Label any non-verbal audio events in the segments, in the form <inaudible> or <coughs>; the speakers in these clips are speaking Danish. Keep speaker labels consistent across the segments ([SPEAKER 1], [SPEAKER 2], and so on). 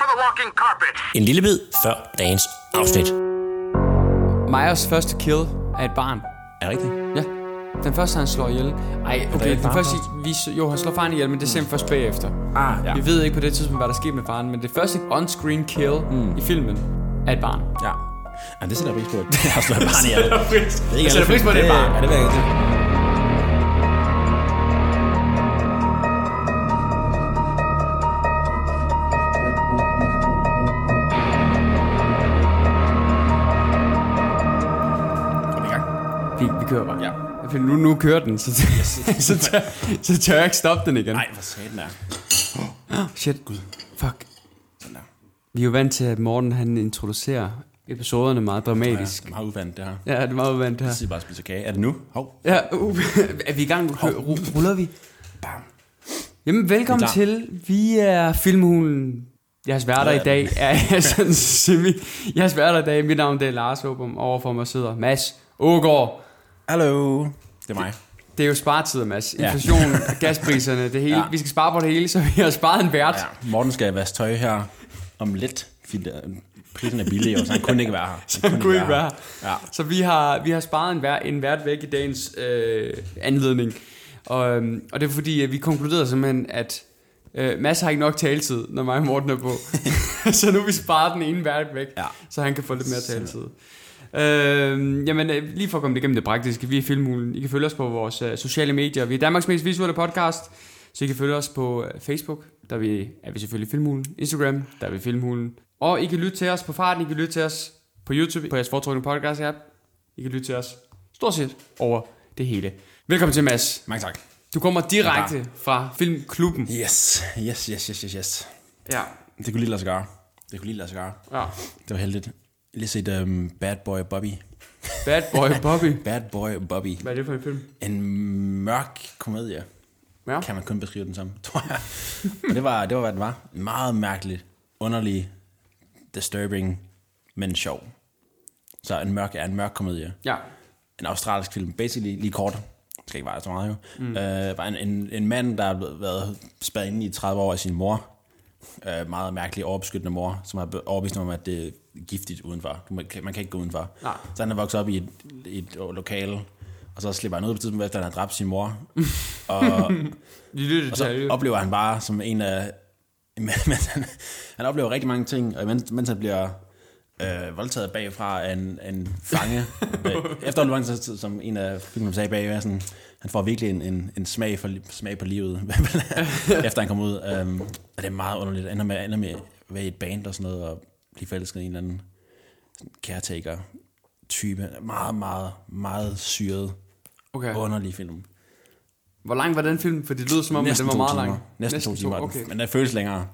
[SPEAKER 1] for the walking carpet.
[SPEAKER 2] En lille bid før dagens afsnit.
[SPEAKER 3] Myers første kill er et barn.
[SPEAKER 2] Er det rigtigt?
[SPEAKER 3] Ja. Den første, han slår ihjel. Ej, okay,
[SPEAKER 4] ikke
[SPEAKER 3] den
[SPEAKER 4] faren
[SPEAKER 3] første, vi, jo, han slår faren ihjel, men det ser vi først bagefter.
[SPEAKER 4] Ah, ja.
[SPEAKER 3] Vi ved ikke på det tidspunkt, hvad der skete med faren, men det første on-screen kill mm. i filmen er et barn.
[SPEAKER 4] Ja. Jamen, det sætter jeg pris <laughs> på. Det
[SPEAKER 2] Jeg slår barn i hjertet. Det er ikke
[SPEAKER 3] Jeg sætter
[SPEAKER 2] alle
[SPEAKER 3] pris på, at det er et barn.
[SPEAKER 4] Ja, det vil jeg ikke. Kom i gang.
[SPEAKER 3] Fint, vi kører bare.
[SPEAKER 4] Ja.
[SPEAKER 3] For nu, nu kører den, så, <laughs> så, tør, så tør jeg ikke stoppe den igen. Ah,
[SPEAKER 4] Nej, hvor satan er.
[SPEAKER 3] Shit. Gud. Fuck.
[SPEAKER 4] Sådan der.
[SPEAKER 3] Vi er jo vant til, at Morten han introducerer episoderne meget dramatisk.
[SPEAKER 4] Ja, meget uvandt, det her.
[SPEAKER 3] Ja, det er meget vant
[SPEAKER 4] Jeg
[SPEAKER 3] her.
[SPEAKER 4] siger bare at spise kage. Er det nu? Hov.
[SPEAKER 3] Ja, uh, <laughs> er vi i gang? Kø- ru- Ruller vi?
[SPEAKER 4] Bam.
[SPEAKER 3] Jamen, velkommen
[SPEAKER 4] Vi er
[SPEAKER 3] til. Vi er Filmhulen. Jeres værter
[SPEAKER 4] Ja,
[SPEAKER 3] i dag er <laughs> jeg sådan semi. Jeres værter i dag, mit navn det er Lars Åbom. Overfor mig sidder Mads Ågaard.
[SPEAKER 4] Hallo. Det er mig.
[SPEAKER 3] Det er jo sparetid, Mads.
[SPEAKER 4] Ja.
[SPEAKER 3] Inflation, <laughs> gaspriserne, det hele.
[SPEAKER 4] Ja.
[SPEAKER 3] Vi skal spare på det hele, så vi har sparet en vært.
[SPEAKER 4] Ja, Morten skal vaske tøj her om lidt, fordi der- prisen er billig, jo, så han kunne ikke være her.
[SPEAKER 3] <laughs> Så kunne ikke være.
[SPEAKER 4] her. Ja.
[SPEAKER 3] Så vi har, vi har sparet en, vær, en vært væk i dagens øh, anledning. Og, øhm, og det er fordi, at vi konkluderede simpelthen, at øh, Mads har ikke nok taletid, når mig og Morten er på. <laughs> så nu har vi sparet den ene vært væk,
[SPEAKER 4] Ja.
[SPEAKER 3] så han kan få lidt mere taletid. Øhm, jamen, øh, lige for at komme det igennem det praktiske, vi er Filmhulen. I kan følge os på vores øh, sociale medier. Vi er Danmarks mest visuelle podcast, så I kan følge os på øh, Facebook, der er vi, er vi selvfølgelig Filmhulen. Instagram, der er vi Filmhulen. Og I kan lytte til os på farten, I kan lytte til os på YouTube, på jeres foretrukne podcast app. I kan lytte til os stort set over det hele. Velkommen til, Mads.
[SPEAKER 4] Mange tak.
[SPEAKER 3] Du kommer direkte fra Filmklubben.
[SPEAKER 4] Yes, yes, yes, yes, yes, yes.
[SPEAKER 3] Ja.
[SPEAKER 4] Det kunne lige lade sig gøre. Det kunne lige lade sig gøre.
[SPEAKER 3] ja.
[SPEAKER 4] Det var heldigt. Lige set um, Bad Boy Bobby.
[SPEAKER 3] Bad Boy Bobby.
[SPEAKER 4] Bad Boy Bobby.
[SPEAKER 3] <laughs> Hvad er det for en film?
[SPEAKER 4] En mørk komedie.
[SPEAKER 3] Ja.
[SPEAKER 4] Kan man kun beskrive den som, <laughs> tror jeg. Og det var, det var, hvad den var. En meget mærkelig, underlig, disturbing, men sjov. Så en mørk er en mørk komedie.
[SPEAKER 3] Ja.
[SPEAKER 4] en australsk film, basically lige kort, det skal ikke være så meget jo, mm. øh, var en, en, en mand, der har blevet- været spadet inde i 30 år af sin mor, øh, meget mærkelig overbeskyttende mor, som har be- overbevist ham om, at det er giftigt udenfor. Du må, kan- man kan ikke gå udenfor.
[SPEAKER 3] Nej.
[SPEAKER 4] Så han er vokset op i et, et lokale, og så slipper han ud på et tidspunkt, efter han har dræbt sin mor. og,
[SPEAKER 3] Vi lytter
[SPEAKER 4] og
[SPEAKER 3] til
[SPEAKER 4] så
[SPEAKER 3] alle.
[SPEAKER 4] oplever han bare som en af... <laughs> Mens han, han oplever rigtig mange ting, og mens, mens han bliver øh, voldtaget bagfra af en, af en fange, øh, efter en lang tid, som en af filmen sagde bagved, er sådan, han får virkelig en, en, en smag, for, li- smag på livet, <laughs> efter han kommer ud. Øh, og det er meget underligt. Ender med, ender med at være i et band og sådan noget, og blive forelsket i en eller anden sådan caretaker type. Meget, meget, meget syret,
[SPEAKER 3] Okay.
[SPEAKER 4] underlig film.
[SPEAKER 3] Hvor lang var den film? For det lød som om, at den var
[SPEAKER 4] to
[SPEAKER 3] meget
[SPEAKER 4] timer.
[SPEAKER 3] lang.
[SPEAKER 4] Næsten, to timer.
[SPEAKER 3] Okay.
[SPEAKER 4] Men den føles
[SPEAKER 3] <laughs>
[SPEAKER 4] længere.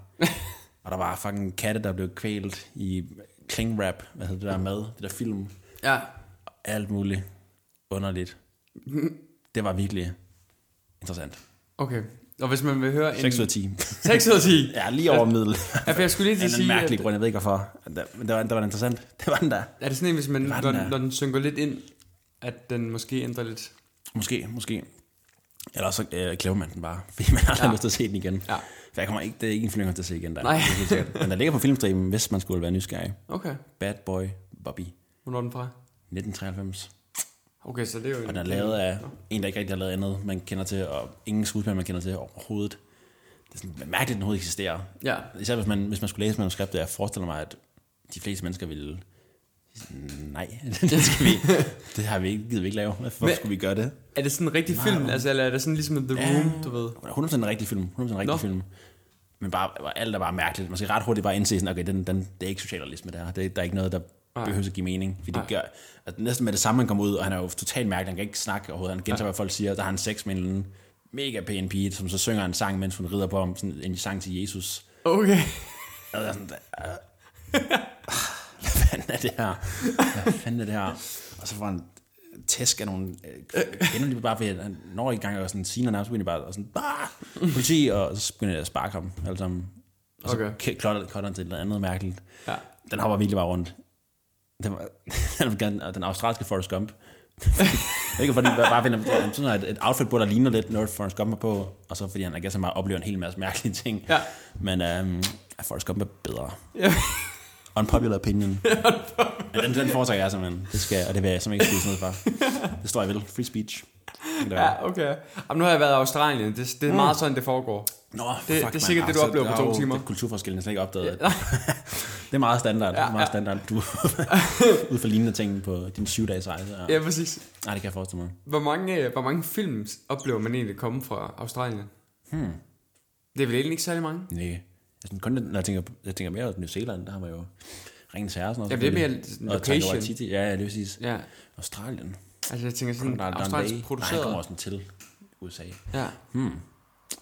[SPEAKER 4] og der var fucking katte, der blev kvalt i klingrap. Hvad hedder det der mad? Det der film.
[SPEAKER 3] Ja.
[SPEAKER 4] Og alt muligt. Underligt. det var virkelig interessant.
[SPEAKER 3] Okay. Og hvis man vil høre en...
[SPEAKER 4] 6 ud af 10.
[SPEAKER 3] 6 ud af 10.
[SPEAKER 4] <laughs> ja, lige over middel.
[SPEAKER 3] Ja, for jeg skulle lige
[SPEAKER 4] Det
[SPEAKER 3] til at
[SPEAKER 4] er en
[SPEAKER 3] sige, at,
[SPEAKER 4] mærkelig grund, jeg ved ikke hvorfor. Men der- Men det var, det var interessant. <laughs> Det var den der.
[SPEAKER 3] er det sådan en, hvis man,
[SPEAKER 4] var
[SPEAKER 3] når,
[SPEAKER 4] den
[SPEAKER 3] den,
[SPEAKER 4] der.
[SPEAKER 3] når den synker lidt ind, at den måske ændrer lidt?
[SPEAKER 4] Måske, måske. Eller så øh, glemmer man den bare, <laughs> fordi man aldrig har
[SPEAKER 3] Ja.
[SPEAKER 4] lyst til at se den igen.
[SPEAKER 3] Ja.
[SPEAKER 4] For jeg kommer ikke, det er ikke en film, jeg kommer til at se igen. Der.
[SPEAKER 3] Nej.
[SPEAKER 4] Det er helt sikkert. Men der ligger på filmstriben, hvis man skulle være nysgerrig.
[SPEAKER 3] Okay.
[SPEAKER 4] Bad Boy Bobby.
[SPEAKER 3] Hvornår er den fra?
[SPEAKER 4] 1993.
[SPEAKER 3] Okay, så det er jo...
[SPEAKER 4] Og
[SPEAKER 3] En,
[SPEAKER 4] den er lavet af en, der ikke rigtig har lavet andet, man kender til, og ingen skuespiller, man kender til overhovedet. Det er sådan mærkeligt, at den overhovedet eksisterer.
[SPEAKER 3] Ja.
[SPEAKER 4] Især hvis man, hvis man skulle læse manuskriptet, jeg forestiller mig, at de fleste mennesker ville sige sådan, nej, <laughs> det, skal vi, det har vi ikke, gider vi ikke lave. Hvorfor
[SPEAKER 3] Men-
[SPEAKER 4] skulle vi gøre det?
[SPEAKER 3] Er det sådan en rigtig film? Altså, eller er det sådan ligesom The Room, du ved?
[SPEAKER 4] Det var 100% en rigtig film. 100% en rigtig
[SPEAKER 3] Nå.
[SPEAKER 4] film. Men bare, alt er bare mærkeligt. Man skal ret hurtigt bare indse, sådan, okay, den, den, det er ikke socialrealisme, det her. Det, der er ikke noget, der
[SPEAKER 3] Nej.
[SPEAKER 4] behøver at give mening. Fordi det gør, at næsten med det samme, han kommer ud, og han er jo totalt mærkelig. Han kan ikke snakke overhovedet. Han gentager, hvad folk siger. Der har han sex med en eller anden mega pæn pige, som så synger en sang, mens hun rider på ham. Sådan en sang til Jesus.
[SPEAKER 3] Okay.
[SPEAKER 4] Og jeg er sådan, øh, hvad fanden er det her? Hvad fanden er det her? Og så får han tæsk af nogle øh, kvinder, lige bare fordi han når ikke engang, og sådan siger nærmest, begynder bare, og sådan, bah! politi, og så begynder jeg at sparke ham, alle sammen. Og så
[SPEAKER 3] Okay.
[SPEAKER 4] okay. klotter, klotter han til et eller andet mærkeligt.
[SPEAKER 3] Ja.
[SPEAKER 4] Den hopper virkelig bare rundt. Den, var, <laughs> den, var gerne- og den australske Forrest Gump. <laughs> ikke fordi, bare fordi han han sådan har et, et outfit på, der ligner lidt noget, Forrest Gump er på, og så fordi han, jeg gætter, bare oplever en hel masse mærkelige ting.
[SPEAKER 3] Ja.
[SPEAKER 4] Men øhm, at Forrest Gump er bedre. <laughs> Unpopular
[SPEAKER 3] <laughs>
[SPEAKER 4] opinion. ja, den, den foretrækker jeg simpelthen. Det skal, jeg- og det vil jeg simpelthen ikke spise noget for. Det står jeg vel. Free speech. Det kan der være.
[SPEAKER 3] Ja, okay. Jamen, nu har jeg været i Australien. Det, det er
[SPEAKER 4] Mm.
[SPEAKER 3] meget sådan, det foregår.
[SPEAKER 4] Nå,
[SPEAKER 3] det er sikkert
[SPEAKER 4] altså,
[SPEAKER 3] det, du oplever på to timer.
[SPEAKER 4] Kulturforskellen er slet ikke opdaget. <laughs> det er meget standard. det er meget standard. Du,
[SPEAKER 3] <laughs>
[SPEAKER 4] ud for lignende ting på din syv-dages rejse. Ja.
[SPEAKER 3] Ja, præcis.
[SPEAKER 4] Nej, det kan jeg forestille mig.
[SPEAKER 3] Hvor mange, øh, hvor mange film oplever man egentlig komme fra Australien? Hmm. Det er vel egentlig ikke særlig mange?
[SPEAKER 4] Nej. Altså, kun, når jeg tænker, jeg tænker mere på New Zealand, der har man jo Ringens Herre og sådan noget.
[SPEAKER 3] Ja, det er mere
[SPEAKER 4] Og
[SPEAKER 3] location.
[SPEAKER 4] Taika Waititi. Ja, ja, det vil sige.
[SPEAKER 3] Ja.
[SPEAKER 4] Australien.
[SPEAKER 3] Altså, jeg tænker sådan,
[SPEAKER 4] Der er
[SPEAKER 3] australsk
[SPEAKER 4] Nej, han kommer
[SPEAKER 3] produceret.
[SPEAKER 4] også til USA.
[SPEAKER 3] Ja.
[SPEAKER 4] Hmm.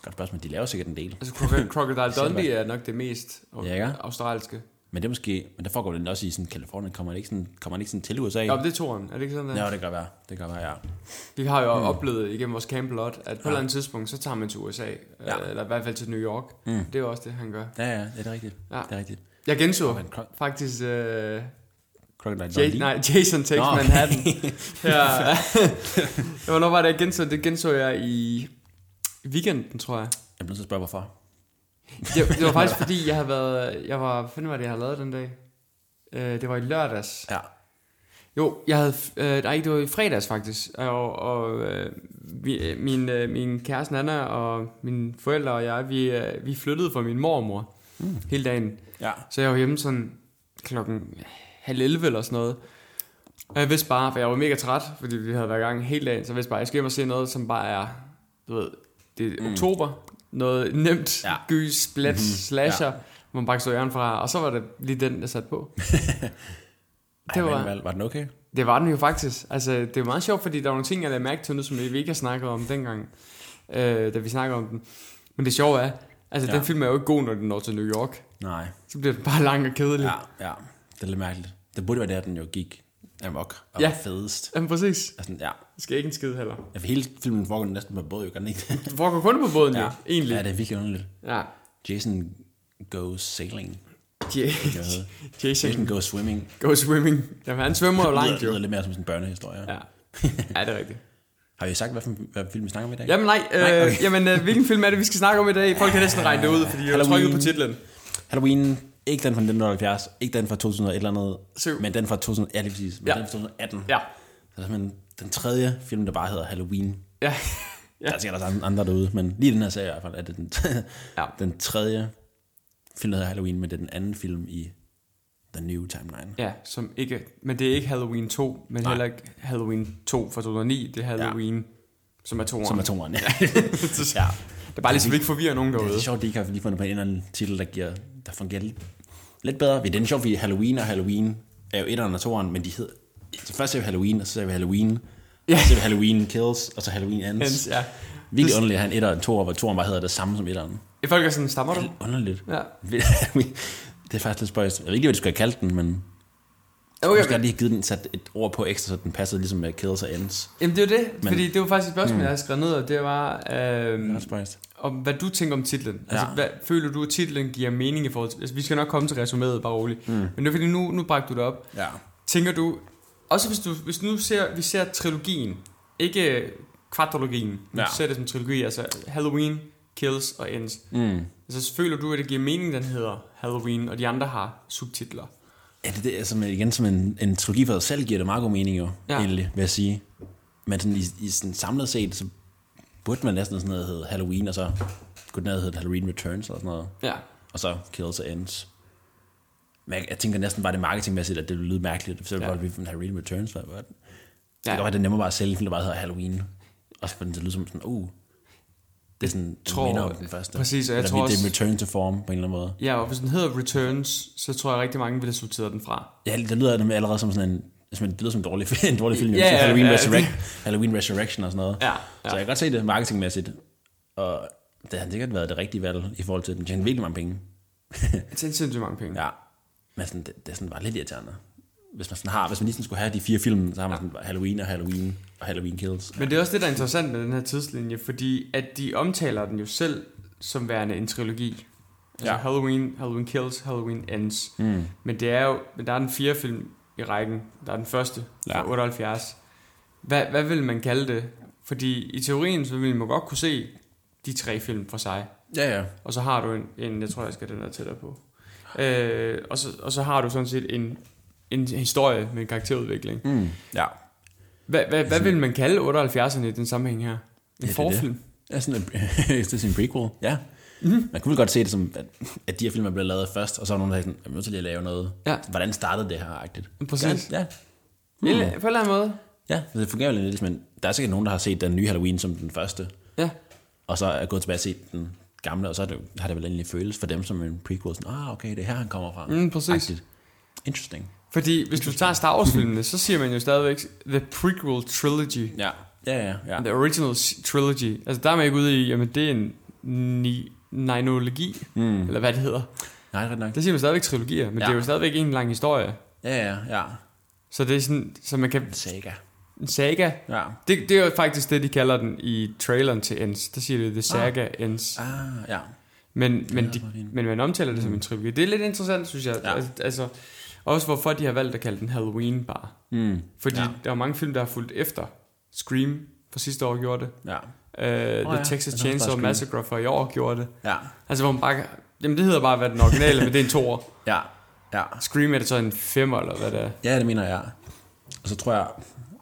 [SPEAKER 4] Godt spørgsmål. De laver sikkert en del. <laughs>
[SPEAKER 3] Altså, Crocodile- Crocodile Dundee er nok det mest
[SPEAKER 4] Ja, ikke?
[SPEAKER 3] australske.
[SPEAKER 4] Men det er måske... Men der foregår den også i sådan Kalifornien. Kommer det ikke sådan, kommer det ikke sådan til USA?
[SPEAKER 3] Ja, men det er toren. Er det ikke sådan, der?
[SPEAKER 4] Ja, det kan godt være. Det kan godt være, ja.
[SPEAKER 3] Vi har jo mm. oplevet igennem vores Campbellot, at på et eller andet tidspunkt, så tager man til USA, ja. eller i hvert fald til New York. Mm. Det er jo også det, han gør.
[SPEAKER 4] Ja, ja, ja, det er rigtigt.
[SPEAKER 3] Ja.
[SPEAKER 4] Det er rigtigt.
[SPEAKER 3] Jeg genså
[SPEAKER 4] Men Cro-
[SPEAKER 3] faktisk øh,
[SPEAKER 4] Crocodile
[SPEAKER 3] Ja,
[SPEAKER 4] Dundee.
[SPEAKER 3] nej, Jason Takes
[SPEAKER 4] Nå,
[SPEAKER 3] no.
[SPEAKER 4] okay.
[SPEAKER 3] Manhattan.
[SPEAKER 4] <laughs>
[SPEAKER 3] Ja. <laughs> Hvornår var det, jeg genså? Det genså jeg i weekenden, tror jeg.
[SPEAKER 4] Jeg bliver nødt til at spørge, hvorfor.
[SPEAKER 3] Det, det var faktisk
[SPEAKER 4] <laughs>
[SPEAKER 3] fordi, jeg havde været... Jeg var... Hvad fanden var det, jeg havde lavet den dag? Øh, det var i lørdags.
[SPEAKER 4] Ja.
[SPEAKER 3] Jo, jeg havde... Øh, nej, det var i fredags faktisk. Og, og øh, vi, øh, min, øh, min kæreste Anna og mine forældre og jeg, vi, øh, vi flyttede fra min mormor mm. hele dagen.
[SPEAKER 4] Ja.
[SPEAKER 3] Så jeg var hjemme sådan klokken halv 11 eller sådan noget. Og jeg vidste bare, for jeg var mega træt, fordi vi havde været i gang hele dagen, så jeg vidste bare, jeg skal hjem og se noget, som bare er, du ved, det er mm. oktober, noget nemt, ja.
[SPEAKER 4] Ja.
[SPEAKER 3] gys, blat, mm-hmm. slasher, ja. hvor man bare kan stå i hjørnet fra, og så var det lige den, jeg satte på.
[SPEAKER 4] Det
[SPEAKER 3] Det var-
[SPEAKER 4] var... Var, var den okay?
[SPEAKER 3] Det var den jo faktisk. Altså, det er meget sjovt, fordi der var nogle ting, jeg lagde mærke til nu, som vi ikke har snakket om dengang, øh, da vi snakkede om den. Men det sjove er, altså ja.
[SPEAKER 4] Ja.
[SPEAKER 3] den film er jo ikke god, når den når til New York.
[SPEAKER 4] Nej.
[SPEAKER 3] Så bliver den bare lang og kedelig.
[SPEAKER 4] Ja, ja. Det er lidt mærkeligt. Det burde være der, den jo gik amok og
[SPEAKER 3] Ja.
[SPEAKER 4] ja. fedest.
[SPEAKER 3] Jamen præcis.
[SPEAKER 4] Altså, ja.
[SPEAKER 3] Det skal ikke en skid heller.
[SPEAKER 4] Ja, for hele filmen foregår næsten på båd, jo kan den ikke?
[SPEAKER 3] Du foregår kun på båden, <laughs> ja. jo, egentlig.
[SPEAKER 4] Ja, det er virkelig underligt.
[SPEAKER 3] Ja.
[SPEAKER 4] Jason goes sailing.
[SPEAKER 3] Ja. <laughs> Jason
[SPEAKER 4] Jason goes swimming.
[SPEAKER 3] go swimming. Jamen, han svømmer jo langt,
[SPEAKER 4] Det lyder
[SPEAKER 3] jo.
[SPEAKER 4] lidt mere som sådan en børnehistorie.
[SPEAKER 3] Ja.
[SPEAKER 4] Ja.
[SPEAKER 3] ja, det er rigtigt.
[SPEAKER 4] Har I sagt, hvad, for, hvad film vi snakker om i dag?
[SPEAKER 3] Jamen nej,
[SPEAKER 4] <laughs>
[SPEAKER 3] øh,
[SPEAKER 4] Nej, okay.
[SPEAKER 3] jamen, øh, hvilken film er det, vi skal snakke om i dag? Folk kan næsten regne det ud, fordi jeg har
[SPEAKER 4] Halloween.
[SPEAKER 3] trykket på titlen.
[SPEAKER 4] Halloween, ikke den fra 1970, ikke den fra 2000 et eller andet,
[SPEAKER 3] Syv.
[SPEAKER 4] men den fra 2000, ja, lige præcis, men
[SPEAKER 3] Ja.
[SPEAKER 4] den fra 2018.
[SPEAKER 3] Ja.
[SPEAKER 4] Så der er simpelthen den tredje film, der bare hedder Halloween. Ja.
[SPEAKER 3] Ja. <laughs>
[SPEAKER 4] Der er sikkert også andre derude, men lige i den her serie i hvert fald er det den,
[SPEAKER 3] Ja.
[SPEAKER 4] ja. den tredje film, der hedder Halloween, men det er den anden film i The New Timeline.
[SPEAKER 3] ja, som ikke... Men det er ikke Halloween 2, men nej.
[SPEAKER 4] Nej.
[SPEAKER 3] heller ikke Halloween 2 fra 2009. Det er Halloween, ja. som er toeren.
[SPEAKER 4] Som er
[SPEAKER 3] <laughs>
[SPEAKER 4] toeren, <laughs> ja.
[SPEAKER 3] ja. Det er bare lige, så vi ikke forvirrer nogen
[SPEAKER 4] Det
[SPEAKER 3] derude.
[SPEAKER 4] er altså sjovt, at de ikke har lige fundet på en eller anden titel, der, giver, der fungerer lidt, lidt bedre. Det er sjovt, fordi Halloween og Halloween er jo etteren og toeren, men de hedder... Så først ser vi Halloween, og så ser vi Halloween, ja.
[SPEAKER 3] Ja.
[SPEAKER 4] og så ser vi Halloween Kills, og så Halloween Ends.
[SPEAKER 3] Ends, ja.
[SPEAKER 4] Virkelig underligt at have en etter og en toer, hvor toeren bare hedder det samme som etteren.
[SPEAKER 3] Folk er sådan, stammer du?
[SPEAKER 4] Underligt.
[SPEAKER 3] Ja.
[SPEAKER 4] det er faktisk lidt spøjst. Jeg ved ikke, lige, hvad du skulle have kaldt den, men okay,
[SPEAKER 3] Okay,
[SPEAKER 4] jeg skal lige have givet den sat et ord på ekstra, så den passede ligesom med Kills og Ends.
[SPEAKER 3] Jamen det er jo det,
[SPEAKER 4] Men-
[SPEAKER 3] fordi det var faktisk et spørgsmål, mm. jeg havde skrevet ned, og det var,
[SPEAKER 4] Det er
[SPEAKER 3] øh,
[SPEAKER 4] ret spøjst.
[SPEAKER 3] om hvad du tænker om titlen. Altså,
[SPEAKER 4] Ja.
[SPEAKER 3] hvad, føler du, at titlen giver mening i forhold til... Altså, vi skal nok komme til resuméet, bare roligt. Mm. Men det er fordi, nu, nu bragte du det op.
[SPEAKER 4] Ja.
[SPEAKER 3] Tænker du... Også hvis, du, hvis nu ser, vi ser trilogien, ikke kvadrologien, men
[SPEAKER 4] Ja.
[SPEAKER 3] du ser det som trilogi, altså Halloween, Kills og Ends.
[SPEAKER 4] Mm.
[SPEAKER 3] Altså, føler du, at det giver mening, den hedder Halloween, og de andre har subtitler?
[SPEAKER 4] Ja, det, det er som, igen som en, en trilogi for sig selv, giver det meget god mening jo,
[SPEAKER 3] Ja.
[SPEAKER 4] ja. egentlig, vil jeg sige. Men sådan, i, i sådan samlet set, så burde man næsten sådan noget hedde Halloween, og så kunne den have heddet Halloween Returns eller sådan noget.
[SPEAKER 3] Ja.
[SPEAKER 4] Og så Kills og Ends. Men jeg, jeg tænker næsten bare det marketingmæssigt, at det ville lyde mærkeligt. Så
[SPEAKER 3] Ja.
[SPEAKER 4] ja. godt, at Halloween Returns var godt. Det
[SPEAKER 3] Ja.
[SPEAKER 4] kan godt være, det er nemmere bare at sælge, en film, der bare hedder Halloween. Også fordi det lyder som sådan, uh, det er sådan, jeg
[SPEAKER 3] tror-
[SPEAKER 4] tror, minder om den første.
[SPEAKER 3] præcis, og jeg
[SPEAKER 4] Eller
[SPEAKER 3] tror
[SPEAKER 4] det
[SPEAKER 3] også-
[SPEAKER 4] er return to form på en eller anden måde.
[SPEAKER 3] Ja, og hvis den hedder Returns, så tror jeg rigtig mange ville have sorteret den fra.
[SPEAKER 4] Ja, det lyder nemlig allerede som sådan en, som en- det lyder som en dårlig, <laughs> en dårlig film,
[SPEAKER 3] Ja,
[SPEAKER 4] ja,
[SPEAKER 3] ja,
[SPEAKER 4] ja, Halloween,
[SPEAKER 3] ja.
[SPEAKER 4] ja, Resurrect, Halloween Resurrection og sådan noget.
[SPEAKER 3] Ja, ja.
[SPEAKER 4] Så jeg kan godt se det marketingmæssigt, og det har sikkert været det rigtige valg i forhold til, at den tjente virkelig mange penge.
[SPEAKER 3] Det er sindssygt mange penge.
[SPEAKER 4] Ja, men sådan, det, det er sådan bare lidt irriterende. Hvis man, sådan har, hvis man lige sådan skulle have de fire film, så har man sådan bare Halloween og Halloween og Halloween Kills.
[SPEAKER 3] Men det er også det, der er interessant med den her tidslinje, fordi at de omtaler den jo selv som værende en trilogi. Altså ja.
[SPEAKER 4] Ja.
[SPEAKER 3] Halloween, Halloween Kills, Halloween Ends. Mm. Men det er jo, men der er den fjerde film i rækken. Der er den første fra
[SPEAKER 4] Ja.
[SPEAKER 3] 78. Hvad, hvad vil man kalde det? Fordi i teorien, så vil man godt kunne se de tre film for sig.
[SPEAKER 4] Ja, ja.
[SPEAKER 3] Og så har du en, en jeg tror, jeg skal have den der tættere på. Øh, og, så, og så har du sådan set en, en historie med en karakterudvikling.
[SPEAKER 4] Mm. Ja.
[SPEAKER 3] Hvad, hvad, hvad vil man kalde 78'erne i den sammenhæng her? En
[SPEAKER 4] det er
[SPEAKER 3] forfilm?
[SPEAKER 4] Det er sådan en, <laughs> det er sådan en prequel. Ja. Mm-hmm. Man kunne vel godt se det som, at, at de her film er blevet lavet først, og så er nogen, der er sådan, "Jeg er nødt til lige at lave noget.
[SPEAKER 3] Ja.
[SPEAKER 4] Hvordan startede det her, agtigt?
[SPEAKER 3] Præcis.
[SPEAKER 4] Ja, ja.
[SPEAKER 3] Mm. Eller,
[SPEAKER 4] Hmm.
[SPEAKER 3] på en eller anden måde.
[SPEAKER 4] ja. så det fungerer jo lidt, ligesom, men der er sikkert nogen, der har set den nye Halloween som den første,
[SPEAKER 3] Ja.
[SPEAKER 4] og så er gået tilbage og set den gamle, og så er det, jo- har det vel egentlig føles for dem som en prequel. Sådan, ah, okay, det er her, han kommer fra.
[SPEAKER 3] Mm, præcis.
[SPEAKER 4] Agtigt. Interesting.
[SPEAKER 3] Fordi hvis du tager Star Wars-filmene, så siger man jo stadigvæk The Prequel Trilogy.
[SPEAKER 4] Ja. Ja, ja, ja.
[SPEAKER 3] The Original s- Trilogy. Altså der er man ikke ude i, jamen det er en ni, ninologi, mm. eller hvad det hedder.
[SPEAKER 4] Nej, ret nok.
[SPEAKER 3] Der siger man stadigvæk trilogier, men ja.
[SPEAKER 4] Ja.
[SPEAKER 3] det er jo stadigvæk en lang historie.
[SPEAKER 4] Ja, ja, ja.
[SPEAKER 3] Så det er sådan, så man kan...
[SPEAKER 4] Saga.
[SPEAKER 3] En saga.
[SPEAKER 4] Ja.
[SPEAKER 3] Det, det er jo faktisk det, de kalder den i traileren til Ends. Der siger det The Saga ah. Ends.
[SPEAKER 4] Ah, ja.
[SPEAKER 3] Men, men,
[SPEAKER 4] hvor
[SPEAKER 3] de,
[SPEAKER 4] fint. Mm.
[SPEAKER 3] men man omtaler det som en trilogi. Det er lidt interessant, synes jeg.
[SPEAKER 4] Ja.
[SPEAKER 3] Ja. Altså, også hvorfor de har valgt at kalde den Halloween bare.
[SPEAKER 4] Mm.
[SPEAKER 3] Fordi
[SPEAKER 4] Ja.
[SPEAKER 3] ja. der er mange film, der har fulgt efter. Scream fra sidste år gjorde det.
[SPEAKER 4] Ja.
[SPEAKER 3] Uh, oh, The
[SPEAKER 4] ja.
[SPEAKER 3] ja.
[SPEAKER 4] Den
[SPEAKER 3] Texas
[SPEAKER 4] har også bare
[SPEAKER 3] Chainsaw
[SPEAKER 4] Scream.
[SPEAKER 3] Massacre fra i år gjorde det.
[SPEAKER 4] Ja.
[SPEAKER 3] Altså hvor man bare... Jamen det hedder bare, hvad den originale, men det er en toer.
[SPEAKER 4] Ja. Ja.
[SPEAKER 3] Scream er det så en femmer, eller hvad det er.
[SPEAKER 4] Ja, det mener jeg. Og så tror jeg,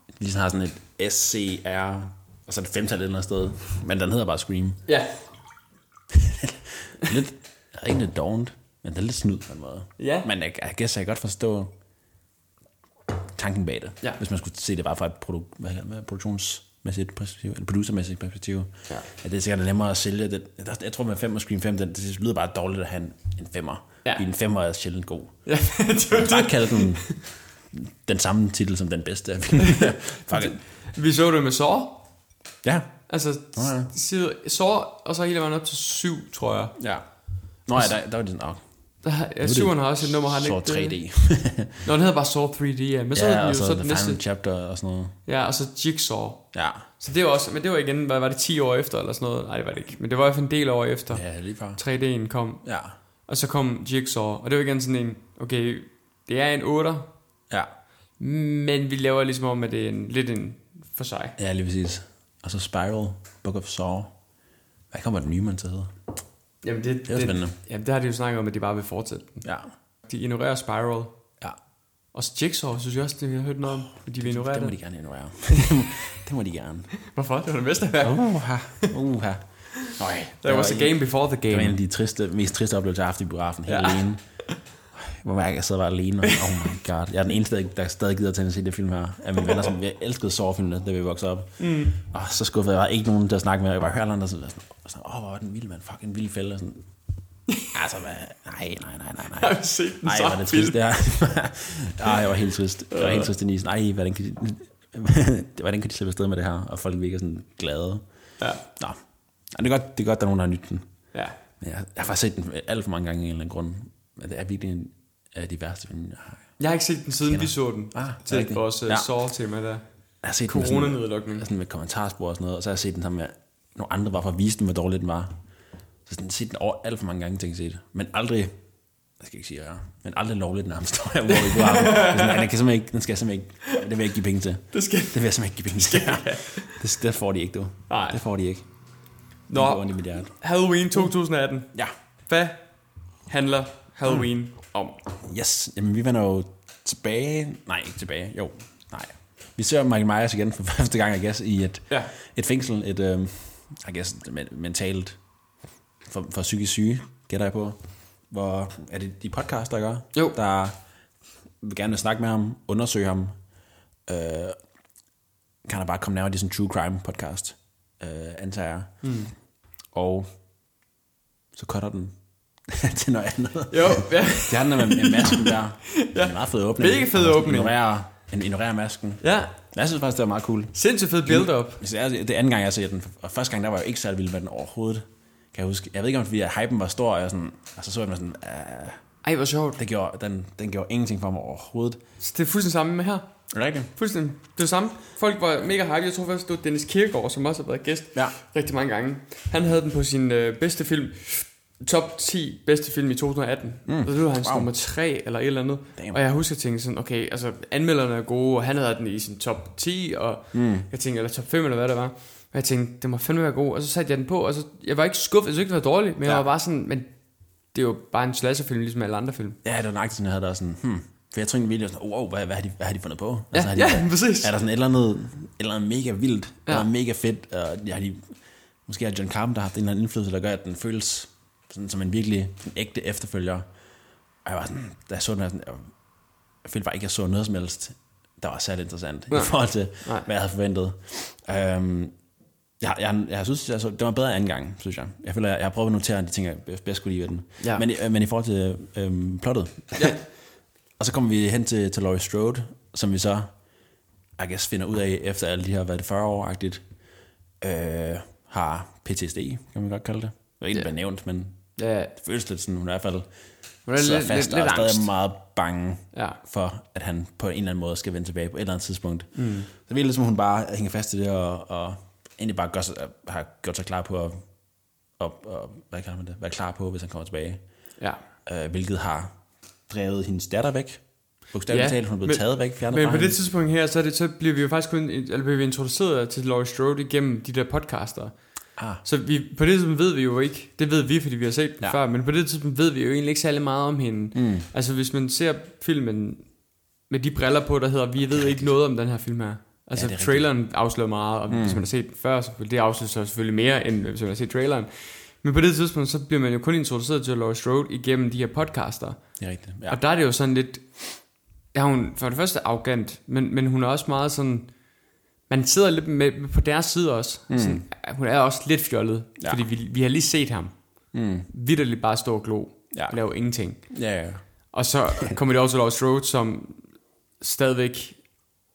[SPEAKER 4] de ligesom har sådan et SCR, og så er det femtal et eller andet sted. Men den hedder bare Scream.
[SPEAKER 3] Ja.
[SPEAKER 4] Lidt, jeg er ikke lidt dovent, men den er lidt snyd på en måde.
[SPEAKER 3] Ja.
[SPEAKER 4] Men jeg, jeg gætter, jeg kan godt forstå tanken bag det.
[SPEAKER 3] Ja.
[SPEAKER 4] Hvis man skulle se det bare fra et produ- hvad, hedder det, hvad, produktionsmæssigt perspektiv, eller producermæssigt perspektiv.
[SPEAKER 3] Ja.
[SPEAKER 4] At det er sikkert nemmere at sælge det. Jeg, jeg tror med 5 og Scream 5, den, det lyder bare dårligt at have en, en femmer.
[SPEAKER 3] Ja.
[SPEAKER 4] Fordi en femmer er sjældent god.
[SPEAKER 3] ja det var
[SPEAKER 4] Jeg kan bare kalde den den samme titel som den bedste.
[SPEAKER 3] <laughs>
[SPEAKER 4] af filmen. Fuck it.
[SPEAKER 3] det. Vi så det med Saw.
[SPEAKER 4] Ja.
[SPEAKER 3] Altså,
[SPEAKER 4] ja.
[SPEAKER 3] side, Saw, og så hele vejen op til syv, tror jeg.
[SPEAKER 4] Ja. Nå ja, der, der var det sådan, oh,
[SPEAKER 3] Der, ja, syveren har også et nummer, har den
[SPEAKER 4] så
[SPEAKER 3] ikke det?
[SPEAKER 4] 3D. <laughs>
[SPEAKER 3] Nå, den hedder bare Saw 3D, ja. Men så ja,
[SPEAKER 4] ja,
[SPEAKER 3] hedder den
[SPEAKER 4] og
[SPEAKER 3] jo
[SPEAKER 4] så,
[SPEAKER 3] så,
[SPEAKER 4] så
[SPEAKER 3] den
[SPEAKER 4] The
[SPEAKER 3] næste.
[SPEAKER 4] Final Chapter og sådan noget.
[SPEAKER 3] Ja, og så Jigsaw.
[SPEAKER 4] Ja.
[SPEAKER 3] Så det var også, men det var igen, hvad var det, 10 år efter eller sådan noget? Nej, det var det ikke. Men det var i hvert fald en del år efter, ja.
[SPEAKER 4] Ja, lige før.
[SPEAKER 3] 3D'en kom.
[SPEAKER 4] Ja.
[SPEAKER 3] Og så kom Jigsaw, og det var igen sådan en, okay, det er en 8'er,
[SPEAKER 4] Ja.
[SPEAKER 3] men vi laver ligesom om, at det er en, lidt en for sig.
[SPEAKER 4] Ja, lige præcis. Og så Spiral, Book of Saw. Hvad kommer den nye, man til hedder?
[SPEAKER 3] Jamen det,
[SPEAKER 4] Det er spændende.
[SPEAKER 3] Jamen det har de jo snakket om, at de bare vil fortsætte den.
[SPEAKER 4] Ja.
[SPEAKER 3] De ignorerer Spiral.
[SPEAKER 4] Ja.
[SPEAKER 3] Og Jigsaw, synes jeg også, det vi har hørt noget om, at de vil ignorere
[SPEAKER 4] Det må
[SPEAKER 3] det.
[SPEAKER 4] de gerne <laughs> ignorere. det må de gerne.
[SPEAKER 3] Hvorfor? Det var det bedste værk.
[SPEAKER 4] Uha. Uha. Nøj.
[SPEAKER 3] Der var så
[SPEAKER 4] en-
[SPEAKER 3] game before the
[SPEAKER 4] Det var en
[SPEAKER 3] game.
[SPEAKER 4] af de triste, mest triste oplevelser, jeg har haft i biografen, helt
[SPEAKER 3] Ja.
[SPEAKER 4] ja. alene. Hvor mærke, jeg sad bare alene, og oh my god. Jeg er den eneste, der- der stadig gider til at se det film her, af mine venner, som jeg elskede sårfilmene, da vi voksede op. Mm. Og så skuffede jeg, der var ikke nogen, der snakkede med, jeg bare hørte alle andre, sådan, og sådan, åh, oh, hvor var den vild, mand, fucking vild fælde, og sådan, altså, hvad, nej, nej, nej, nej, nej.
[SPEAKER 3] Jeg har set den
[SPEAKER 4] Ej,
[SPEAKER 3] så
[SPEAKER 4] hvor er det trist, det her. <laughs> Ej, jeg var helt trist. Jeg var helt trist i nisen. Ej, hvordan kan de, hvordan kan de <laughs> slippe afsted med det her? Og folk virker sådan glade.
[SPEAKER 3] Ja.
[SPEAKER 4] Nå, Ej, det er godt, det er godt der er nogen, der har nyt den.
[SPEAKER 3] Ja.
[SPEAKER 4] Men jeg, jeg har faktisk set den alt for mange gange af en eller anden grund. Men det er virkelig en af de værste film, jeg har.
[SPEAKER 3] Jeg har ikke set den siden vi så den
[SPEAKER 4] Ah,
[SPEAKER 3] til
[SPEAKER 4] rigtigt.
[SPEAKER 3] vores ja.
[SPEAKER 4] Ja.
[SPEAKER 3] Saw-tema der.
[SPEAKER 4] Jeg har set den med
[SPEAKER 3] Coronanedlukning.
[SPEAKER 4] sådan, sådan med kommentarspor og sådan noget, og så har jeg set den sammen med nogle andre, bare for at vise den, hvor dårlig den var. Så sådan, set den over alt for mange gange, tænkte jeg set. Men aldrig, jeg skal ikke sige, ja, men aldrig lovligt nærmest, <laughs> tror jeg, hvor vi kunne have. den. Sådan, Nej, den, kan simpelthen ikke, den skal jeg simpelthen ikke, det vil jeg ikke give penge til.
[SPEAKER 3] Det skal-
[SPEAKER 4] det vil jeg simpelthen ikke give
[SPEAKER 3] <laughs>
[SPEAKER 4] penge til. det, det, får de ikke, du.
[SPEAKER 3] Nej.
[SPEAKER 4] Det får de ikke. Det går
[SPEAKER 3] Nå,
[SPEAKER 4] ondt i mit hjerte.
[SPEAKER 3] Halloween 2018.
[SPEAKER 4] Ja.
[SPEAKER 3] Hvad handler Halloween om?
[SPEAKER 4] Yes, jamen vi vender jo tilbage. Nej, ikke tilbage. Jo, nej. Vi ser Michael Myers igen for <laughs> første gang, I guess, i et,
[SPEAKER 3] Ja.
[SPEAKER 4] et fængsel. Et, øhm, I guess, men- mentalt for, for psykisk syge, gætter jeg på. Hvor er det de podcast, der gør?
[SPEAKER 3] Jo.
[SPEAKER 4] Der vil gerne vil snakke med ham, undersøge ham. Øh, kan der bare komme nærmere, det er sådan en true crime podcast, øh, antager jeg. Mm. Og så cutter den <laughs> til noget andet.
[SPEAKER 3] Jo, ja.
[SPEAKER 4] Det handler med, med masken
[SPEAKER 3] <laughs>
[SPEAKER 4] der. ja. En meget fed åbning.
[SPEAKER 3] Mega fed
[SPEAKER 4] Og man
[SPEAKER 3] åbning.
[SPEAKER 4] Ignorerer, en- ignorerer masken.
[SPEAKER 3] ja.
[SPEAKER 4] Jeg synes faktisk, det var meget cool.
[SPEAKER 3] Sindssygt fed build-up.
[SPEAKER 4] Hvis det, er, det er anden gang, jeg ser den, og første gang, der var jeg jo ikke særlig vild med den overhovedet. Kan jeg huske. Jeg ved ikke, om det er, fordi at hypen var stor, og, jeg sådan, og så så jeg mig sådan, "Ah,
[SPEAKER 3] Ej, hvor sjovt.
[SPEAKER 4] det gjorde, den, den gjorde ingenting for mig overhovedet.
[SPEAKER 3] Så det er fuldstændig samme med her.
[SPEAKER 4] Er det rigtigt?
[SPEAKER 3] Fuldstændig. Det er det samme. Folk var mega hype. Jeg tror faktisk, det var Dennis Kirkegaard, som også har været gæst
[SPEAKER 4] Ja.
[SPEAKER 3] rigtig mange gange. Han havde den på sin øh, bedste film. Top 10 bedste film i 2018. Mm. Og det var hans wow.
[SPEAKER 4] Wow.
[SPEAKER 3] nummer 3 eller et eller andet.
[SPEAKER 4] Damn.
[SPEAKER 3] Og jeg husker, at jeg tænkte sådan, okay, altså anmelderne er gode, og han havde den i sin top 10, og mm. jeg tænkte, eller top 5 eller hvad det var. Og jeg tænkte, det må fandme være god. Og så satte jeg den på, og så, jeg var ikke skuffet, jeg synes ikke, det var dårligt, men ja.
[SPEAKER 4] Ja.
[SPEAKER 3] jeg var bare sådan, men det er jo bare en slasherfilm, ligesom alle andre film.
[SPEAKER 4] Ja, det var nøjagtigt, sådan, jeg havde der sådan, hmm. For jeg tror egentlig, virkelig, jeg var sådan, wow, hvad, hvad, har de, hvad har de fundet på? Altså, har de,
[SPEAKER 3] ja, præcis.
[SPEAKER 4] Er der sådan et eller andet, et eller andet mega vildt, ja.
[SPEAKER 3] Ja.
[SPEAKER 4] eller mega fedt, og ja, de, måske har John Carpenter haft en eller anden indflydelse, der gør, at den føles sådan, som en virkelig sådan, ægte efterfølger. Og jeg var sådan, da jeg så den, jeg, var sådan, jeg, jeg følte bare ikke, at jeg så noget som helst, der var særlig interessant,
[SPEAKER 3] Nej.
[SPEAKER 4] i forhold til,
[SPEAKER 3] Nej.
[SPEAKER 4] Nej. hvad jeg havde forventet. Øhm, jeg, jeg, jeg synes, jeg så, det var bedre anden gang, synes jeg. Jeg føler, jeg, jeg har prøvet at notere de ting, jeg bedst kunne lide ved den.
[SPEAKER 3] Ja.
[SPEAKER 4] Men, i- øh, men i forhold til øhm, plottet.
[SPEAKER 3] Ja.
[SPEAKER 4] <laughs> og så kommer vi hen til, til Laurie Strode, som vi så, I guess, finder ud af, efter alle de her, hvad er det, 40 år-agtigt, øh, har PTSD, kan man godt kalde det. Det er ikke
[SPEAKER 3] Ja.
[SPEAKER 4] yeah. nævnt, men
[SPEAKER 3] Ja,
[SPEAKER 4] det føles lidt sådan, hun er i hvert fald
[SPEAKER 3] Hun er
[SPEAKER 4] sidder
[SPEAKER 3] lidt-
[SPEAKER 4] fast
[SPEAKER 3] lidt-
[SPEAKER 4] og er
[SPEAKER 3] lidt
[SPEAKER 4] stadig
[SPEAKER 3] angst.
[SPEAKER 4] meget bange
[SPEAKER 3] Ja.
[SPEAKER 4] for, at han på en eller anden måde skal vende tilbage på et eller andet tidspunkt. Mm. Så det virker lidt som, hun bare hænger fast i det, og, og egentlig bare gør sig, har gjort sig klar på at, og, og, hvad kalder man det, være klar på, hvis han kommer tilbage
[SPEAKER 3] ja.
[SPEAKER 4] øh, hvilket har drevet hendes datter væk. Bogstaveligt
[SPEAKER 3] Ja,
[SPEAKER 4] ja, talt, hun er blevet
[SPEAKER 3] men-
[SPEAKER 4] taget væk, fjernet
[SPEAKER 3] Men
[SPEAKER 4] fra
[SPEAKER 3] på det
[SPEAKER 4] hende.
[SPEAKER 3] tidspunkt her, så, er det, så bliver vi jo faktisk kun, eller bliver vi introduceret til Laurie Strode igennem de der podcaster.
[SPEAKER 4] Ah.
[SPEAKER 3] Så vi, på det tidspunkt ved vi jo ikke, det ved vi, fordi vi har set den ja.
[SPEAKER 4] Ja.
[SPEAKER 3] før, men på det tidspunkt ved vi jo egentlig ikke særlig meget om hende. Mm. Altså hvis man ser filmen med de briller på, der hedder, vi ved ikke noget om den her film her. Altså
[SPEAKER 4] det
[SPEAKER 3] ja,
[SPEAKER 4] er
[SPEAKER 3] traileren afslører meget, og mm. hvis man har set den før, så vil det afsløre sig selvfølgelig mere, end hvis man har set traileren. Men på det tidspunkt, så bliver man jo kun introduceret til Laurie Strode igennem de her podcaster.
[SPEAKER 4] Det er rigtigt.
[SPEAKER 3] Ja.
[SPEAKER 4] Ja.
[SPEAKER 3] Og der er det jo sådan lidt... Ja, hun for det første arrogant, men, men hun er også meget sådan... Man sidder lidt med, med på deres side også. Mm. Sådan, ja, hun er også lidt fjollet, ja.
[SPEAKER 4] Ja.
[SPEAKER 3] fordi vi, vi har lige set ham. Mm. Vitterligt bare stå og glo.
[SPEAKER 4] Ja.
[SPEAKER 3] Ja. Lave ingenting.
[SPEAKER 4] Ja, ja.
[SPEAKER 3] Og så kommer det også til Laurie Strode, som stadigvæk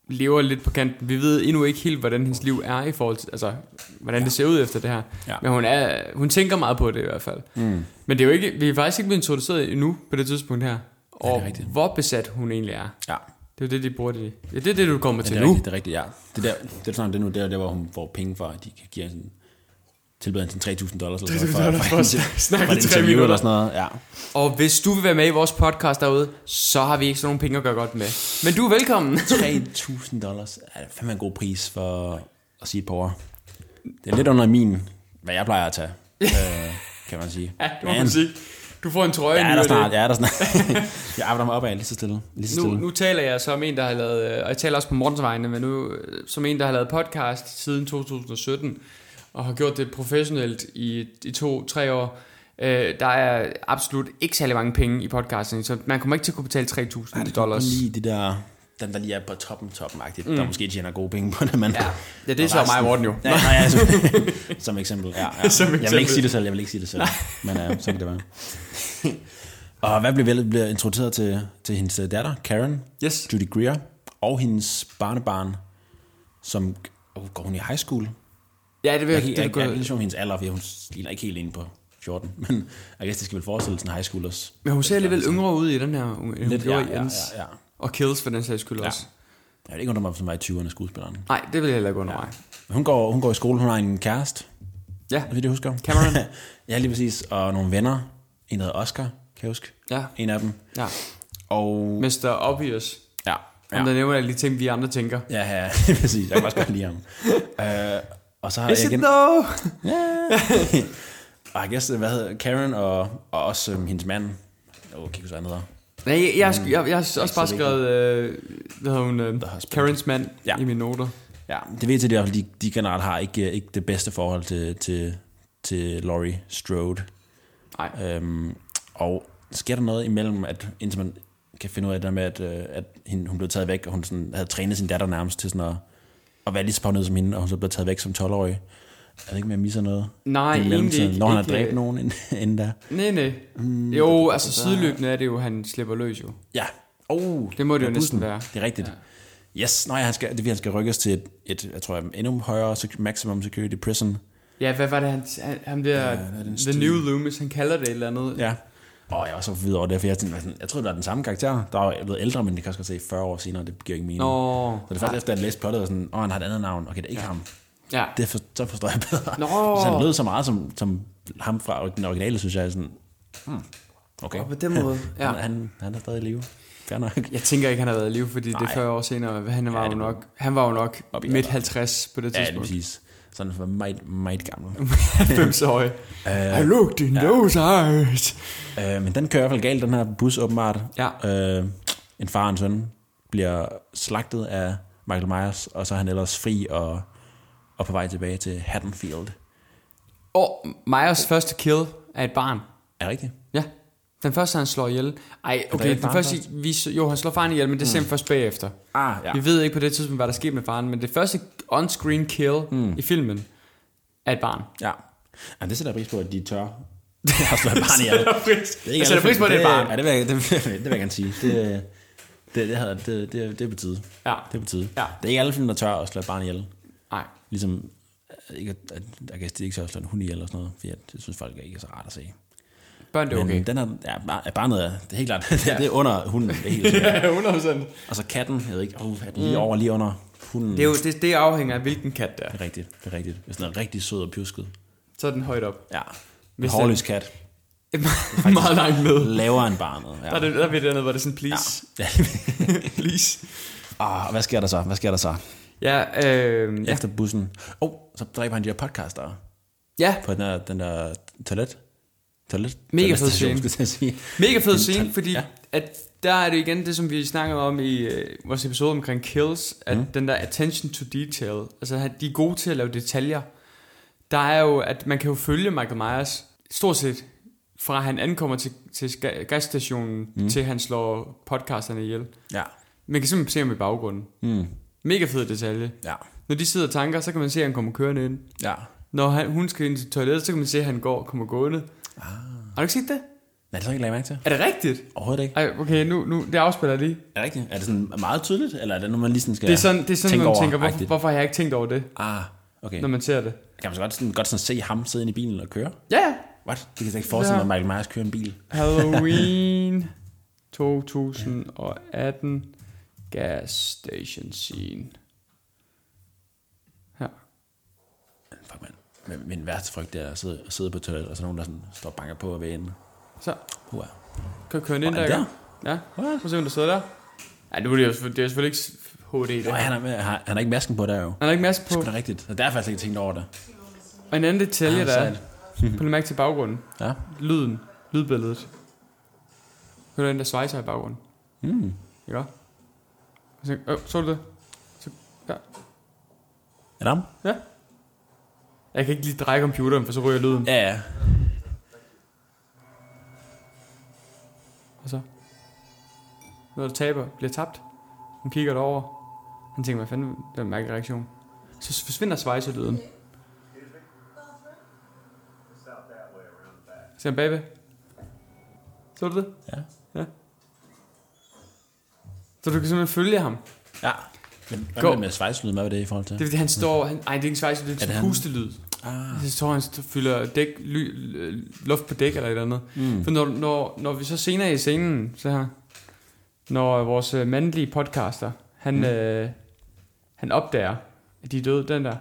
[SPEAKER 3] lever lidt på kanten. Vi ved endnu ikke helt, hvordan hendes liv er i forhold til, altså, hvordan ja. det ser ud efter det her.
[SPEAKER 4] Ja.
[SPEAKER 3] Men hun, er, hun tænker meget på det i hvert fald. Mm. Men det er jo ikke, vi er faktisk ikke blevet introduceret endnu på det tidspunkt her. Og
[SPEAKER 4] rigtigt.
[SPEAKER 3] hvor besat hun egentlig er.
[SPEAKER 4] ja.
[SPEAKER 3] Det er jo det, de bruger det. i. Ja, det er det, du kommer
[SPEAKER 4] Ja,
[SPEAKER 3] til
[SPEAKER 4] det er
[SPEAKER 3] nu.
[SPEAKER 4] rigtigt, det er rigtigt, ja. Det, der, det er sådan, det er nu der, der, hvor hun får penge for, at de kan give hende sådan, tilbyde hende sådan 3.000 dollars. Eller sådan noget,
[SPEAKER 3] for at
[SPEAKER 4] hende-
[SPEAKER 3] <laughs> snakke
[SPEAKER 4] for et
[SPEAKER 3] i tre
[SPEAKER 4] interview
[SPEAKER 3] minutter.
[SPEAKER 4] Eller sådan noget, ja.
[SPEAKER 3] Og hvis du vil være med i vores podcast derude, så har vi ikke sådan nogle penge at gøre godt med. Men du er
[SPEAKER 4] <laughs>
[SPEAKER 3] velkommen.
[SPEAKER 4] 3.000 dollars er da fandme en god pris for at sige et par år. Det er lidt under min, hvad jeg plejer at tage, øh, kan man sige.
[SPEAKER 3] <laughs> Ja, det må
[SPEAKER 4] Men
[SPEAKER 3] man sige. Du får en trøje.
[SPEAKER 4] Jeg
[SPEAKER 3] nu
[SPEAKER 4] er der
[SPEAKER 3] og det.
[SPEAKER 4] snart, jeg er der snart. <laughs> jeg arbejder mig opad lige så stille. Lige så
[SPEAKER 3] nu,
[SPEAKER 4] stille.
[SPEAKER 3] nu taler jeg så om en, der har lavet, øh, og jeg taler også på Mortens vegne, men nu øh, som en, der har lavet podcast siden 2017, og har gjort det professionelt i, i to-tre år. Øh, der er absolut ikke særlig mange penge i podcasting, så man kommer ikke til at kunne betale 3.000 dollars.
[SPEAKER 4] Lige de der, den der lige er på toppen, toppen mm. der måske tjener gode penge på det, men... Ja,
[SPEAKER 3] Ja, det er så mig og Morten jo.
[SPEAKER 4] Ja, nej, ja, <laughs> som, som eksempel. Ja, ja.
[SPEAKER 3] Som
[SPEAKER 4] Jeg vil
[SPEAKER 3] eksempel.
[SPEAKER 4] ikke sige det selv, jeg vil ikke sige det selv. men ja, så kan det være. <laughs> og hvad blev, vel- blev introduceret til, til hendes øh, datter, Karen,
[SPEAKER 3] Yes.
[SPEAKER 4] Judy Greer, og hendes barnebarn, som... Oh, går hun i high school?
[SPEAKER 3] Ja, det vil
[SPEAKER 4] Jeg, kan-
[SPEAKER 3] jeg,
[SPEAKER 4] jeg, jeg, jeg,
[SPEAKER 3] det, vil
[SPEAKER 4] jeg, jeg,
[SPEAKER 3] gå-
[SPEAKER 4] jeg, hendes alder, fordi hun ligner ikke helt inde på 14, men jeg guess, det skal vel forestille sådan en high schoolers.
[SPEAKER 3] Men hun ser alligevel yngre ud i den her, end hun
[SPEAKER 4] Lidt, ja,
[SPEAKER 3] gjorde
[SPEAKER 4] ja,
[SPEAKER 3] i
[SPEAKER 4] ja,
[SPEAKER 3] Ends.
[SPEAKER 4] ja.
[SPEAKER 3] Og Kills for den sags skyld
[SPEAKER 4] Ja.
[SPEAKER 3] også.
[SPEAKER 4] Jeg vil ikke undre mig, hvis hun var i 20'erne skuespilleren.
[SPEAKER 3] Nej, det vil jeg heller ikke underveje.
[SPEAKER 4] Hun går, hun går i skole, hun har en kæreste,
[SPEAKER 3] Ja.
[SPEAKER 4] hvis jeg husker.
[SPEAKER 3] Cameron.
[SPEAKER 4] <laughs> ja, lige præcis. Og nogle venner. En, der hedder Oscar, kan jeg huske.
[SPEAKER 3] Ja.
[SPEAKER 4] En af dem.
[SPEAKER 3] ja.
[SPEAKER 4] Og...
[SPEAKER 3] Mr. Obvious.
[SPEAKER 4] Ja.
[SPEAKER 3] Ja. Om der nævner alle de ting, vi andre tænker.
[SPEAKER 4] Ja, <laughs> ja, præcis. Jeg kan også godt lide
[SPEAKER 3] <laughs>
[SPEAKER 4] ham. Øh, og så har
[SPEAKER 3] Is
[SPEAKER 4] jeg
[SPEAKER 3] it
[SPEAKER 4] igen...
[SPEAKER 3] though?
[SPEAKER 4] Ja. <laughs> og jeg guess, hvad hedder Karen og, og også øhm, hendes mand. Åh, oh, kan ikke huske, hvad han hedder.
[SPEAKER 3] Nej, jeg, jeg, jeg, jeg, jeg har også
[SPEAKER 4] så
[SPEAKER 3] bare
[SPEAKER 4] vigtigt.
[SPEAKER 3] skrevet, øh, hvad hedder hun, øh,
[SPEAKER 4] Der har spillet.
[SPEAKER 3] Karens mand ja.
[SPEAKER 4] Ja.
[SPEAKER 3] i mine noter.
[SPEAKER 4] Ja, det ved jeg til, at de, i hvert fald, de, de generelt har ikke, ikke det bedste forhold til, til, til Laurie Strode.
[SPEAKER 3] Nej.
[SPEAKER 4] Øhm, og sker der noget imellem, at indtil man kan finde ud af det der med, at, øh, at hende, hun blev taget væk, og hun sådan, havde trænet sin datter nærmest til sådan at, at være lige så pånød som hende, og hun så blev taget væk som 12-årig. Jeg ved ikke, om jeg misser noget.
[SPEAKER 3] Nej,
[SPEAKER 4] I
[SPEAKER 3] egentlig
[SPEAKER 4] mellemtiden,
[SPEAKER 3] ikke.
[SPEAKER 4] Når han har
[SPEAKER 3] Ikke,
[SPEAKER 4] dræbt
[SPEAKER 3] øh,
[SPEAKER 4] nogen Mm, inden, inden da.
[SPEAKER 3] Nej, nej. Jo, altså sideløbende er det jo, han slipper løs jo.
[SPEAKER 4] Ja. Oh,
[SPEAKER 3] Uh, Det må det jo
[SPEAKER 4] med
[SPEAKER 3] næsten
[SPEAKER 4] bussen.
[SPEAKER 3] være.
[SPEAKER 4] Det er rigtigt. Ja. Yes, nej, han skal, det vil, han skal rykkes til et, et jeg tror, endnu højere sec- maximum security prison.
[SPEAKER 3] Ja, hvad var det, han, han, han der, ja, The New Loomis, han kalder det et eller andet.
[SPEAKER 4] Ja. Og jeg var så forvidet over det, for jeg, tænkte, sådan, jeg troede, det var den samme karakter. Der var blevet ældre, men det kan også godt se 40 år senere, det giver ikke mening.
[SPEAKER 3] Nå.
[SPEAKER 4] Så det er først efter, at jeg læste plottet, og sådan, åh, han har et andet navn, okay, det er ikke ja. ham.
[SPEAKER 3] Ja.
[SPEAKER 4] Det for, så forstår jeg bedre.
[SPEAKER 3] Nå.
[SPEAKER 4] <laughs> Så han lød så meget som, som ham fra den originale, synes jeg, er sådan, hmm, okay.
[SPEAKER 3] Og på den
[SPEAKER 4] <laughs>
[SPEAKER 3] måde, ja.
[SPEAKER 4] Han, han, han er stadig i live. Fair nok.
[SPEAKER 3] Jeg tænker ikke, han har været i live, fordi Nej. det er
[SPEAKER 4] Nej.
[SPEAKER 3] 40 år senere. Han var, ja,
[SPEAKER 4] Ja,
[SPEAKER 3] jo
[SPEAKER 4] det må-
[SPEAKER 3] nok, han var jo nok
[SPEAKER 4] Op i
[SPEAKER 3] midt
[SPEAKER 4] alderen.
[SPEAKER 3] 50 på det
[SPEAKER 4] Ja, lige
[SPEAKER 3] <laughs> tidspunkt.
[SPEAKER 4] præcis. Sådan for meget, meget gammel.
[SPEAKER 3] <laughs> 90-årig. I looked in those eyes.
[SPEAKER 4] øh, men den kører i hvert fald galt, den her bus åbenbart.
[SPEAKER 3] Ja.
[SPEAKER 4] Øh, en far og en søn bliver slagtet af Michael Myers, og så er han ellers fri og, og på vej tilbage til Haddonfield.
[SPEAKER 3] Og Myers første kill er et barn.
[SPEAKER 4] Er det rigtigt?
[SPEAKER 3] Ja. Den første, han slår ihjel. Ej, okay,
[SPEAKER 4] et
[SPEAKER 3] den
[SPEAKER 4] barn
[SPEAKER 3] første,
[SPEAKER 4] først?
[SPEAKER 3] vi, jo, han slår faren ihjel, men det ser vi først bagefter.
[SPEAKER 4] Ah, ja.
[SPEAKER 3] Vi ved ikke på det tidspunkt, hvad der skete med faren, men det første on-screen kill mm. i filmen er et barn.
[SPEAKER 4] Ja. Jamen, det sætter jeg pris på, at de <laughs> tør. Jeg har slået barn i alt.
[SPEAKER 3] Det er jeg sætter pris på, at det er et barn.
[SPEAKER 4] Ja, det vil jeg, det, vil- det vil jeg gerne sige. Det, det, det, havde, det, det, det er på tide.
[SPEAKER 3] Ja.
[SPEAKER 4] Det er på tide.
[SPEAKER 3] Ja.
[SPEAKER 4] Det er ikke alle film, der tør at slå et barn ihjel.
[SPEAKER 3] Nej.
[SPEAKER 4] Ligesom, øh, ikke, at, at, jeg kan ikke tør at slå en hund ihjel og sådan noget, fordi jeg, jeg synes, folk ikke er så rart at se.
[SPEAKER 3] Børn, det er
[SPEAKER 4] Men
[SPEAKER 3] okay.
[SPEAKER 4] den her, ja, bar- barnet er, det er helt klart, <laughs> det, det er under hunden, det er helt sikkert.
[SPEAKER 3] Ja, 100%.
[SPEAKER 4] Og så katten, jeg ved ikke, oh, er den lige over, lige under hunden.
[SPEAKER 3] Det, er jo, det, det afhænger af, hvilken kat det er.
[SPEAKER 4] det er rigtigt, det er rigtigt. Hvis den er rigtig sød og pjusket.
[SPEAKER 3] Så er den højt op.
[SPEAKER 4] Ja.
[SPEAKER 3] Hvis øh,
[SPEAKER 4] Hvis
[SPEAKER 3] den-
[SPEAKER 4] Hårløs kat.
[SPEAKER 3] Meget langt ned.
[SPEAKER 4] Lavere end barnet. Ja.
[SPEAKER 3] Der er, det, der er vi dernede, hvor det er sådan, please,
[SPEAKER 4] Ja.
[SPEAKER 3] <laughs> please.
[SPEAKER 4] Ah, hvad sker der så? Hvad sker der så?
[SPEAKER 3] Ja, øh, ja.
[SPEAKER 4] Efter bussen. Åh, oh, så dræber han de her podcaster
[SPEAKER 3] ja.
[SPEAKER 4] på den der, den der toilet. Toilet.
[SPEAKER 3] Mega fed
[SPEAKER 4] toiletstation,
[SPEAKER 3] scene.
[SPEAKER 4] skulle jeg til at sige.
[SPEAKER 3] Mega fed
[SPEAKER 4] En
[SPEAKER 3] scene,
[SPEAKER 4] toilet-
[SPEAKER 3] fordi ja. at der er det igen det, som vi snakkede om i øh, vores episode omkring kills, at mm. den der attention to detail, altså han- de er gode til at lave detaljer. Der er jo, at man kan jo følge Michael Myers stort set fra han ankommer til, til ska- gasstationen, mm. til han slår podcasterne ihjel.
[SPEAKER 4] Ja.
[SPEAKER 3] Man kan simpelthen se ham i baggrunden.
[SPEAKER 4] Mm.
[SPEAKER 3] Mega fed detalje.
[SPEAKER 4] Ja.
[SPEAKER 3] Når de sidder og tanker, så kan man se, at han kommer kørende ind.
[SPEAKER 4] Ja.
[SPEAKER 3] Når han, hun skal ind til toilettet, så kan man se, at han går, kommer gående. Ah. Har du ikke set det?
[SPEAKER 4] Nej, det så ikke lagt mærke til.
[SPEAKER 3] Er det rigtigt?
[SPEAKER 4] Overhovedet ikke.
[SPEAKER 3] Ej, okay, nu, nu, det afspiller jeg lige.
[SPEAKER 4] Er det rigtigt? Er det sådan meget tydeligt, eller er det noget, man lige sådan skal
[SPEAKER 3] Det er sådan, det er sådan
[SPEAKER 4] tænke
[SPEAKER 3] man
[SPEAKER 4] over?
[SPEAKER 3] tænker, hvorfor,
[SPEAKER 4] Agtigt.
[SPEAKER 3] hvorfor har jeg ikke tænkt over det,
[SPEAKER 4] Ah, okay.
[SPEAKER 3] når man ser det?
[SPEAKER 4] Kan man så godt, sådan, godt sådan se ham sidde inde i bilen og køre?
[SPEAKER 3] Ja, ja.
[SPEAKER 4] What? Det kan jeg slet ikke forestille mig,
[SPEAKER 3] Ja.
[SPEAKER 4] at Michael Myers kører en bil.
[SPEAKER 3] Halloween 2018 gas station scene. Her.
[SPEAKER 4] Fuck, man. Min, min værste frygt det er at sidde, at sidde på toilettet, og så er nogen, der sådan står og banker på og vægen.
[SPEAKER 3] Så,
[SPEAKER 4] Hurra.
[SPEAKER 3] kan jeg køre den ind
[SPEAKER 4] Hvor
[SPEAKER 3] der,
[SPEAKER 4] er
[SPEAKER 3] igen?
[SPEAKER 4] den
[SPEAKER 3] Ja, prøv at se, om der sidder der. Ja, nu er det jo selvfø- det er jo selvfølgelig ikke HD,
[SPEAKER 4] Nå,
[SPEAKER 3] det.
[SPEAKER 4] han, er med, han, han har ikke masken på der jo.
[SPEAKER 3] Han har ikke maske på.
[SPEAKER 4] Det er da rigtigt. Så der er faktisk ikke tænkt over det.
[SPEAKER 3] Og en anden detalje,
[SPEAKER 4] Ah,
[SPEAKER 3] der er,
[SPEAKER 4] sejt.
[SPEAKER 3] på mærke til baggrunden.
[SPEAKER 4] Ja.
[SPEAKER 3] lyden, lydbilledet. Hører du den der svejser i baggrunden? Mm. Ikke også? Og så, øh, så du det? Så, ja.
[SPEAKER 4] Er det ham?
[SPEAKER 3] ja. Jeg kan ikke lige dreje computeren, for så ryger lyden. Ja.
[SPEAKER 4] Ja, ja.
[SPEAKER 3] Og så... Når du taber, bliver tabt. Hun kigger derover. Han tænker, hvad fanden, det er en mærkelig reaktion. Så forsvinder svejserlyden. Ser han bagved? Så du det?
[SPEAKER 4] Ja.
[SPEAKER 3] Ja. Så du kan simpelthen følge ham.
[SPEAKER 4] ja. Men hvad
[SPEAKER 3] Gå.
[SPEAKER 4] med det med svejslyd? Hvad var det i forhold til?
[SPEAKER 3] Det er fordi, han står... Han, ej, det er ikke svejs, det er,
[SPEAKER 4] det
[SPEAKER 3] er
[SPEAKER 4] han?
[SPEAKER 3] pustelyd. Ah. Så står han og fylder dæk, ly, øh, luft på dæk eller et eller andet. Mm. For når, når, når vi så senere i scenen, så her, når vores øh, mandlige podcaster, han, mm. øh, han opdager, at de er døde, den der.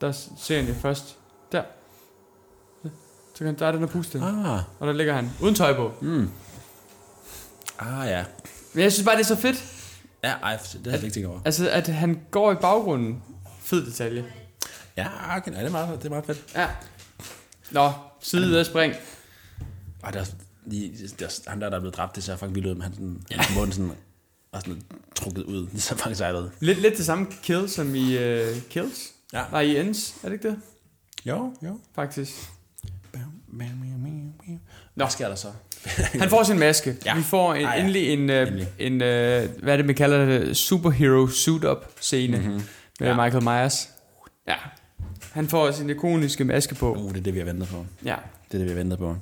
[SPEAKER 3] Der s- ser han det først. Der. Så kan, der er den der puste. Ah.
[SPEAKER 4] Ah, hmm.
[SPEAKER 3] Og der ligger han uden tøj på. Mm.
[SPEAKER 4] ah ja.
[SPEAKER 3] Men jeg synes bare, det er så fedt,
[SPEAKER 4] Ja, ej, det har jeg ikke tænkt over.
[SPEAKER 3] altså, at han går i baggrunden. Fed detalje.
[SPEAKER 4] Ja, okay. Ja, det, er meget, det er meget fedt.
[SPEAKER 3] Ja. Nå, side af spring.
[SPEAKER 4] Og der, er- de, der, er- ham der, der er blevet dræbt, det ser fucking vildt ud, men han sådan, ja. munden sådan, og sådan trukket ud. Det ser fucking sejt ud.
[SPEAKER 3] Lidt, lidt det samme kill som i uh, Kills.
[SPEAKER 4] Ja.
[SPEAKER 3] Nej, i Ends, er det ikke det?
[SPEAKER 4] Jo, jo.
[SPEAKER 3] Faktisk.
[SPEAKER 4] Nå, hvad sker der så? <laughs>
[SPEAKER 3] Han får sin maske.
[SPEAKER 4] Ja.
[SPEAKER 3] Vi får en,
[SPEAKER 4] Ah,
[SPEAKER 3] ah,
[SPEAKER 4] ja.
[SPEAKER 3] ja. endelig en, uh,
[SPEAKER 4] Endelig.
[SPEAKER 3] en uh, hvad er det, man kalder det, superhero suit-up scene mm-hmm. med ja.
[SPEAKER 4] Mhm. Ja.
[SPEAKER 3] Michael Myers. Ja. Han får sin ikoniske maske på.
[SPEAKER 4] Uh, det er det, vi har ventet på.
[SPEAKER 3] Ja.
[SPEAKER 4] Det er det, vi har ventet på. Wow.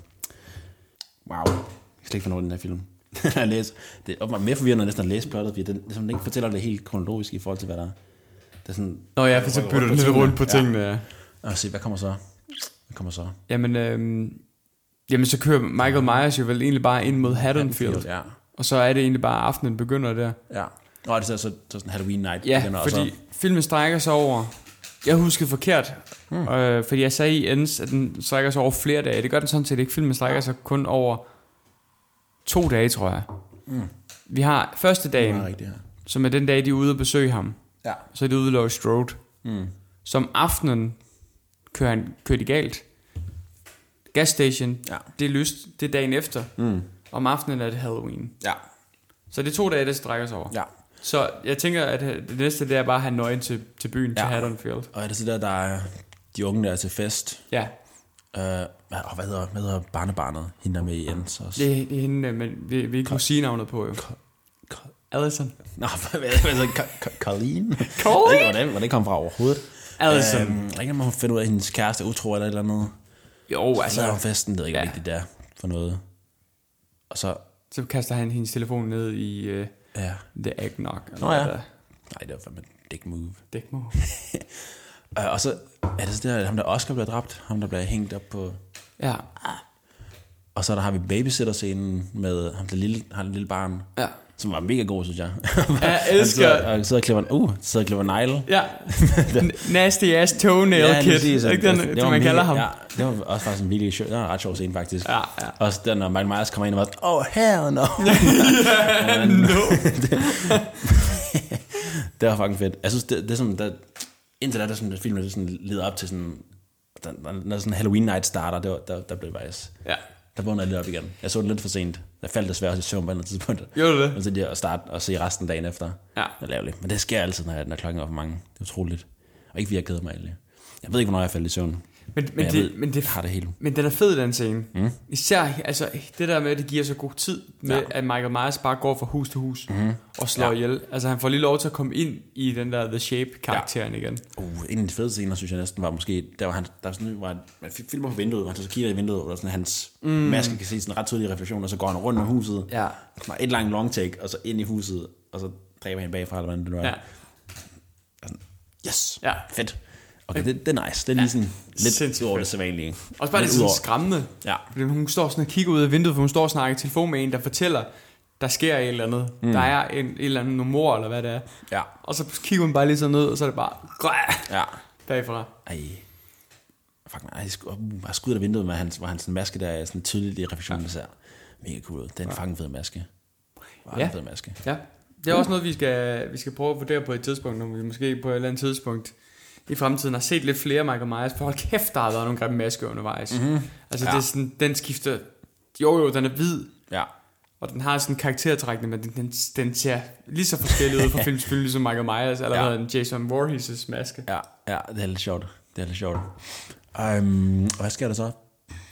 [SPEAKER 4] Jeg kan slet ikke finde ud af den her film. <laughs> At læse. Det er åbenbart mere forvirrende næsten at læse plottet, fordi den, ligesom, den ikke fortæller det helt kronologisk i forhold til, hvad der er. Det er sådan,
[SPEAKER 3] Nå ja, for så
[SPEAKER 4] Rykker
[SPEAKER 3] bytter
[SPEAKER 4] rundt
[SPEAKER 3] du
[SPEAKER 4] på
[SPEAKER 3] lidt rundt
[SPEAKER 4] tingene.
[SPEAKER 3] på tingene. Ja.
[SPEAKER 4] og se, hvad kommer så? Hvad kommer så?
[SPEAKER 3] Jamen, øhm, jamen, så kører Michael Myers jo vel egentlig bare ind mod Haddonfield.
[SPEAKER 4] Ja.
[SPEAKER 3] Og så er det egentlig bare aftenen begynder der.
[SPEAKER 4] ja. Nå, det er så, så sådan Halloween night.
[SPEAKER 3] Ja,
[SPEAKER 4] begynder, og
[SPEAKER 3] fordi
[SPEAKER 4] Så,
[SPEAKER 3] filmen strækker sig over... Jeg huskede forkert,
[SPEAKER 4] Hmm.
[SPEAKER 3] mm. øh, fordi jeg sagde i Ends, at den strækker sig over flere dage. Det gør den sådan set ikke. Filmen strækker sig kun over to dage, tror jeg. Mm. Vi har første
[SPEAKER 4] Hmm. det
[SPEAKER 3] dagen,
[SPEAKER 4] er rigtigt, ja.
[SPEAKER 3] som er den dag, de er ude og besøge ham.
[SPEAKER 4] Ja.
[SPEAKER 3] Så er det ude i Lost Road. Mm. Som aftenen kører han, kører det galt. Gasstation,
[SPEAKER 4] Ja.
[SPEAKER 3] det er lyst, det er dagen efter.
[SPEAKER 4] Mm.
[SPEAKER 3] Om aftenen er det Halloween.
[SPEAKER 4] Ja.
[SPEAKER 3] Så det er to dage, der strækker sig over.
[SPEAKER 4] Ja.
[SPEAKER 3] Så jeg tænker, at øh, det næste, det er bare at have nøgen til, til byen, ja. til
[SPEAKER 4] Ja.
[SPEAKER 3] Haddonfield.
[SPEAKER 4] Og er det så der, der er de unge, der er til fest?
[SPEAKER 3] Ja,
[SPEAKER 4] Øh, hvad, og hvad, hedder, hvad hedder barnebarnet? Hende der med i Jens også. Det.
[SPEAKER 3] det, det er hende, øh, men vi, vi ikke må sige navnet på, jo. Allison.
[SPEAKER 4] Nå, <laughs> hvad, hvad, hvad så? Co- Co- Colleen? Jeg ved ikke,
[SPEAKER 3] Colleen?
[SPEAKER 4] Hvordan, hvordan det kom fra overhovedet?
[SPEAKER 3] Allison.
[SPEAKER 4] Øhm, jeg ved ikke, om hun finder ud af, at hendes kæreste er utro eller et eller andet.
[SPEAKER 3] Jo,
[SPEAKER 4] Og så er hun
[SPEAKER 3] altså.
[SPEAKER 4] festen, det ved jeg ikke,
[SPEAKER 3] Ja.
[SPEAKER 4] ja. vigtigt der for noget. Og så,
[SPEAKER 3] Så kaster han hendes telefon ned i uh,
[SPEAKER 4] ja.
[SPEAKER 3] The Eggnog. eller
[SPEAKER 4] Nå ja.
[SPEAKER 3] hvad der er.
[SPEAKER 4] Nej, det var fandme en dick move. <laughs>
[SPEAKER 3] Dæk mig.
[SPEAKER 4] Øh, og så er det så der, ham der Oscar bliver dræbt, ham der bliver hængt op på...
[SPEAKER 3] Ja,
[SPEAKER 4] Og så der har vi babysitter-scenen med ham der lille, har det lille barn,
[SPEAKER 3] ja.
[SPEAKER 4] som var mega god, synes jeg. <laughs>
[SPEAKER 3] Jeg
[SPEAKER 4] Han sidder,
[SPEAKER 3] elsker.
[SPEAKER 4] og sidder og klipper, uh, sidder og klipper negle. <laughs>
[SPEAKER 3] Ja, N- nasty ass toenail
[SPEAKER 4] Ja, lige
[SPEAKER 3] kid.
[SPEAKER 4] præcis.
[SPEAKER 3] Er det ikke den,
[SPEAKER 4] var
[SPEAKER 3] det, man
[SPEAKER 4] mega-
[SPEAKER 3] kalder ham?
[SPEAKER 4] Ja, det var også faktisk en virkelig sjov, det var en ret sjov scene faktisk.
[SPEAKER 3] Ja, ja.
[SPEAKER 4] Også der, når Mike Myers kommer ind og var, oh, hell no.
[SPEAKER 3] <laughs> No.
[SPEAKER 4] <laughs> det var fucking fedt. Jeg synes, det, det er sådan, der, indtil der, der sådan, filmen der sådan leder op til sådan, der, der, når sådan Halloween Night starter, der, der, der blev jeg faktisk,
[SPEAKER 3] Ja.
[SPEAKER 4] der vågnede jeg lidt op igen. Jeg så det lidt for sent. Jeg faldt desværre også i søvn på et eller andet tidspunkt.
[SPEAKER 3] <laughs> Gjorde du det?
[SPEAKER 4] Men så lige at starte og se resten dagen efter.
[SPEAKER 3] Ja.
[SPEAKER 4] Det er lavligt. Men det sker altid, når, når klokken er for mange. Det er utroligt. Og ikke fordi jeg keder mig egentlig. Jeg ved ikke, hvornår jeg faldt i søvn. Men,
[SPEAKER 3] Men, men,
[SPEAKER 4] jeg
[SPEAKER 3] det,
[SPEAKER 4] ved,
[SPEAKER 3] men
[SPEAKER 4] jeg
[SPEAKER 3] det
[SPEAKER 4] har det hele.
[SPEAKER 3] Men den er fed, den scene. Mm. Især altså, det der med, at det giver så god tid med, ja.
[SPEAKER 4] Ja.
[SPEAKER 3] at Michael Myers bare går fra hus til hus mm. og slår ja. ihjel. Altså han får lige lov til at komme ind i den der The Shape-karakteren ja. igen.
[SPEAKER 4] Uh, en af de fede scener, synes jeg næsten, var måske, der var han, der var sådan, var, man fi- filmer på vinduet, og han så kigger i vinduet, og der er sådan, hans mm. maske kan se sådan en ret tydelig refleksion, og så går han rundt om huset,
[SPEAKER 3] Ja.
[SPEAKER 4] kommer et langt long take, og så ind i huset, og så dræber han bagfra, eller hvordan det nu er.
[SPEAKER 3] Ja.
[SPEAKER 4] Ja. Yes,
[SPEAKER 3] Ja.
[SPEAKER 4] fedt. Okay, det, det er nice. Det er lige sådan lidt
[SPEAKER 3] Sindssygt
[SPEAKER 4] ud over
[SPEAKER 3] fedt.
[SPEAKER 4] det sædvanlige.
[SPEAKER 3] Også bare lidt
[SPEAKER 4] ud
[SPEAKER 3] sådan
[SPEAKER 4] over-
[SPEAKER 3] skræmmende.
[SPEAKER 4] Ja.
[SPEAKER 3] Fordi hun står sådan og kigger ud af vinduet, for hun står og snakker i telefon med en, der fortæller, der sker et eller andet. Mm. Der er en, et eller andet nummer, eller hvad det er.
[SPEAKER 4] Ja.
[SPEAKER 3] Og så kigger hun bare lige sådan ned, og så er det bare
[SPEAKER 4] Ja.
[SPEAKER 3] bagfra.
[SPEAKER 4] Ej. Fuck nej, jeg skulle, uh, jeg skulle ud af vinduet, med hans, hvor hans sådan maske der er sådan tydelig i refleksionen, der ser mega cool ud. Det er en fucking fed maske. Fucking
[SPEAKER 3] Ja.
[SPEAKER 4] fed maske.
[SPEAKER 3] Ja. Det er også noget, vi skal, vi skal prøve at vurdere på et tidspunkt, når vi måske på et eller andet tidspunkt i fremtiden har set lidt flere Michael Myers. For hold kæft, der har været nogle grimme masker undervejs. Mm-hmm. Altså, ja. det er sådan, den skifter... Jo, jo, den er hvid,
[SPEAKER 4] Ja.
[SPEAKER 3] og den har sådan en karaktertrækning, men den, den, den ser lige så forskellig <laughs> ud fra film selvfølgelig ligesom Michael Myers, eller
[SPEAKER 4] Ja.
[SPEAKER 3] ja. en Jason Voorhees' maske.
[SPEAKER 4] Ja, ja, det er lidt sjovt. Det er lidt sjovt. Um, og hvad sker der så?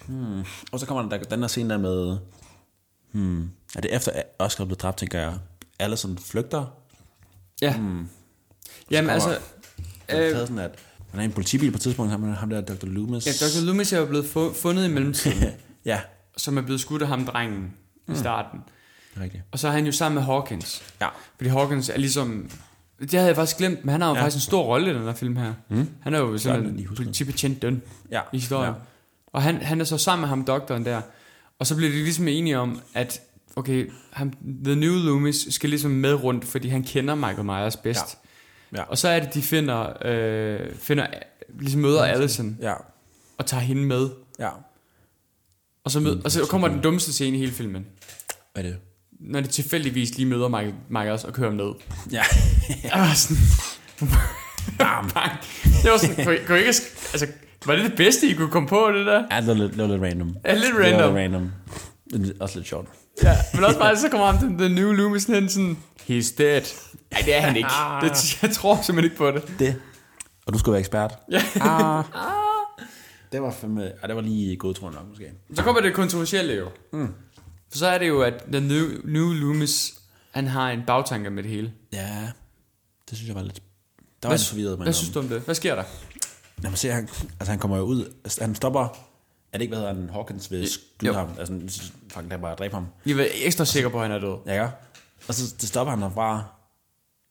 [SPEAKER 4] Hmm. Og så kommer der den der scene der med... Hmm. Er det efter at Oscar blev dræbt, tænker jeg? Allison flygter?
[SPEAKER 3] Ja. Mm. Jamen
[SPEAKER 4] kommer-
[SPEAKER 3] altså...
[SPEAKER 4] Øh. Det er sådan, at han er i en politibil på et tidspunkt, ham, ham der Dr. Loomis.
[SPEAKER 3] Ja, Dr. Loomis er jo blevet fu- fundet i mellemtiden,
[SPEAKER 4] <laughs> ja,
[SPEAKER 3] som er blevet skudt af ham drengen i starten.
[SPEAKER 4] det er rigtigt.
[SPEAKER 3] Og så er han jo sammen med Hawkins.
[SPEAKER 4] Ja.
[SPEAKER 3] Fordi Hawkins er ligesom... Det havde jeg faktisk glemt, men han har jo ja. faktisk en stor rolle i den her film her. Mm. Han er jo
[SPEAKER 4] Sådan, lige
[SPEAKER 3] sådan en
[SPEAKER 4] husket.
[SPEAKER 3] politibetjent døn
[SPEAKER 4] Ja.
[SPEAKER 3] i historien.
[SPEAKER 4] Ja.
[SPEAKER 3] Ja. Og han, han er så sammen med ham, doktoren der. Og så bliver de ligesom enige om, at okay, ham, The New Loomis skal ligesom med rundt, fordi han kender Michael Myers bedst.
[SPEAKER 4] Ja. Ja.
[SPEAKER 3] Og så er det, de finder, øh, finder ligesom møder Allison
[SPEAKER 4] Ja,
[SPEAKER 3] og tager hende med.
[SPEAKER 4] ja.
[SPEAKER 3] Og så,
[SPEAKER 4] Mm.
[SPEAKER 3] mød, og så kommer den dummeste scene i hele filmen.
[SPEAKER 4] Hvad er det?
[SPEAKER 3] Når de tilfældigvis lige møder Michael Myers og kører ham ned.
[SPEAKER 4] Ja.
[SPEAKER 3] Jeg var Ah, <laughs> sådan... Bam. Bang. Ah, Det var sådan, kunne, I- kunne I ikke... sk- Altså, var det det bedste, I kunne komme på, det der?
[SPEAKER 4] <laughs> ja, det var lidt, det var lidt random.
[SPEAKER 3] Ja, lidt
[SPEAKER 4] Det var
[SPEAKER 3] random.
[SPEAKER 4] lidt random. Men det er også lidt sjovt.
[SPEAKER 3] Ja, men også bare, så kommer ham den, den nye Loomis hen sådan... Ah. He's dead. Nej, det er han ikke. Det, jeg tror simpelthen ikke på det.
[SPEAKER 4] <laughs> Det. Og du skulle være
[SPEAKER 3] <laughs>
[SPEAKER 4] ekspert. Ja. Ah. Det var fandme... Ja, det var lige godtroende nok, måske.
[SPEAKER 3] Så kommer det kontroversielle jo. Mm. For så er det jo, at den nye, nye Loomis, han har en bagtanke med det hele.
[SPEAKER 4] Ja, det synes jeg var lidt... Der var lidt forvirret, men...
[SPEAKER 3] hvad synes du om det? Hvad sker der?
[SPEAKER 4] Når man ser, han, altså han kommer jo ud... altså, Han stopper... Er det ikke, hvad hedder han? Hawkins vil skyde
[SPEAKER 3] jo.
[SPEAKER 4] ham. Altså, han synes, fucking, der bare dræbe ham.
[SPEAKER 3] Jeg er ekstra sikker på, at han er død.
[SPEAKER 4] Ja, ja. Og så det stopper han ham fra...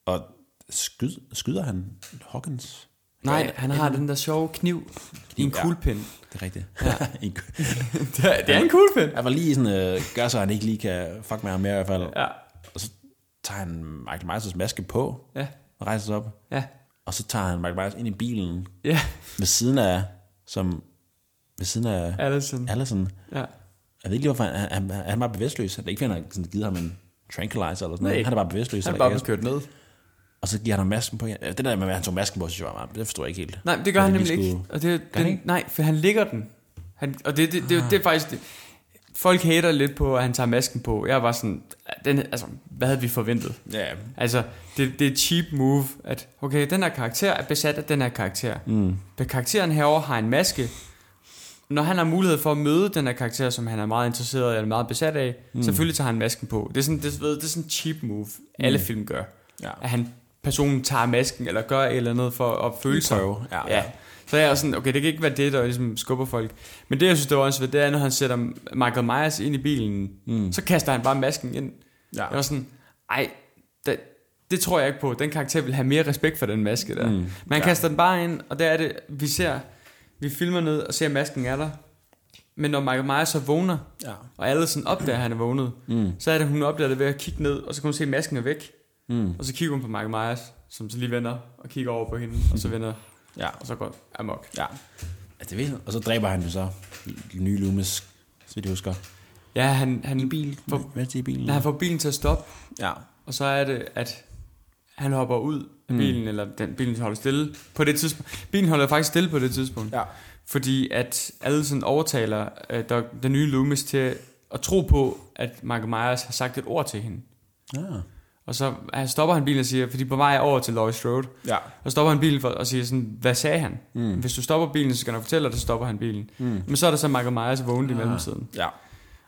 [SPEAKER 4] Og skyd, skyder han Hawkins?
[SPEAKER 3] Nej, han har den der sjove kniv i en
[SPEAKER 4] Ja.
[SPEAKER 3] <laughs> kuglepind.
[SPEAKER 4] Det er rigtigt. <laughs> Ja.
[SPEAKER 3] Det, er- det er en kuglepind.
[SPEAKER 4] Jeg var lige sådan, øh, gør så han ikke lige kan fuck med ham mere i hvert fald.
[SPEAKER 3] Ja.
[SPEAKER 4] Og så tager han Michael Myers' maske på,
[SPEAKER 3] Ja.
[SPEAKER 4] og rejser sig op.
[SPEAKER 3] Ja.
[SPEAKER 4] Og så tager han Michael Myers ind i bilen
[SPEAKER 3] Ja,
[SPEAKER 4] ved siden af, som ved siden af
[SPEAKER 3] Allison.
[SPEAKER 4] Allison.
[SPEAKER 3] Ja.
[SPEAKER 4] Jeg ved ikke lige, hvorfor han, han, han, han var bevidstløs. Det er ikke, fordi han har sådan givet ham en tranquilizer eller sådan
[SPEAKER 3] Nej.
[SPEAKER 4] noget. Han er bare bevidstløs.
[SPEAKER 3] Han er
[SPEAKER 4] eller
[SPEAKER 3] bare
[SPEAKER 4] ikke?
[SPEAKER 3] blevet kørt ned.
[SPEAKER 4] og så giver han ham masken på igen. Øh, Det der med, at han tog masken på, synes jeg var meget, det forstår jeg ikke helt.
[SPEAKER 3] Nej, det gør
[SPEAKER 4] At
[SPEAKER 3] han
[SPEAKER 4] vi
[SPEAKER 3] nemlig ikke.
[SPEAKER 4] skulle-
[SPEAKER 3] Og det,
[SPEAKER 4] Gør han
[SPEAKER 3] den,
[SPEAKER 4] ikke? Ah.
[SPEAKER 3] nej, for han ligger den. Han, og det, det, det, det, det er faktisk... Det, folk hater lidt på, at han tager masken på. Jeg var sådan... Den, altså, hvad havde vi forventet?
[SPEAKER 4] Ja,
[SPEAKER 3] Altså, det, det er et cheap move, at okay, den her karakter er besat af den her karakter. Mm. Men karakteren herover har en maske. Når han har mulighed for at møde den her karakter, som han er meget interesseret i, eller meget besat af,
[SPEAKER 4] Hmm.
[SPEAKER 3] mm. selvfølgelig tager han masken på. Det er sådan, det, ved, det er sådan en cheap move, alle
[SPEAKER 4] Hmm.
[SPEAKER 3] film gør.
[SPEAKER 4] Ja.
[SPEAKER 3] At han, personen tager masken, eller gør et eller andet for at føle sig.
[SPEAKER 4] Prøve, ja.
[SPEAKER 3] ja. Så jeg er sådan, okay, det kan ikke være det, der ligesom skubber folk. Men det, jeg synes, det var også ved, det er, når han sætter Michael Myers ind i bilen, mm. så kaster han bare masken ind.
[SPEAKER 4] Ja.
[SPEAKER 3] Jeg var sådan, ej, det, det tror jeg ikke på. Den karakter vil have mere respekt for den maske der. Mm. Men han
[SPEAKER 4] ja.
[SPEAKER 3] kaster den bare ind, og der er det, vi ser, vi filmer ned og ser, at masken er der. Men når Michael Myers så vågner,
[SPEAKER 4] Ja.
[SPEAKER 3] og alle sådan opdager, at han er vågnet, mm. så er det, hun opdager det ved at kigge ned, og så kan hun se, at masken er væk. Mm. Og så kigger hun på Michael Myers, som så lige vender og kigger over på hende, og så vender
[SPEAKER 4] ja.
[SPEAKER 3] og så går amok.
[SPEAKER 4] Ja. Ja, det ved, og så dræber han jo så den nye Loomis, så vidt jeg husker.
[SPEAKER 3] Ja, han, han, bil, for,
[SPEAKER 4] Hvad er det i bilen?
[SPEAKER 3] når han får bilen til at stoppe,
[SPEAKER 4] Ja.
[SPEAKER 3] og så er det, at han hopper ud af bilen, mm. eller den bilen holder stille på det tidspunkt. Bilen holder faktisk stille på det tidspunkt,
[SPEAKER 4] Ja.
[SPEAKER 3] fordi at Allison overtaler øh, der, den nye Loomis til at tro på, at Michael Myers har sagt et ord til hende.
[SPEAKER 4] Ja.
[SPEAKER 3] Og så han stopper han bilen og siger, fordi på vej over til Lois Road,
[SPEAKER 4] Ja.
[SPEAKER 3] og stopper han bilen for, og siger sådan, hvad sagde han? Mm. Hvis du stopper bilen, så skal han nok fortælle dig, så stopper han bilen. Mm. Men så er der så Michael Myers vågnet i mellemtiden.
[SPEAKER 4] Ja.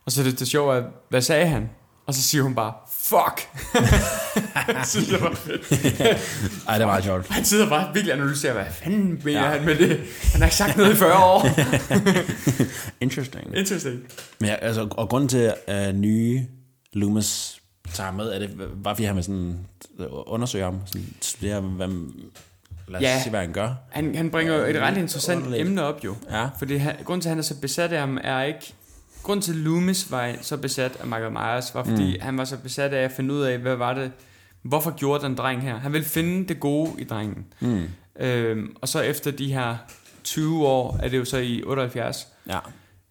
[SPEAKER 3] Og så det, det sjove er, hvad sagde han? Og så siger hun bare, fuck! jeg synes, det var fedt.
[SPEAKER 4] Ej, det var ret sjovt.
[SPEAKER 3] Han sidder bare og virkelig og analyserer, hvad fanden mener
[SPEAKER 4] Ja.
[SPEAKER 3] ja. han med det? Han har ikke sagt noget i 40 år.
[SPEAKER 4] Interesting.
[SPEAKER 3] Interesting.
[SPEAKER 4] Men ja, altså, og grunden til, at øh, nye Loomis tager med, er det bare fordi, han vil sådan øh, undersøge ham, sådan studere, hvad, lad os
[SPEAKER 3] Ja.
[SPEAKER 4] ja. se, hvad han gør.
[SPEAKER 3] Han, han bringer jo et ret interessant
[SPEAKER 4] underligt.
[SPEAKER 3] emne op jo.
[SPEAKER 4] Ja.
[SPEAKER 3] Fordi han, grunden til, at han er så besat af ham, er ikke... Grunden til, at Loomis var så besat af Michael Myers, var fordi mm. han var så besat af at finde ud af, hvad var det... Hvorfor gjorde den dreng her? Han ville finde det gode i drengen. Mm. Øhm, og så efter de her 20 år, er det jo så i 78,
[SPEAKER 4] Ja.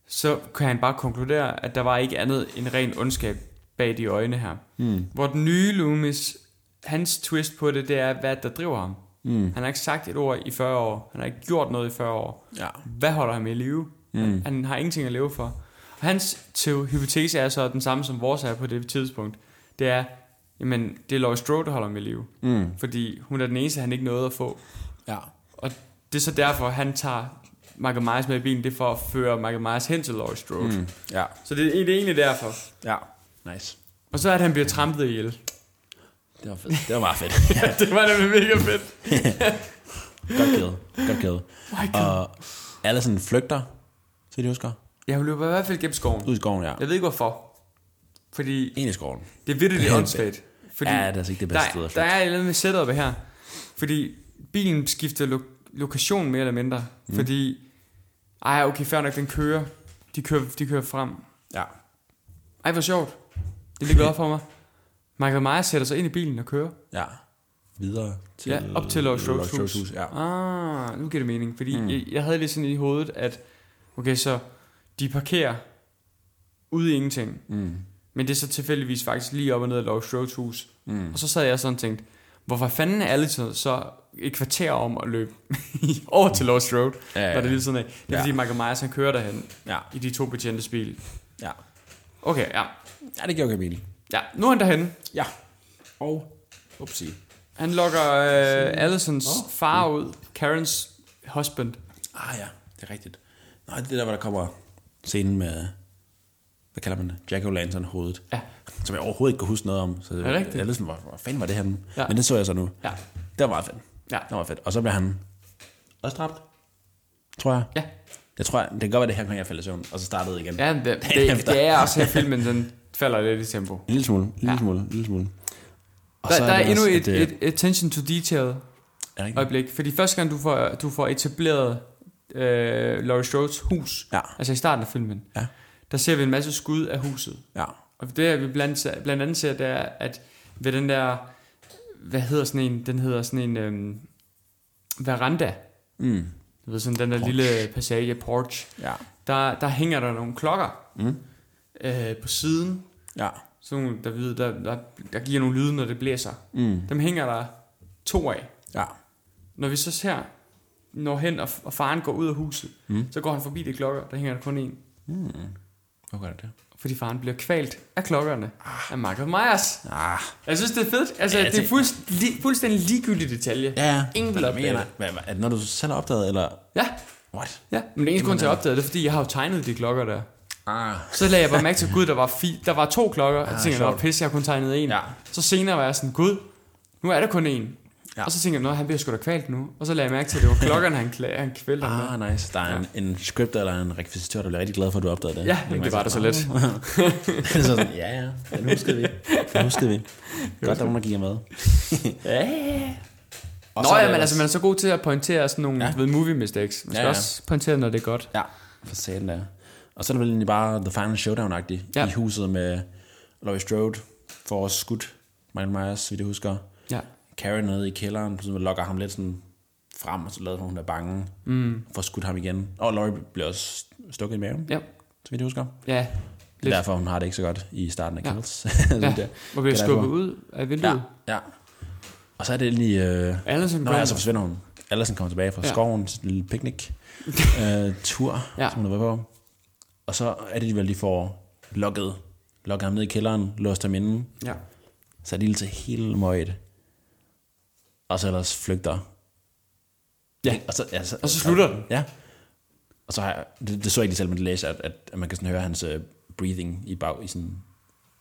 [SPEAKER 3] så kan han bare konkludere, at der var ikke andet end ren ondskab bag de øjne her. Mm. Hvor den nye Loomis, hans twist på det, det er, hvad der driver ham. Mm. Han har ikke sagt et ord i 40 år. Han har ikke gjort noget i 40 år.
[SPEAKER 4] Ja.
[SPEAKER 3] Hvad holder ham i live? Mm. Han, han har ingenting at leve for. Og hans teo- hypotese er så den samme som vores er på det tidspunkt. Det er, jamen, det er Laurie Strode, der holder ham i live. Mm. Fordi hun er den eneste, han ikke nåede at få.
[SPEAKER 4] Ja.
[SPEAKER 3] Og det er så derfor, han tager Michael Myers med i bilen, det er for at føre Michael Myers hen til Laurie Strode. Mm.
[SPEAKER 4] Ja.
[SPEAKER 3] Så det, er- det er egentlig derfor.
[SPEAKER 4] Ja. Nice.
[SPEAKER 3] Og så er det, han bliver trampet ihjel.
[SPEAKER 4] Det var fedt. Det var meget fedt.
[SPEAKER 3] <laughs> det var nemlig mega fedt.
[SPEAKER 4] Godt givet. Godt givet. Og Allison flygter, så de husker.
[SPEAKER 3] Ja, hun løber i hvert fald gennem skoven.
[SPEAKER 4] Ud i skoven, ja.
[SPEAKER 3] Jeg ved ikke hvorfor. Fordi
[SPEAKER 4] Ind i skoven.
[SPEAKER 3] det er vildt det åndssvagt. Fordi
[SPEAKER 4] Ja, det er altså ikke det bedste sted
[SPEAKER 3] der,
[SPEAKER 4] at
[SPEAKER 3] der
[SPEAKER 4] flytte.
[SPEAKER 3] er et eller andet med setupet her. Fordi bilen skifter lo- lokation mere eller mindre. Mm. Fordi, ej okay, fair nok, den kører. De kører, de kører frem.
[SPEAKER 4] Ja.
[SPEAKER 3] Ej, hvor sjovt. Det ligger op for mig. Michael Myers sætter sig ind i bilen og kører.
[SPEAKER 4] Ja. Videre til...
[SPEAKER 3] Ja, op til Lost Roads
[SPEAKER 4] Lost Roads
[SPEAKER 3] hus.
[SPEAKER 4] Ja.
[SPEAKER 3] Ah, nu giver det mening, fordi mm. jeg, jeg havde lige sådan i hovedet, at okay, så de parkerer ude i ingenting, mm. men det er så tilfældigvis faktisk lige op og ned af Lost Roads hus. Mm. Og så sad jeg sådan og tænkte, hvorfor fanden er alle så, så et kvarter om at løbe <laughs> over til Lost Road,
[SPEAKER 4] Ja,
[SPEAKER 3] ja,
[SPEAKER 4] ja.
[SPEAKER 3] ja. når det er lige sådan af. Det er
[SPEAKER 4] Ja.
[SPEAKER 3] ja. fordi Michael Myers, han kører derhen
[SPEAKER 4] Ja.
[SPEAKER 3] i de to betjentes bil.
[SPEAKER 4] Ja.
[SPEAKER 3] Okay, ja.
[SPEAKER 4] Ja, det gjorde Camille.
[SPEAKER 3] Ja, nu er han derhen.
[SPEAKER 4] Ja. Og... Upsi.
[SPEAKER 3] Han lokker øh, Allisons far ud, Karens husband.
[SPEAKER 4] Ah ja, det er rigtigt. Nej, det er der, hvor der kommer scenen med... Hvad kalder man det? Jack O'Lantern hovedet.
[SPEAKER 3] Ja.
[SPEAKER 4] Som jeg overhovedet ikke kunne huske noget om. Så det
[SPEAKER 3] Er det rigtigt?
[SPEAKER 4] Jeg sådan, hvor, hvor fanden var det henne?
[SPEAKER 3] Ja.
[SPEAKER 4] Men det så jeg så nu.
[SPEAKER 3] Ja.
[SPEAKER 4] Det var meget fedt.
[SPEAKER 3] Ja.
[SPEAKER 4] Det var fedt. Og så blev han også dræbt. Tror jeg.
[SPEAKER 3] Ja.
[SPEAKER 4] Jeg tror, jeg, det kan godt være, det her kom jeg faldt i søvn, og så startede igen.
[SPEAKER 3] Ja, det,
[SPEAKER 4] Dagen
[SPEAKER 3] det,
[SPEAKER 4] efter.
[SPEAKER 3] det er også her filmen, den falder lidt i tempo.
[SPEAKER 4] En lille smule, en lille smule, en lille smule. Og
[SPEAKER 3] Der, der er
[SPEAKER 4] det
[SPEAKER 3] endnu
[SPEAKER 4] også, at,
[SPEAKER 3] et,
[SPEAKER 4] øh,
[SPEAKER 3] et attention to detail
[SPEAKER 4] er det ikke?
[SPEAKER 3] øjeblik, fordi første gang du får, du får etableret øh, Laurie Strodes hus,
[SPEAKER 4] Ja.
[SPEAKER 3] altså i starten af filmen,
[SPEAKER 4] Ja.
[SPEAKER 3] der ser vi en masse skud af huset.
[SPEAKER 4] Ja.
[SPEAKER 3] Og det vi blandt, ser- blandt andet ser, det er, at ved den der, hvad hedder sådan en, den hedder sådan en øhm, veranda,
[SPEAKER 4] Mm.
[SPEAKER 3] du ved sådan den der lille passage, porch,
[SPEAKER 4] Ja.
[SPEAKER 3] der, der hænger der nogle klokker mm. øh, på siden,
[SPEAKER 4] Ja.
[SPEAKER 3] sådan nogle, der, ved, der, der, der giver nogle lyde, når det blæser. Mm. Dem hænger der to af.
[SPEAKER 4] Ja.
[SPEAKER 3] Når vi så ser, når hen, og, og faren går ud af huset, mm. så går han forbi de klokker, der hænger der kun en.
[SPEAKER 4] Hvor gør det det?
[SPEAKER 3] Fordi faren bliver kvalt af klokkerne af Michael Myers.
[SPEAKER 4] Ah.
[SPEAKER 3] Jeg synes, det er fedt. Altså,
[SPEAKER 4] Ja, jeg
[SPEAKER 3] ja, det er
[SPEAKER 4] tænker-
[SPEAKER 3] fuldst, li, fuldstændig ligegyldig detalje.
[SPEAKER 4] Ja, ja.
[SPEAKER 3] Ingen vil
[SPEAKER 4] Hvad
[SPEAKER 3] opdage
[SPEAKER 4] mener
[SPEAKER 3] det.
[SPEAKER 4] du? Hvad- hvad- Er det noget, du selv har opdaget, eller?
[SPEAKER 3] Ja,
[SPEAKER 4] What?
[SPEAKER 3] ja. Men den eneste grund til at opdage det, er fordi, jeg har jo tegnet de klokker der.
[SPEAKER 4] Ah.
[SPEAKER 3] Så lagde jeg bare mærke til, gud, der var, fi, der var to klokker. og så tænkte jeg, nå,
[SPEAKER 4] sjovt.
[SPEAKER 3] pisse, jeg har kun tegnet en.
[SPEAKER 4] Ja.
[SPEAKER 3] Så senere var jeg sådan, gud, nu er der kun en.
[SPEAKER 4] Ja.
[SPEAKER 3] Ja. Og så tænkte jeg, nå, han bliver sgu da kvalt nu. Og så lagde jeg mærke til, at det var klokkerne, han, kla- han kvælte ham med.
[SPEAKER 4] Ah, nice. Der er en, en script eller en rekvisitør, der bliver rigtig glad for, at du opdagede det.
[SPEAKER 3] Ja, men det var da så
[SPEAKER 4] <laughs>
[SPEAKER 3] let.
[SPEAKER 4] det er sådan, ja, ja. Den huskede vi. Den huskede vi. Godt, der var nogen, der gik jer
[SPEAKER 3] <laughs>
[SPEAKER 4] med. Og
[SPEAKER 3] Nå
[SPEAKER 4] så er
[SPEAKER 3] ja,
[SPEAKER 4] det
[SPEAKER 3] men
[SPEAKER 4] ellers-
[SPEAKER 3] altså, man er så god til at pointere sådan nogle
[SPEAKER 4] Ja.
[SPEAKER 3] ja. ved movie mistakes. Man
[SPEAKER 4] Ja,
[SPEAKER 3] skal ja,
[SPEAKER 4] ja.
[SPEAKER 3] ja. også pointere, når det er godt.
[SPEAKER 4] Ja, for satan der. Og så er det vel egentlig bare The Final Showdown-agtigt. Ja.
[SPEAKER 3] Ja.
[SPEAKER 4] I huset med Laurie Strode for at skudt Michael Myers, så vidt jeg husker.
[SPEAKER 3] Ja.
[SPEAKER 4] Karen nede i kælderen, så lokker ham lidt sådan frem, og så lader hun, hun er bange. Mm. For at skudt ham igen. Og Laurie bliver også stukket i maven,
[SPEAKER 3] Ja.
[SPEAKER 4] så vidt jeg husker.
[SPEAKER 3] Ja.
[SPEAKER 4] Det
[SPEAKER 3] Lidt.
[SPEAKER 4] er derfor, hun har det ikke så godt i starten af
[SPEAKER 3] Ja.
[SPEAKER 4] Kills. <laughs> Ja.
[SPEAKER 3] ja. Hvor bliver skubbet ud af vinduet.
[SPEAKER 4] Ja, ja. Og så er det lige... Øh...
[SPEAKER 3] Allison
[SPEAKER 4] Nå,
[SPEAKER 3] Graham.
[SPEAKER 4] ja, så forsvinder hun. Allersen kommer tilbage fra ja.
[SPEAKER 3] Ja.
[SPEAKER 4] skoven til en lille
[SPEAKER 3] <laughs>
[SPEAKER 4] picnic-tur, øh, tur,
[SPEAKER 3] Ja.
[SPEAKER 4] som hun har været på. Og så er det vel, de får lukket, lukket ham ned i kælderen, låst ham inde,
[SPEAKER 3] Ja.
[SPEAKER 4] så er de til hele møget. Og så ellers flygter.
[SPEAKER 3] Ja.
[SPEAKER 4] Og så, ja, så,
[SPEAKER 3] Og så slutter den.
[SPEAKER 4] Ja. Og så har jeg, det, det så jeg ikke selv, men det læste, at, at, at man kan sådan høre hans uh, breathing i bag, i sådan, jeg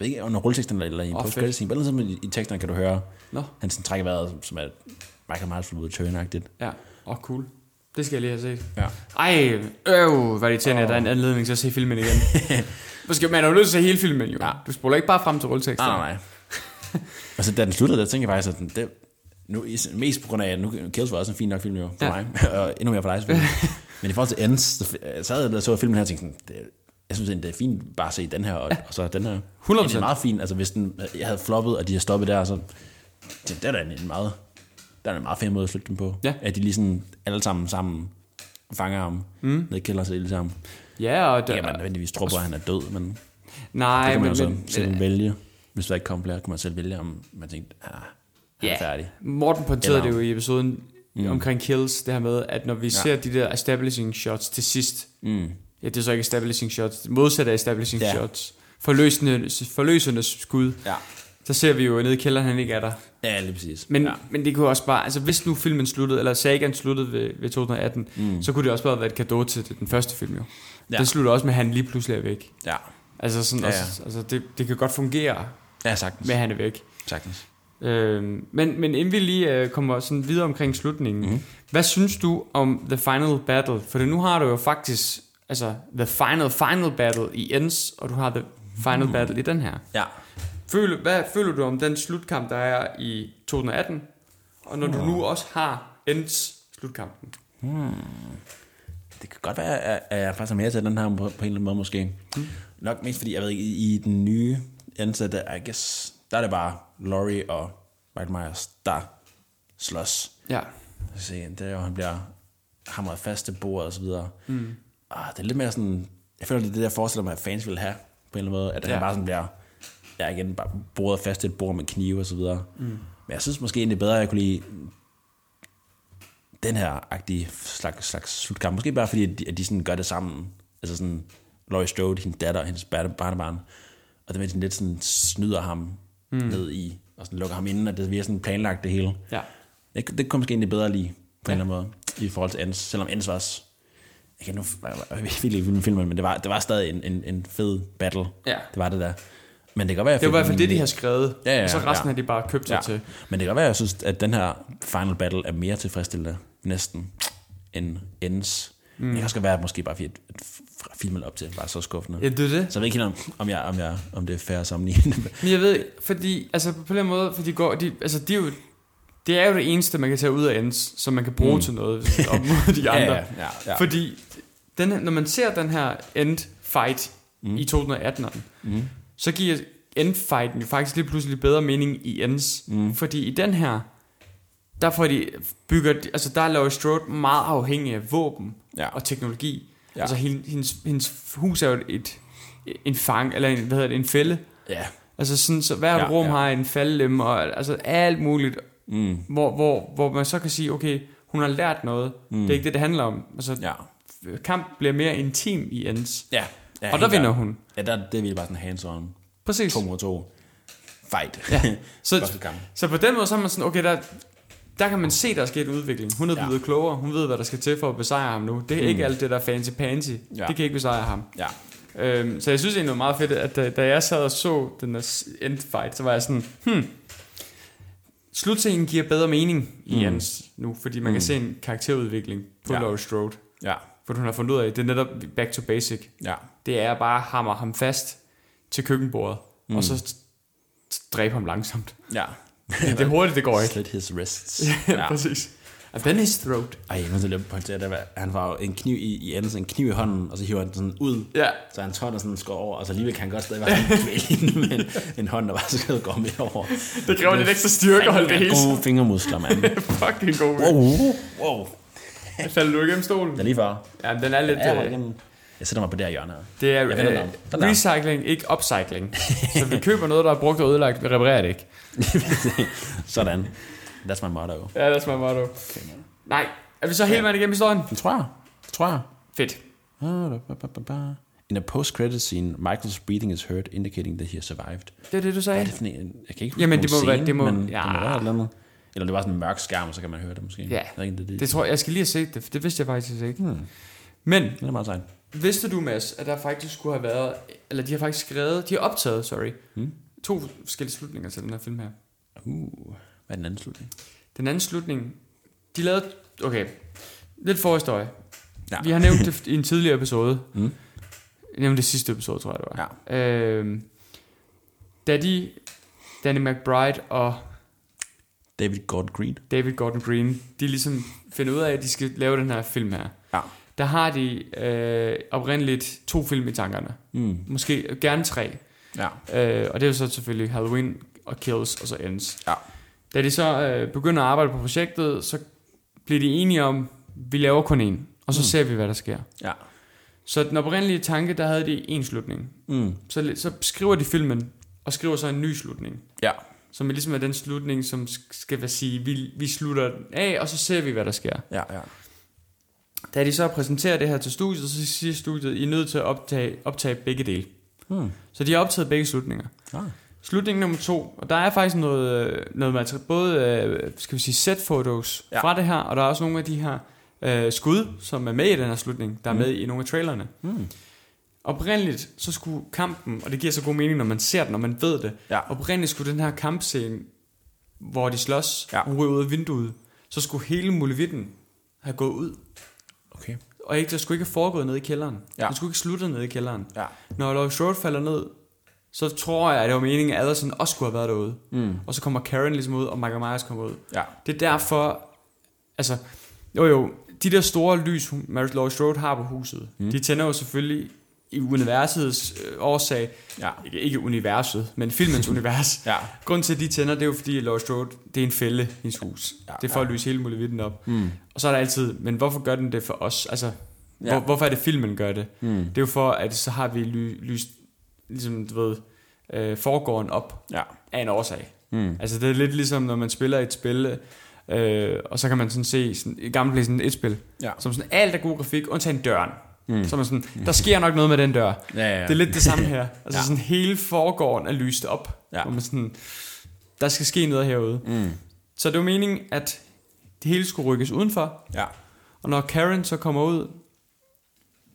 [SPEAKER 4] ved ikke, under rulleteksterne eller, eller i en
[SPEAKER 3] Åh,
[SPEAKER 4] oh,
[SPEAKER 3] fedt.
[SPEAKER 4] post-credit scene, men ellers i, i teksterne kan du høre,
[SPEAKER 3] Nå.
[SPEAKER 4] han sådan trækker vejret, som er Michael Myers flyver ud tøjen
[SPEAKER 3] Ja. Åh, oh, cool. Det skal jeg lige have set.
[SPEAKER 4] Ja.
[SPEAKER 3] Ej, øv, hvad det irriterende, at der er en anledning til at se
[SPEAKER 4] <laughs>
[SPEAKER 3] filmen igen. Måske, man er jo nødt til at se hele filmen jo. Ja. Du spoler ikke bare frem til rulleteksten.
[SPEAKER 4] Nej, Ah, nej, <laughs> nej. og så Altså, da den sluttede, der tænkte jeg faktisk, at den, det, nu, is- mest på grund af, at nu Kills var også en fin nok film jo, for ja.
[SPEAKER 3] Ja.
[SPEAKER 4] mig, <laughs> og endnu mere for dig selvfølgelig. Men i forhold til Ends, så f- jeg sad og så filmen her og tænkte sådan, det, jeg synes egentlig, det er fint bare at se den her, og, og så den her.
[SPEAKER 3] 100%.
[SPEAKER 4] Det er meget fint, altså hvis den, jeg havde floppet, og de havde stoppet der, så det, det er da en, en meget, der er da en meget fin måde at slutte dem på.
[SPEAKER 3] Ja.
[SPEAKER 4] At de lige sådan alle sammen sammen fanger ham, mm. ned i kælderen sig alle sammen.
[SPEAKER 3] Ja, og der,
[SPEAKER 4] Det kan man nødvendigvis tro på, at han er død, men...
[SPEAKER 3] nej,
[SPEAKER 4] Det kunne man
[SPEAKER 3] men,
[SPEAKER 4] jo så
[SPEAKER 3] men,
[SPEAKER 4] selv vælge. Hvis der ikke kom flere, kunne man selv vælge, om man tænkte, ah, han er færdig.
[SPEAKER 3] Morten pointerede
[SPEAKER 4] Eller-
[SPEAKER 3] det jo i episoden mm. omkring kills, det her med, at når vi ja. ser de der establishing shots til sidst, mm. ja, det er så ikke establishing shots, modsat af establishing
[SPEAKER 4] Ja.
[SPEAKER 3] ja. shots, forløsende, forløsende skud,
[SPEAKER 4] Ja.
[SPEAKER 3] så ser vi jo nede i kælderen, han ikke er der.
[SPEAKER 4] Ja, lige præcis.
[SPEAKER 3] Men,
[SPEAKER 4] ja.
[SPEAKER 3] ja. men det kunne også bare, altså hvis nu filmen sluttede, eller Sagan sluttede ved, ved 2018, mm. så kunne det også bare have været et gave til den første film jo.
[SPEAKER 4] Ja.
[SPEAKER 3] Ja. Den slutter også med, at han lige pludselig er væk.
[SPEAKER 4] ja.
[SPEAKER 3] Altså, sådan,
[SPEAKER 4] Ja,
[SPEAKER 3] ja,
[SPEAKER 4] ja.
[SPEAKER 3] ja. Også, altså det, det kan godt fungere
[SPEAKER 4] Ja, sagtens.
[SPEAKER 3] med, at han er væk.
[SPEAKER 4] sagtens.
[SPEAKER 3] Øhm, men, men inden vi lige øh, kommer sådan videre omkring slutningen, mm-hmm. hvad synes du om The Final Battle? For nu har du jo faktisk altså The Final Final Battle i Ends, og du har The Final mm. Battle i den her.
[SPEAKER 4] Ja.
[SPEAKER 3] Føler, hvad føler du om den slutkamp, der er i 2018? Og når du nu også har Ends slutkampen.
[SPEAKER 4] Det kan godt være, at at jeg faktisk er mere til den her på, på en eller anden måde måske. Mm. Nok mest fordi, jeg ved ikke, i, i den nye ansatte, I guess, der er det bare Laurie og Mike Myers, der slås.
[SPEAKER 3] Ja.
[SPEAKER 4] Så se, det er jo, han bliver hamret fast til bordet og så videre. Mm. Og det er lidt mere sådan, jeg føler, det er det, jeg forestiller mig, at fans vil have, på en eller anden måde, at ja. han
[SPEAKER 3] Ja.
[SPEAKER 4] bare sådan bliver, ja igen, bare bordet fast til et bord med knive og så videre. Mm. Men jeg synes måske egentlig bedre, at jeg kunne lide den her agtige slags, slags slutkamp. Måske bare fordi, at de, at de sådan gør det sammen. Altså sådan, Laurie Strode, hendes datter og hendes barne- barnebarn. Og det med, at de lidt sådan snyder ham mm. ned i, og sådan lukker ham inden, og det virker sådan planlagt det hele.
[SPEAKER 3] Ja.
[SPEAKER 4] Det, det kunne måske egentlig bedre lige, på ja. en eller anden måde, i forhold til Ans, selvom Ans var også, jeg kan nu jeg ved ikke hvilken film, men det var, det var stadig en, en, en fed battle.
[SPEAKER 3] Ja.
[SPEAKER 4] Det var det der. Men det kan godt være, jeg
[SPEAKER 3] Det var i
[SPEAKER 4] fik
[SPEAKER 3] hvert fald det, de
[SPEAKER 4] en-
[SPEAKER 3] har skrevet,
[SPEAKER 4] Ja, ja,
[SPEAKER 3] og så resten
[SPEAKER 4] ja.
[SPEAKER 3] har de bare købt sig
[SPEAKER 4] ja.
[SPEAKER 3] til.
[SPEAKER 4] Men det kan godt være, jeg synes, at den her final battle er mere tilfredsstillende, næsten, end Ens. Mm. Det kan også godt være, at måske bare fordi, at at f- filmen op til var så skuffende.
[SPEAKER 3] Ja, det er det.
[SPEAKER 4] Så jeg ved ikke helt, om, om, jeg, om, jeg, om det er fair at sammenligne. <laughs>
[SPEAKER 3] Men jeg ved, fordi, altså på den måde, for de går, de, altså de er jo, det er jo det eneste, man kan tage ud af ends, som man kan bruge mm. til noget op mod de
[SPEAKER 4] <laughs> Ja,
[SPEAKER 3] andre.
[SPEAKER 4] ja, ja, ja.
[SPEAKER 3] Fordi den, her- når man ser den her end fight mm. i 2018'eren, mm. så giver end fighten jo faktisk lige pludselig bedre mening i ends. Mm. Fordi i den her, der får de bygger, de- altså der er Laurie Strode meget afhængig af våben
[SPEAKER 4] Ja.
[SPEAKER 3] og teknologi.
[SPEAKER 4] Ja.
[SPEAKER 3] Ja. Altså hendes, hendes, hendes hus er jo et, en fang, eller en, hvad hedder det, en fælde.
[SPEAKER 4] ja,
[SPEAKER 3] Altså sådan, så hvert
[SPEAKER 4] Ja,
[SPEAKER 3] ja, rum
[SPEAKER 4] ja.
[SPEAKER 3] ja. har en faldlem og altså alt muligt. Mm. Hvor, hvor, hvor man så kan sige, okay, hun har lært noget. Mm. Det er ikke det, det handler om. Altså, ja.
[SPEAKER 4] Ja.
[SPEAKER 3] Kamp bliver mere intim i ends.
[SPEAKER 4] Ja. ja
[SPEAKER 3] Og der
[SPEAKER 4] helt
[SPEAKER 3] vinder
[SPEAKER 4] klart.
[SPEAKER 3] hun.
[SPEAKER 4] Ja, der, det er vi bare sådan hands on.
[SPEAKER 3] Præcis.
[SPEAKER 4] To mod to. Fight. <laughs> Ja.
[SPEAKER 3] Så,
[SPEAKER 4] Første kamp.
[SPEAKER 3] så på den måde, så er man sådan, okay, der, der kan man se, der er sket udvikling. Hun er
[SPEAKER 4] Ja.
[SPEAKER 3] blevet klogere. Hun ved, hvad der skal til for at besejre ham nu. Det er mm. ikke alt det, der er fancy-pansy. Ja.
[SPEAKER 4] Ja.
[SPEAKER 3] Det kan ikke besejre ham.
[SPEAKER 4] ja.
[SPEAKER 3] Øhm, så jeg synes egentlig, det var meget fedt, at da, da jeg sad og så den der endfight, så var jeg sådan, hmm, slutscenen giver bedre mening i mm. Jens nu, fordi man mm. kan se en karakterudvikling på ja.
[SPEAKER 4] Ja.
[SPEAKER 3] Laurie Strode.
[SPEAKER 4] Ja.
[SPEAKER 3] For hun har fundet ud af, at det er netop back to basic.
[SPEAKER 4] Ja.
[SPEAKER 3] Det er bare hammer ham fast til køkkenbordet, mm. og så t- t- dræbe ham langsomt.
[SPEAKER 4] Ja.
[SPEAKER 3] <laughs>
[SPEAKER 4] <laughs>
[SPEAKER 3] Det er hurtigt, det går ikke.
[SPEAKER 4] Slit his wrists.
[SPEAKER 3] <laughs> ja. Præcis. And then his throat.
[SPEAKER 4] Ej, jeg er nødt til lige at pointere, det var- han var jo en kniv i, i enden, sådan en kniv i hånden, og så hiver han den sådan ud.
[SPEAKER 3] Ja.
[SPEAKER 4] Så han tårner sådan skår over, og så alligevel kan han godt stadig være sådan kvæle hende med en, en hånd, der bare skal gå midt over.
[SPEAKER 3] Det kræver lidt ekstra styrke at holde det hele.
[SPEAKER 4] Gode fingermuskler,
[SPEAKER 3] <laughs>
[SPEAKER 4] mand.
[SPEAKER 3] Fucking god.
[SPEAKER 4] Wow,
[SPEAKER 3] Wow.
[SPEAKER 4] wow.
[SPEAKER 3] Falder du igennem stolen?
[SPEAKER 4] Det er lige før.
[SPEAKER 3] Ja, den er lidt...
[SPEAKER 4] Ja, jeg,
[SPEAKER 3] øh,
[SPEAKER 4] var igennem. jeg sætter mig på det her hjørne. her.
[SPEAKER 3] Det er
[SPEAKER 4] Jeg vender den om. Den
[SPEAKER 3] øh,
[SPEAKER 4] der.
[SPEAKER 3] recycling, ikke <laughs> upcycling. så vi køber noget, der er brugt og ødelagt, vi reparerer det ikke.
[SPEAKER 4] Sådan. That's my motto.
[SPEAKER 3] Ja, det smager meget okay, Nej, er vi så hele vejen igennem historien?
[SPEAKER 4] Det tror jeg. Det tror jeg.
[SPEAKER 3] Fedt.
[SPEAKER 4] Ah, da, ba, ba, ba, ba. In a post-credit scene, Michael's breathing is heard, indicating that he has survived.
[SPEAKER 3] Det er det, du
[SPEAKER 4] Hvad er
[SPEAKER 3] sagde.
[SPEAKER 4] det for en? Jeg kan ikke huske
[SPEAKER 3] Jamen, det
[SPEAKER 4] nogen
[SPEAKER 3] må være-
[SPEAKER 4] scene,
[SPEAKER 3] det må-
[SPEAKER 4] men
[SPEAKER 3] ja.
[SPEAKER 4] det må være et eller andet. Eller det var sådan en mørk skærm, og så kan man høre det måske.
[SPEAKER 3] Ja.
[SPEAKER 4] Jeg ved ikke, det, det,
[SPEAKER 3] Det
[SPEAKER 4] det,
[SPEAKER 3] tror jeg, jeg skal lige have set det, for det vidste jeg faktisk ikke. Hmm. Men
[SPEAKER 4] det er meget sejt.
[SPEAKER 3] vidste du, Mads, at der faktisk skulle have været, eller de har faktisk skrevet, de har optaget, sorry, hmm? to forskellige slutninger til den her film her.
[SPEAKER 4] Uh, hvad er den anden slutning?
[SPEAKER 3] Den anden slutning, de lavede, okay, lidt forhistorie. Ja.
[SPEAKER 4] Ja.
[SPEAKER 3] Vi har nævnt det i en tidligere episode. Mm. Nævnt det sidste episode, tror jeg det var. Ja. Øhm, da de, Danny McBride og
[SPEAKER 4] David Gordon Green.
[SPEAKER 3] David Gordon Green, de ligesom finder ud af, at de skal lave den her film her.
[SPEAKER 4] Ja.
[SPEAKER 3] Der har de øh, oprindeligt to film i tankerne. Mm. Måske gerne tre.
[SPEAKER 4] Hmm, Ja.
[SPEAKER 3] Øh, og det er jo så selvfølgelig Halloween og Kills og så Ends.
[SPEAKER 4] Ja.
[SPEAKER 3] Da de så øh, begynder at arbejde på projektet, så bliver de enige om, vi laver kun en, og så mm. ser vi, hvad der sker.
[SPEAKER 4] Ja.
[SPEAKER 3] Så den oprindelige tanke, der havde de en slutning.
[SPEAKER 4] Mm.
[SPEAKER 3] Så, så skriver de filmen, og skriver så en ny slutning.
[SPEAKER 4] Ja.
[SPEAKER 3] Som er ligesom er den slutning, som sk- skal være sige, vi, vi slutter den af, og så ser vi, hvad der sker.
[SPEAKER 4] Ja, ja.
[SPEAKER 3] Da de så præsenterer det her til studiet, så siger studiet, I er nødt til at optage, optage begge dele.
[SPEAKER 4] Hmm.
[SPEAKER 3] Så de har optaget begge slutninger.
[SPEAKER 4] Ah.
[SPEAKER 3] Slutning nummer to, og der er faktisk noget, øh, noget materi- både øh, skal vi sige, set fotos ja.
[SPEAKER 4] Ja.
[SPEAKER 3] fra det her, og der er også nogle af de her øh, skud, som er med i den her slutning, der er med i nogle af trailerne.
[SPEAKER 4] Mm.
[SPEAKER 3] Oprindeligt så skulle kampen, og det giver så god mening, når man ser den, når man ved det,
[SPEAKER 4] Ja.
[SPEAKER 3] oprindeligt skulle den her kampscene, hvor de slås, ja.
[SPEAKER 4] Ja.
[SPEAKER 3] hun ryger ud af vinduet, så skulle hele mulevitten have gået ud,
[SPEAKER 4] Okay.
[SPEAKER 3] og ikke, der skulle ikke have foregået nede i kælderen. Ja.
[SPEAKER 4] Ja.
[SPEAKER 3] Den skulle ikke slutte nede i kælderen.
[SPEAKER 4] Ja.
[SPEAKER 3] Når Laurie Strode falder ned, så tror jeg, at det var meningen, at Adelson også skulle have været derude. Mm. Og så kommer Karen ligesom ud, og Michael Myers kommer ud.
[SPEAKER 4] Hmm, Ja.
[SPEAKER 3] Det er derfor, altså, jo jo, de der store lys, hun- Mary Laurie Strode har på huset, mm. de tænder jo selvfølgelig i universets øh, årsag,
[SPEAKER 4] Ja.
[SPEAKER 3] ikke, ikke universet, men <laughs> filmens univers.
[SPEAKER 4] Ja.
[SPEAKER 3] Grunden til, at de tænder, det er jo fordi, at Laurie Strode, det er en fælde, hendes hus. Ja, det er for ja. at lyse hele muligheden op.
[SPEAKER 4] Hmm,
[SPEAKER 3] Mm. Og så er der altid, men hvorfor gør den det for os? Altså, ja. hvor, hvorfor er det filmen gør det? Mm.
[SPEAKER 4] Hmm,
[SPEAKER 3] Det er jo for, at så har vi ly, lyst, ligesom du ved, øh, foregården op
[SPEAKER 4] Ja.
[SPEAKER 3] af en årsag.
[SPEAKER 4] hmm.
[SPEAKER 3] Mm. Altså det er lidt ligesom, når man spiller et spil, øh, og så kan man sådan se, sådan, i gamle play, sådan et spil,
[SPEAKER 4] Ja.
[SPEAKER 3] som sådan alt er god grafik, undtagen døren. Mm. Så er man sådan, der sker nok noget med den dør.
[SPEAKER 4] Ja, ja, ja.
[SPEAKER 3] Det er lidt det samme
[SPEAKER 4] <laughs>
[SPEAKER 3] her. Altså ja. sådan hele foregården er lyst op.
[SPEAKER 4] Ja.
[SPEAKER 3] Hvor man sådan, der skal ske noget herude.
[SPEAKER 4] Hmm,
[SPEAKER 3] Mm. Så det var meningen, at det hele skulle rykkes udenfor.
[SPEAKER 4] Ja.
[SPEAKER 3] Og når Karen så kommer ud...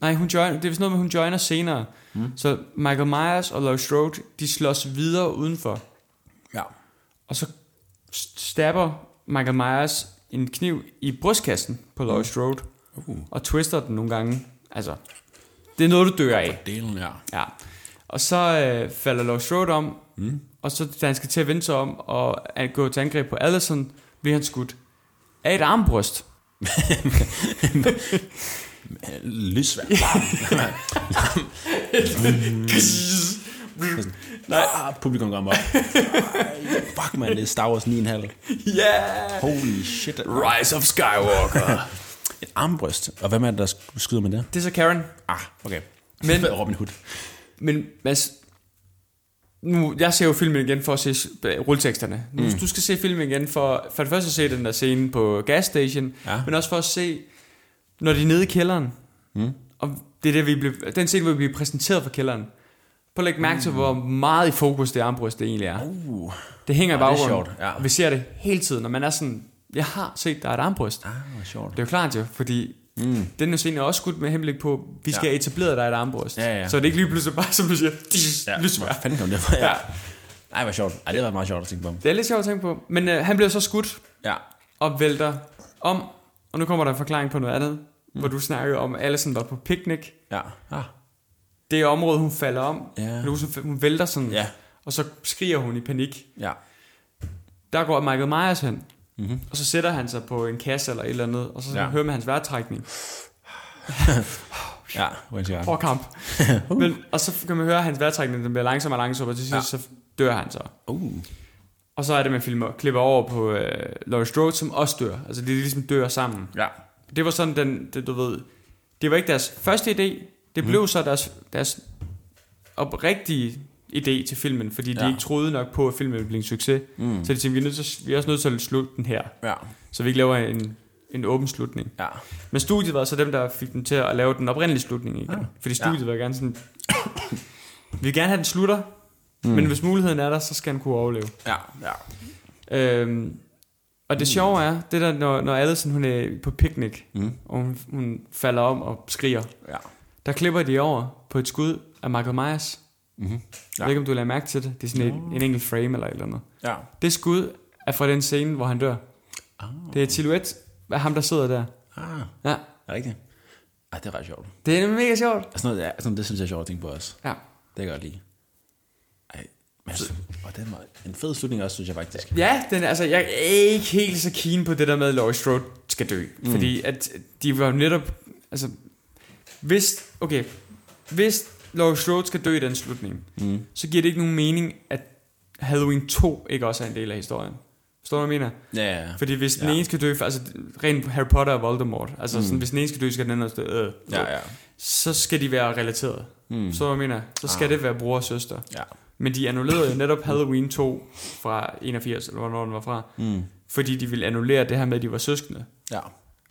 [SPEAKER 3] Nej, hun joiner, det er vist noget med, hun joiner senere. Mm. Så Michael Myers og Laurie Strode, de slås videre udenfor.
[SPEAKER 4] Ja.
[SPEAKER 3] Og så st- stabber Michael Myers en kniv i brystkassen på Laurie Strode. Uh. Og twister den nogle gange. Altså, det er noget, du dør af.
[SPEAKER 4] Delen, ja.
[SPEAKER 3] Ja. Og så øh, falder Laurie Strode om, mm. og så da han skal til at vende sig om og at gå til angreb på Allison, bliver han skudt af et armbryst.
[SPEAKER 4] Lysvær.
[SPEAKER 3] <laughs>
[SPEAKER 4] Nej. Ah, publikum kommer op. Ej, fuck, man, det er Star Wars 9,5.
[SPEAKER 3] Yeah!
[SPEAKER 4] Holy shit.
[SPEAKER 3] Rise of Skywalker.
[SPEAKER 4] <laughs> Et armbryst. Og hvem er det, der sk- skyder med det?
[SPEAKER 3] det er så Karen.
[SPEAKER 4] Ah, okay.
[SPEAKER 3] Men-
[SPEAKER 4] Robin Hood.
[SPEAKER 3] Men Mads, nu, jeg ser jo filmen igen for at se s- b- rulleteksterne. Nu, mm. Du skal se filmen igen for, for det første at se den der scene på gasstation,
[SPEAKER 4] Ja.
[SPEAKER 3] men også for at se, når de er nede i kælderen. Mm. Og det er det, vi blev, den scene, hvor vi bliver præsenteret for kælderen. Prøv at lægge mærke
[SPEAKER 4] Mm.
[SPEAKER 3] til, hvor meget i fokus det armbrust det egentlig er.
[SPEAKER 4] Uh.
[SPEAKER 3] Det hænger i
[SPEAKER 4] Ja, det er
[SPEAKER 3] baggrunden.
[SPEAKER 4] sjovt, ja.
[SPEAKER 3] Og vi ser det hele tiden, når man er sådan, jeg har set, der er et armbryst.
[SPEAKER 4] Ah, hvor sjovt.
[SPEAKER 3] Det er jo klart jo, fordi mm. den her scene er også skudt med henblik på, vi skal ja.
[SPEAKER 4] Ja.
[SPEAKER 3] etablere dig et armbryst.
[SPEAKER 4] Ja, ja.
[SPEAKER 3] Så det er ikke lige pludselig bare, som du siger, <laughs> ja.
[SPEAKER 4] hvor
[SPEAKER 3] lysvær.
[SPEAKER 4] fanden kom det fra?
[SPEAKER 3] Ja.
[SPEAKER 4] Ja. Ej, hvor sjovt. Ej, det var meget sjovt at tænke på.
[SPEAKER 3] Det er lidt sjovt at tænke på. Men øh, han bliver så skudt
[SPEAKER 4] Ja.
[SPEAKER 3] og vælter om, og nu kommer der en forklaring på noget andet, mm. hvor du snakkede om, at Allison var på picnic.
[SPEAKER 4] Ja. Ah.
[SPEAKER 3] Det er området, hun falder om.
[SPEAKER 4] Ja.
[SPEAKER 3] Nu, så hun vælter sådan,
[SPEAKER 4] Ja.
[SPEAKER 3] og så skriger hun i panik.
[SPEAKER 4] Ja.
[SPEAKER 3] Der går Michael Myers hen, mm-hmm. og så sætter han sig på en kasse eller et eller andet, og så ja.
[SPEAKER 4] Ja.
[SPEAKER 3] hører man hans vejrtrækning.
[SPEAKER 4] Ja, hvor er det
[SPEAKER 3] Hård <laughs> kamp. Men, og så kan man høre, at hans vejrtrækning den bliver langsommere og langsommere, og til sidst ja. så dør han så.
[SPEAKER 4] Uh.
[SPEAKER 3] Og så er det, man filmer, klipper over på øh, Laurie Strode, som også dør. Altså, det er ligesom dør sammen.
[SPEAKER 4] Ja.
[SPEAKER 3] Det var sådan, den, det, du ved, det var ikke deres første idé, det blev så deres, deres oprigtige idé til filmen, fordi ja. de
[SPEAKER 4] Ja.
[SPEAKER 3] ikke troede nok på, at filmen ville blive en succes. Mm. Så de tænkte, vi er, nødt til, vi er også nødt til at slutte den her,
[SPEAKER 4] Ja.
[SPEAKER 3] så vi ikke laver en, en åben slutning.
[SPEAKER 4] Ja.
[SPEAKER 3] Men studiet var så dem, der fik dem til at lave den oprindelige slutning igen. Ja. Fordi studiet Ah. ja. var gerne sådan, <coughs> vi vil gerne have, den slutter, mm. men hvis muligheden er der, så skal den kunne overleve.
[SPEAKER 4] Ja. Ja.
[SPEAKER 3] Øhm, og det sjove er, det der, når, når Allison hun er på picnic, mm. og hun, hun falder om og skriger,
[SPEAKER 4] Ja.
[SPEAKER 3] der klipper de over på et skud af Michael Myers. Mm-hmm. Ja. Jeg ved ikke, om du lader mærke til det. Det er sådan et, en enkelt frame eller et eller andet.
[SPEAKER 4] Ja.
[SPEAKER 3] Det skud er fra den scene, hvor han dør. Oh. Det er et silhuet af ham, der sidder der.
[SPEAKER 4] Ah.
[SPEAKER 3] Ja.
[SPEAKER 4] Er det rigtigt? Ej, det er ret sjovt.
[SPEAKER 3] Det er mega sjovt.
[SPEAKER 4] Altså, noget, ja, sådan, det synes jeg er sjovt at tænke på også.
[SPEAKER 3] Ja.
[SPEAKER 4] Det kan jeg godt lide. Ej, men altså, og det var en fed slutning også, synes jeg faktisk.
[SPEAKER 3] Ja, den, er- altså, jeg er ikke helt så keen på det der med, at Laurie Strode skal dø. Mm. Fordi at de var jo netop... Altså, hvis, okay, hvis Laurie Strode skal dø i den slutning, mm. så giver det ikke nogen mening, at Halloween 2 ikke også er en del af historien. Forstår du, hvad jeg mener?
[SPEAKER 4] Ja, ja, ja.
[SPEAKER 3] Fordi hvis ja. den
[SPEAKER 4] Ja.
[SPEAKER 3] ene skal dø, altså rent Harry Potter og Voldemort, altså mm. sådan, hvis den ene skal dø, skal den anden også dø, øh,
[SPEAKER 4] Ja, ja.
[SPEAKER 3] så skal de være relateret. Mm. Så hvad jeg mener, så skal ah. det være bror og søster.
[SPEAKER 4] Ja.
[SPEAKER 3] Men de annullerede jo netop Halloween 2 fra 81, eller hvornår den var fra, mm. fordi de ville annullere det her med, at de var søskende.
[SPEAKER 4] Ja.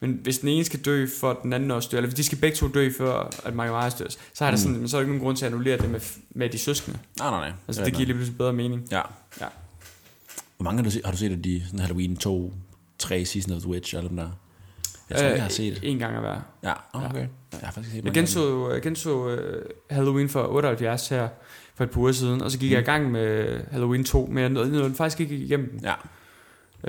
[SPEAKER 3] Men hvis den ene skal dø, for at den anden også dør, eller hvis de skal begge to dø, før at Michael Myers dør, så
[SPEAKER 4] Mm.
[SPEAKER 3] er, der sådan, men så er der ikke nogen grund til at annullere det med, med de søskende.
[SPEAKER 4] Nej, nej, nej.
[SPEAKER 3] Altså,
[SPEAKER 4] er
[SPEAKER 3] det
[SPEAKER 4] rigtigt.
[SPEAKER 3] giver lige pludselig bedre mening.
[SPEAKER 4] Ja.
[SPEAKER 3] Ja.
[SPEAKER 4] Hvor mange har du set, har du set af de sådan Halloween 2, 3, Season of the Witch og dem der? Jeg tror, øh, jeg har set.
[SPEAKER 3] En gang at være.
[SPEAKER 4] Ja, okay. Jeg har faktisk set
[SPEAKER 3] Jeg
[SPEAKER 4] mange af dem.
[SPEAKER 3] genså, jeg genså øh, Halloween for 78 her for et par uger siden, og så gik mm. jeg i gang med Halloween 2, men jeg nåede, nåede faktisk ikke igennem den.
[SPEAKER 4] Ja,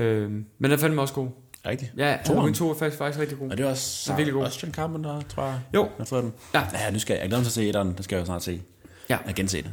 [SPEAKER 3] Øh, men den fandt mig også god.
[SPEAKER 4] rigtigt.
[SPEAKER 3] Ja,
[SPEAKER 4] Toeren.
[SPEAKER 3] Halloween 2 er faktisk, faktisk rigtig god.
[SPEAKER 4] Og det er også,
[SPEAKER 3] Den er virkelig god.
[SPEAKER 4] også John Carpenter, tror jeg.
[SPEAKER 3] Jo.
[SPEAKER 4] Jeg tror den.
[SPEAKER 3] Ja.
[SPEAKER 4] ja nu skal jeg, jeg glæder mig til at se etteren. Den skal jeg jo snart se.
[SPEAKER 3] Ja.
[SPEAKER 4] Jeg gense det.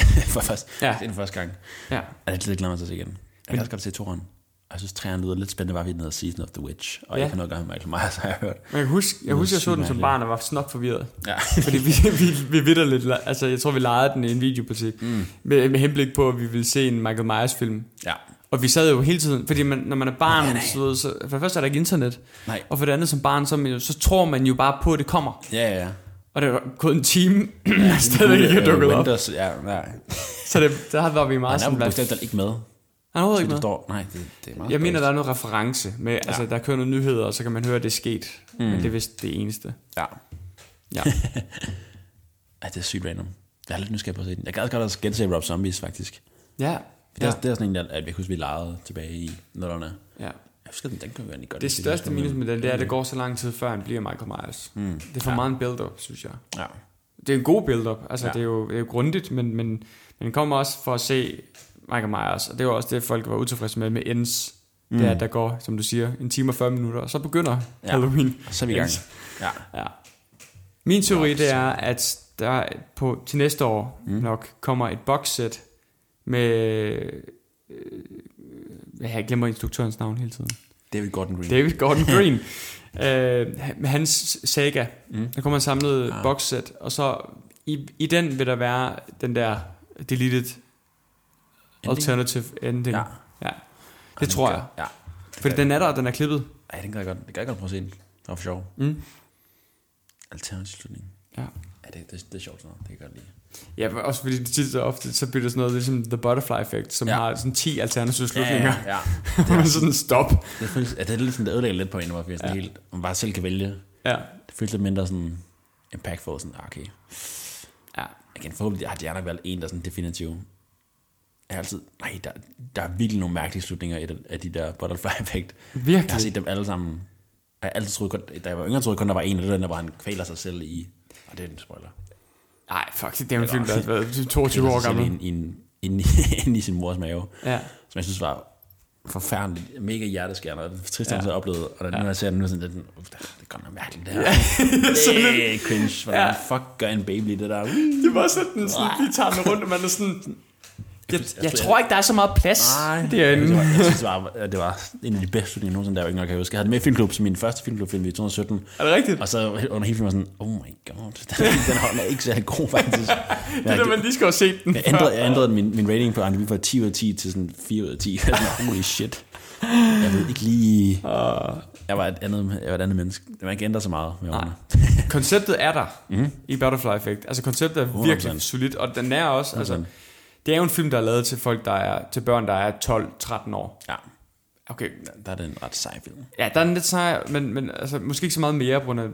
[SPEAKER 4] <laughs> For først,
[SPEAKER 3] Ja.
[SPEAKER 4] ja. den første gang.
[SPEAKER 3] Ja.
[SPEAKER 4] Ja, det glæder jeg mig til at se igen. Jeg kan også godt se toren. Og jeg synes, træerne lyder lidt spændende, bare vi hedder Season of the Witch. Og
[SPEAKER 3] Ja.
[SPEAKER 4] ja. jeg kan nok gøre med Michael Myers, har jeg hørt.
[SPEAKER 3] Men jeg kan huske, jeg, husker, jeg så den som
[SPEAKER 4] Mærkeligt.
[SPEAKER 3] barn og var snot forvirret.
[SPEAKER 4] Ja.
[SPEAKER 3] <laughs> Fordi vi, vi, vi vidder lidt, altså jeg tror vi legede den i en videobutik, mm. med, med henblik på, at vi ville se en Michael Myers film.
[SPEAKER 4] Ja.
[SPEAKER 3] Og vi sad jo hele tiden, fordi man, når man er barn, så, ved- så, for det første er der ikke internet,
[SPEAKER 4] Nej.
[SPEAKER 3] og for det andet som barn, så, er man jo, så tror man jo bare på, at det kommer.
[SPEAKER 4] Ja,
[SPEAKER 3] <clears throat>
[SPEAKER 4] ja, ja.
[SPEAKER 3] Og det var kun en time, <clears throat> ja, stadig ikke er
[SPEAKER 4] Øh,
[SPEAKER 3] dukket op.
[SPEAKER 4] Winters, ja, nej.
[SPEAKER 3] Så det, der var vi meget
[SPEAKER 4] Han er
[SPEAKER 3] sådan
[SPEAKER 4] jo
[SPEAKER 3] blandt.
[SPEAKER 4] bestemt alt ikke med.
[SPEAKER 3] Han er overhovedet
[SPEAKER 4] Så
[SPEAKER 3] ikke
[SPEAKER 4] det
[SPEAKER 3] med.
[SPEAKER 4] står, nej, det, det er meget
[SPEAKER 3] Jeg mener,
[SPEAKER 4] spøjst.
[SPEAKER 3] der er noget reference med, ja. altså der kører nogle nyheder, og så kan man høre, at det er sket. Mm. Men det er vist det eneste.
[SPEAKER 4] Ja. <laughs>
[SPEAKER 3] Ja.
[SPEAKER 4] ja, det er sygt random. Jeg er lidt nysgerrig på at se den. Jeg gad også godt at gense Rob Zombies, faktisk.
[SPEAKER 3] ja.
[SPEAKER 4] For Det,
[SPEAKER 3] ja.
[SPEAKER 4] er, det er sådan en, der, at jeg husker, vi legede tilbage i nullerne.
[SPEAKER 3] ja.
[SPEAKER 4] Jeg husker, den, den kunne jeg egentlig godt
[SPEAKER 3] Det
[SPEAKER 4] lide,
[SPEAKER 3] største
[SPEAKER 4] den-
[SPEAKER 3] minus med den, det er, at det går så lang tid, før han bliver Michael Myers. Mm. Det er for ja. meget en build-up, synes jeg.
[SPEAKER 4] Ja.
[SPEAKER 3] Det er en god build-up, altså ja.
[SPEAKER 4] Ja.
[SPEAKER 3] det, er jo, det er jo grundigt, men, men, men den kommer også for at se Michael Myers, og det var også det, folk var utilfredse med med Ends. Mm. Det er, at der går, som du siger, en time og 40 minutter, og så begynder ja.
[SPEAKER 4] Ja.
[SPEAKER 3] Halloween.
[SPEAKER 4] Så er vi i gang.
[SPEAKER 3] Ends.
[SPEAKER 4] Ja.
[SPEAKER 3] Ja. Min teori, det er, at der på, til næste år mm. nok kommer et boxsæt med... øh, Jeg glemmer instruktørens navn hele tiden.
[SPEAKER 4] David Gordon Green.
[SPEAKER 3] David <laughs> Gordon Green. øh, med hans saga. Mm. Der kommer en samlet ah. boxset, og så i, i den vil der være den der deleted ending? alternative ending.
[SPEAKER 4] Ja.
[SPEAKER 3] ja. Det tror jeg.
[SPEAKER 4] Ja.
[SPEAKER 3] Fordi den er der, og den er klippet.
[SPEAKER 4] Ej, den kan jeg godt, det kan jeg godt prøve at se. Den. Det var for sjov.
[SPEAKER 3] Mm.
[SPEAKER 4] Alternativ slutning.
[SPEAKER 3] Ja.
[SPEAKER 4] Ja, det, det, det er sjovt sådan noget. Det kan jeg godt lide.
[SPEAKER 3] Ja, men også fordi det tit så ofte, så bliver det sådan noget ligesom The Butterfly Effect, som ja.
[SPEAKER 4] Ja.
[SPEAKER 3] har sådan 10 alternative slutninger. <laughs> Ja,
[SPEAKER 4] ja.
[SPEAKER 3] ja. sådan stop.
[SPEAKER 4] Det føles, at det er lidt sådan, det ødelægger lidt på en, hvor vi er sådan ja. helt, man bare selv kan vælge.
[SPEAKER 3] Ja.
[SPEAKER 4] Det føles lidt mindre sådan impactful, sådan, ah, okay.
[SPEAKER 3] ja.
[SPEAKER 4] Igen, forhåbentlig har de nok valgt en, der er sådan definitiv. Jeg har altid, nej, der, der er virkelig nogle mærkelige slutninger i den, af de der butterfly <laughs> effect. Jeg har
[SPEAKER 3] Virkelig.
[SPEAKER 4] set dem alle sammen. Og Jeg har altid troet, kun- da jeg var yngre, troede jeg kun, der var en, og det var den, der var en kvaler sig selv i. Og det er en spoiler.
[SPEAKER 3] Nej, fuck, det er en film, der har været 22
[SPEAKER 4] Kvæler
[SPEAKER 3] år
[SPEAKER 4] sig selv
[SPEAKER 3] gammel.
[SPEAKER 4] i en- i en- <laughs> Inde i, inde i sin mors mave.
[SPEAKER 3] Ja.
[SPEAKER 4] Som jeg synes var forfærdeligt, mega hjerteskærende, og det tristeste, jeg ja. har oplevet. Og da ja.
[SPEAKER 3] Ja.
[SPEAKER 4] når jeg ser den, nu er sådan lidt, "Uff, det er godt nok mærkeligt, det her.
[SPEAKER 3] <laughs>
[SPEAKER 4] det er cringe. Hvordan
[SPEAKER 3] Ja.
[SPEAKER 4] fuck gør en baby det der?
[SPEAKER 3] Det var sådan, sådan vi tager den rundt, og man er sådan... Jeg, jeg tror ikke, der er så meget plads
[SPEAKER 4] Jeg
[SPEAKER 3] derinde.
[SPEAKER 4] synes, jeg synes, det var, at det var en af de bedste slutninger nogensinde, der var yngre, kan jeg huske. Jeg havde det med i filmklub, som min første filmklubfilm i 2017.
[SPEAKER 3] Er det rigtigt?
[SPEAKER 4] Og så under hele filmen var sådan, oh my god, <laughs> den, den holder ikke særlig god faktisk. Men
[SPEAKER 3] <laughs> Det er,
[SPEAKER 4] jeg,
[SPEAKER 3] man lige skal have set den.
[SPEAKER 4] jeg, ændrede, jeg ændrede min, min rating på IMDb fra 10 ud af 10 til sådan 4 ud af <laughs> 10. Jeg var sådan, Holy shit. Jeg ved ikke lige... Jeg var et andet, jeg var et andet menneske. Man kan ændre så meget med <laughs> årene.
[SPEAKER 3] Konceptet er der mm. i Butterfly Effect. Altså konceptet er virkelig
[SPEAKER 4] 100%.
[SPEAKER 3] solidt, og den er også... Altså, det er jo en film, der er lavet til folk, der er, til børn, der er 12-13 år.
[SPEAKER 4] Ja,
[SPEAKER 3] Okay,
[SPEAKER 4] der er det en ret sej film.
[SPEAKER 3] ja, der er en lidt sej, men, men altså, måske ikke så meget mere på grund af øh,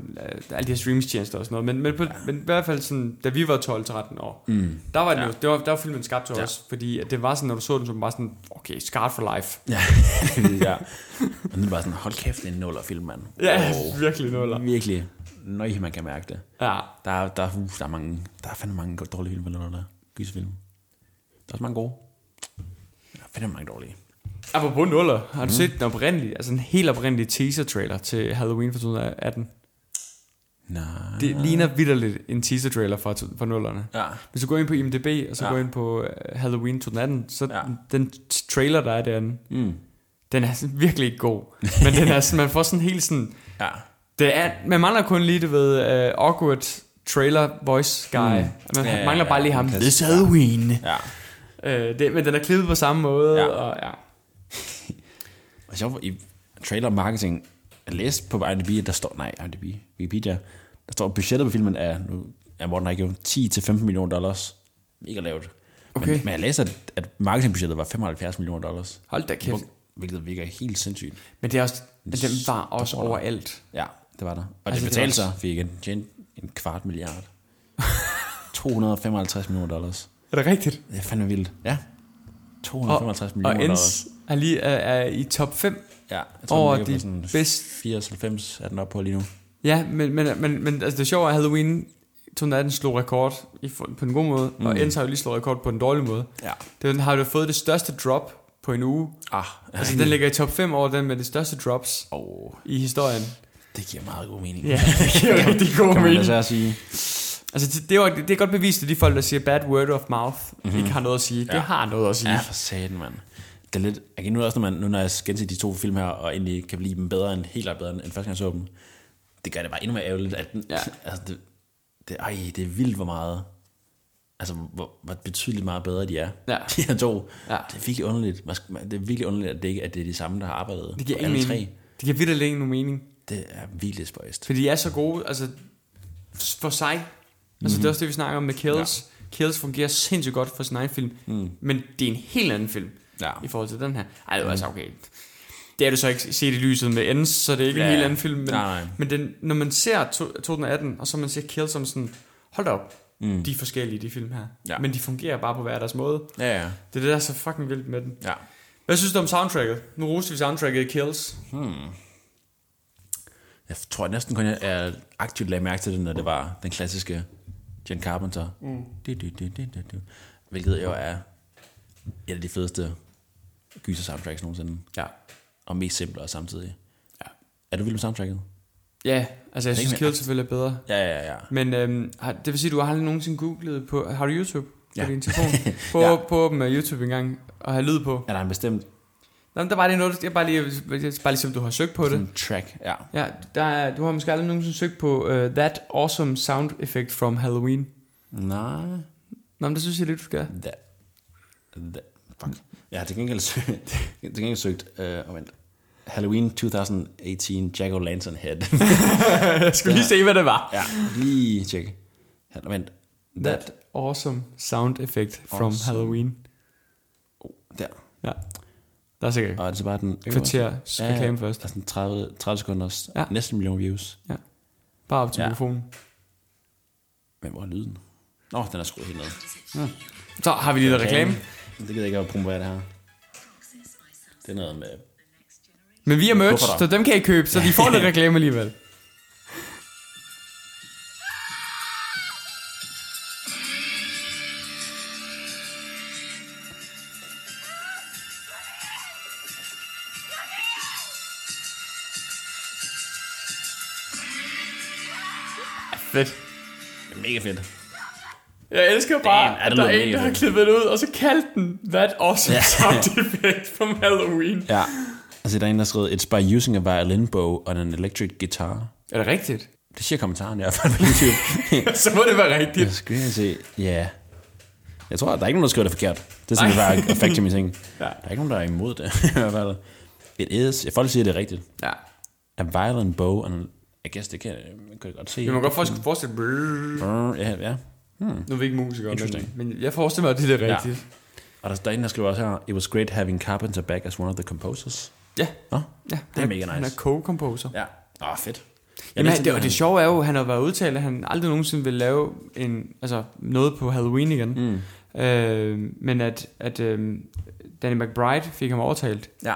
[SPEAKER 3] alle de her streamingstjenester og sådan noget, men, men, på, ja. men i hvert fald sådan, da vi var 12-13 år, mm. der, var den ja. jo, det var, der var filmen skabt til ja.
[SPEAKER 4] Ja.
[SPEAKER 3] os, fordi at det var sådan, når du så den, så var den bare sådan, okay, scarred for
[SPEAKER 4] <laughs>
[SPEAKER 3] life.
[SPEAKER 4] Ja, ja. Og den var sådan, hold kæft, det er en nullerfilm, mand.
[SPEAKER 3] Ja,
[SPEAKER 4] Wow.
[SPEAKER 3] oh. virkelig nuller.
[SPEAKER 4] Virkelig. Nøj, man kan mærke det.
[SPEAKER 3] Ja,
[SPEAKER 4] Der er, der, er- uh, der er, mange, der er fandme mange gode- dårlige film, eller noget der. Gyserfilm. Der er også mange gode. Der er fandme mange dårlige.
[SPEAKER 3] Apropos nuller, har
[SPEAKER 4] Mhm.
[SPEAKER 3] du mm. set den oprindelige, altså en helt oprindelig teaser-trailer til Halloween fra 2018?
[SPEAKER 4] Nej.
[SPEAKER 3] Det ligner vidderligt en teaser-trailer fra, fra nullerne.
[SPEAKER 4] Ah. Ja.
[SPEAKER 3] Hvis du går ind på IMDb, og så ja.
[SPEAKER 4] Ja.
[SPEAKER 3] går ind på øh, Halloween 2018, så ja.
[SPEAKER 4] Ja.
[SPEAKER 3] den trailer, der er derinde,
[SPEAKER 4] Mm.
[SPEAKER 3] den er sådan virkelig ikke god. Men den er sådan, man får sådan helt sådan...
[SPEAKER 4] Ja.
[SPEAKER 3] Det er, man mangler kun lige, det ved, uh, awkward trailer voice guy. Mm. Man
[SPEAKER 4] Hmm. Ja, ja,
[SPEAKER 3] ja, mangler
[SPEAKER 4] ja,
[SPEAKER 3] bare lige
[SPEAKER 4] ja,
[SPEAKER 3] ham.
[SPEAKER 4] kan-
[SPEAKER 3] This Halloween.
[SPEAKER 4] Ja.
[SPEAKER 3] Uh, det, men den er klippet på samme måde, ja.
[SPEAKER 4] Ja.
[SPEAKER 3] og ja.
[SPEAKER 4] Og så i trailer marketing, jeg læste på IMDb, at der står, nej, IMDb, Wikipedia, der står, at budgettet på filmen er, nu er Morten ikke 10-15 millioner dollars. Mega lavt.
[SPEAKER 3] Okay.
[SPEAKER 4] Men, men jeg læste, at, at marketingbudgettet var 75 millioner dollars.
[SPEAKER 3] Hold da kæft.
[SPEAKER 4] Hvilket virker helt sindssygt.
[SPEAKER 3] Men det er også, men den var også overalt.
[SPEAKER 4] Ja, det var der. Og
[SPEAKER 3] Altså,
[SPEAKER 4] altså,
[SPEAKER 3] det
[SPEAKER 4] det betalte
[SPEAKER 3] var-
[SPEAKER 4] sig, fik en, tjente en kvart milliard. <laughs> 255 millioner dollars.
[SPEAKER 3] Er det rigtigt?
[SPEAKER 4] Det er fandme vildt. Ja. 255
[SPEAKER 3] Og
[SPEAKER 4] millioner dollars.
[SPEAKER 3] Ends er lige uh, er i top 5
[SPEAKER 4] Ja, jeg
[SPEAKER 3] over
[SPEAKER 4] den ligger på
[SPEAKER 3] de bedste
[SPEAKER 4] 80-90 er den oppe på lige nu.
[SPEAKER 3] Ja, men, men, men, men altså det sjove er, at Halloween 2018 slog rekord i, for- på en god måde, mm. og Ends har jo lige slået rekord på en dårlig måde.
[SPEAKER 4] Ja.
[SPEAKER 3] Den har jo fået det største drop på en uge.
[SPEAKER 4] Ah,
[SPEAKER 3] Altså, den ligger i top 5 over den med de største drops
[SPEAKER 4] oh,
[SPEAKER 3] i historien.
[SPEAKER 4] det giver meget god mening.
[SPEAKER 3] Ja, <laughs> det giver rigtig god
[SPEAKER 4] Kan man
[SPEAKER 3] mening.
[SPEAKER 4] altså også sige.
[SPEAKER 3] Altså, det, det, er, jo- det er godt bevist, at de folk, der siger bad word of mouth, mm-hmm. ikke har noget at sige. Ja. Det har noget at sige.
[SPEAKER 4] Mhm. Ja,
[SPEAKER 3] Ja.
[SPEAKER 4] for satan, mand. Det er lidt, okay, nu, er det også, når, man, nu når jeg skal se de to film her, og egentlig kan blive dem bedre, end, helt klart bedre, end, end første gang jeg så dem, det gør det bare endnu mere ærgerligt, at den,
[SPEAKER 3] Ja.
[SPEAKER 4] ja. altså, det, det, ej, det er vildt, hvor meget, altså, hvor, hvor betydeligt meget bedre de er,
[SPEAKER 3] Ja.
[SPEAKER 4] <laughs> de her to.
[SPEAKER 3] Ja.
[SPEAKER 4] Det er virkelig underligt. Man skal, man- det er virkelig underligt, at det ikke at det er de samme, der har arbejdet
[SPEAKER 3] Det giver
[SPEAKER 4] på
[SPEAKER 3] ingen
[SPEAKER 4] alle
[SPEAKER 3] mening. Det giver vildt ingen mening.
[SPEAKER 4] Det er virkelig spøjst.
[SPEAKER 3] Fordi de er så gode, altså for sig. Altså mm-hmm.
[SPEAKER 4] Mhm.
[SPEAKER 3] det er også det, vi snakker om med Kills. Ja. Kills fungerer sindssygt godt for sin egen film, mm. men det er en helt anden film
[SPEAKER 4] Ja. Mm.
[SPEAKER 3] i forhold til den her. Ej, det var altså okay. Det er du så ikke set i lyset med Ends, så det er ikke ja.
[SPEAKER 4] Ja,
[SPEAKER 3] en helt
[SPEAKER 4] ja.
[SPEAKER 3] anden film. Men,
[SPEAKER 4] Nej, nej.
[SPEAKER 3] men den, når man ser to, 2018, og så man ser Kills som sådan, hold da op, mm. de er forskellige, de film her.
[SPEAKER 4] Ja.
[SPEAKER 3] Men de fungerer bare på hver deres måde.
[SPEAKER 4] Ja, ja.
[SPEAKER 3] Det er det, der er så fucking vildt med den.
[SPEAKER 4] ja.
[SPEAKER 3] Hvad synes du om soundtracket? Nu roste vi soundtracket i Kills.
[SPEAKER 4] Jeg tror næsten kun, jeg, jeg aktivt lagde mærke til det, når det var den klassiske John Carpenter. Mm. Du, du, du, du, du, du. Hvilket jo er et af de fedeste gyser soundtracks nogensinde.
[SPEAKER 3] Ja.
[SPEAKER 4] Og mest simple og samtidig.
[SPEAKER 3] Ja.
[SPEAKER 4] Er du vild med soundtracket?
[SPEAKER 3] Ja, altså jeg
[SPEAKER 4] ikke
[SPEAKER 3] synes
[SPEAKER 4] mere-
[SPEAKER 3] Kills selvfølgelig er bedre.
[SPEAKER 4] Ja, ja, ja.
[SPEAKER 3] Men øhm, har, det vil sige, du har aldrig nogensinde googlet på... Har du YouTube på
[SPEAKER 4] Ja.
[SPEAKER 3] din telefon?
[SPEAKER 4] <laughs>
[SPEAKER 3] Prøv
[SPEAKER 4] Ja.
[SPEAKER 3] ja. på at åbne YouTube engang og have lyd på.
[SPEAKER 4] Er der en bestemt
[SPEAKER 3] Nå, men der var lige noget, jeg bare lige, jeg skal bare lige se, om du har søgt på det.
[SPEAKER 4] sådan track? Ja.
[SPEAKER 3] Ja, der er, du har måske aldrig nogensinde søgt på uh, That Awesome Sound Effect from Halloween.
[SPEAKER 4] Nej.
[SPEAKER 3] Nå, men det synes jeg lidt, du skal.
[SPEAKER 4] Da. Da. Fuck. Jeg har til gengæld <laughs> søgt, til gengæld søgt øh, oh, vent. Halloween <laughs> 2018 Jack O'Lantern Head.
[SPEAKER 3] Jeg skulle lige se, hvad det var.
[SPEAKER 4] ja, lige tjek. Han- Vent. That.
[SPEAKER 3] That awesome sound effect from
[SPEAKER 4] Awesome.
[SPEAKER 3] Halloween.
[SPEAKER 4] Der.
[SPEAKER 3] Ja. Der er sikkert
[SPEAKER 4] Og altså bare den
[SPEAKER 3] kvarter
[SPEAKER 4] Ja,
[SPEAKER 3] reklame
[SPEAKER 4] ja.
[SPEAKER 3] først.
[SPEAKER 4] Der er sådan 30, 30 sekunder,
[SPEAKER 3] Ja.
[SPEAKER 4] ja. næsten en million views.
[SPEAKER 3] Ja. Bare op til
[SPEAKER 4] Ja.
[SPEAKER 3] mikrofonen.
[SPEAKER 4] Men hvor er lyden? Nå, den er skruet helt ned.
[SPEAKER 3] Så har vi lige lidt reklame.
[SPEAKER 4] Det gider jeg ikke at promovere det her. Det er noget med...
[SPEAKER 3] Men vi er merch,
[SPEAKER 4] Kufferter.
[SPEAKER 3] så dem kan I købe, så de
[SPEAKER 4] <laughs>
[SPEAKER 3] får lidt reklame alligevel. Fedt.
[SPEAKER 4] Mega fedt.
[SPEAKER 3] Jeg elsker
[SPEAKER 4] Damn,
[SPEAKER 3] bare,
[SPEAKER 4] er det
[SPEAKER 3] at der er
[SPEAKER 4] noget
[SPEAKER 3] en,
[SPEAKER 4] mega
[SPEAKER 3] der har
[SPEAKER 4] fedt.
[SPEAKER 3] klippet det ud, og så kaldt den That Awesome Sound Effect from Halloween.
[SPEAKER 4] Ja. Altså, der er en, der har skrevet, It's by using a violin bow on an electric guitar.
[SPEAKER 3] Er det rigtigt?
[SPEAKER 4] Det siger kommentaren i hvert fald på YouTube.
[SPEAKER 3] <laughs> Så må det være rigtigt.
[SPEAKER 4] jeg skal lige se. Ja. Jeg tror, der er ikke nogen, der skriver det forkert. Det er sådan, det bare er fact
[SPEAKER 3] <laughs>
[SPEAKER 4] ting. Ja. Der er ikke nogen, der er imod det. <laughs> I hvert fald. It is. Folk siger, det er rigtigt.
[SPEAKER 3] Ja.
[SPEAKER 4] A violin bow on... I guess det kan, man kan godt se.
[SPEAKER 3] Jeg må godt forestille, forestille brrr.
[SPEAKER 4] Brr, Ja, ja. Hmm.
[SPEAKER 3] Nu er vi ikke musikere, men,
[SPEAKER 4] Interesting.
[SPEAKER 3] men jeg forestiller mig, at det er
[SPEAKER 4] Ja.
[SPEAKER 3] rigtigt.
[SPEAKER 4] Og der, der er en, der skriver også her, It was great having Carpenter back as one of the composers.
[SPEAKER 3] Ja.
[SPEAKER 4] Nå?
[SPEAKER 3] ja.
[SPEAKER 4] Det er mega nice.
[SPEAKER 3] Han er co-composer. Ja.
[SPEAKER 4] Ja. Åh, fedt. Jeg
[SPEAKER 3] Jamen,
[SPEAKER 4] læste
[SPEAKER 3] det,
[SPEAKER 4] den
[SPEAKER 3] og
[SPEAKER 4] her-
[SPEAKER 3] det sjove er jo, at han har været udtalt, at han aldrig nogensinde vil lave en, altså noget på Halloween igen. Mm. Øh, men at, at øh, Danny McBride fik ham overtalt,
[SPEAKER 4] Ja.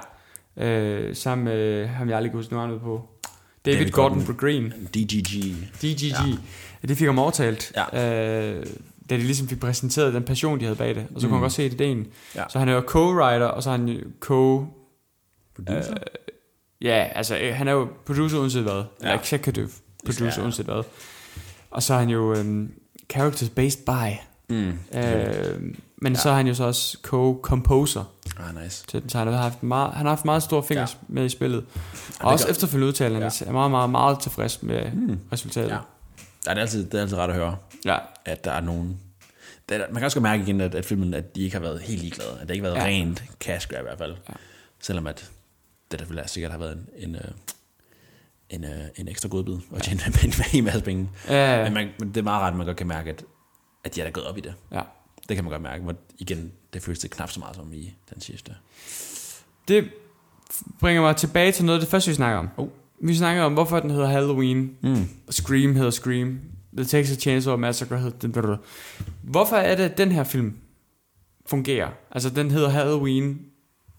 [SPEAKER 3] øh, sammen med ham, jeg aldrig kan huske navnet på, David,
[SPEAKER 4] David
[SPEAKER 3] Gordon,
[SPEAKER 4] Gordon.
[SPEAKER 3] Gordon Green.
[SPEAKER 4] DGG.
[SPEAKER 3] DGG. Ja. Det fik ham overtalt,
[SPEAKER 4] Ja.
[SPEAKER 3] øh, da de ligesom fik præsenteret den passion, de havde bag det. Og så mm. kunne han godt se ideen.
[SPEAKER 4] Ja.
[SPEAKER 3] Så han er jo co-writer, og så er han jo co...
[SPEAKER 4] Producer? Øh,
[SPEAKER 3] Ja, altså øh, han er jo producer uanset hvad. Ja. Eller executive producer
[SPEAKER 4] Ja.
[SPEAKER 3] uanset hvad. Og så er han jo øhm, characters based by.
[SPEAKER 4] mm.
[SPEAKER 3] Øh, men så er han jo så også co-composer
[SPEAKER 4] Ah, nice.
[SPEAKER 3] til den, så han har haft meget, han har haft meget store fingre ja. med i spillet. Og
[SPEAKER 4] det
[SPEAKER 3] også
[SPEAKER 4] gør-
[SPEAKER 3] efterfølgende udtaler han ja. er meget, meget, meget tilfreds med mm. resultatet.
[SPEAKER 4] Ja. ja det, er altid, det er altid rart at høre,
[SPEAKER 3] ja.
[SPEAKER 4] at der er nogen... Der, man kan også godt mærke igen, at, at filmen, at de ikke har været helt ligeglade. At det ikke har været
[SPEAKER 3] Ja.
[SPEAKER 4] ja. rent cash grab i hvert fald. Ja. Selvom at det der ville have sikkert have været en, en, øh, en, øh, en ekstra godbid og tjene <laughs> en, en, en masse penge.
[SPEAKER 3] Ja, Øh, ja.
[SPEAKER 4] Men, man, men det er meget rart, at man godt kan mærke, at, at de er da gået op i det.
[SPEAKER 3] ja.
[SPEAKER 4] Det kan man godt mærke. Hvor, igen, det føles det knap så meget som i den sidste.
[SPEAKER 3] Det bringer mig tilbage til noget af det første, vi snakker om.
[SPEAKER 4] Oh.
[SPEAKER 3] Vi snakker om, hvorfor den hedder Halloween. Mm. Scream hedder Scream. The Texas Chainsaw Massacre hedder... den- blablabla. Hvorfor er det, at den her film fungerer? Altså, den hedder Halloween.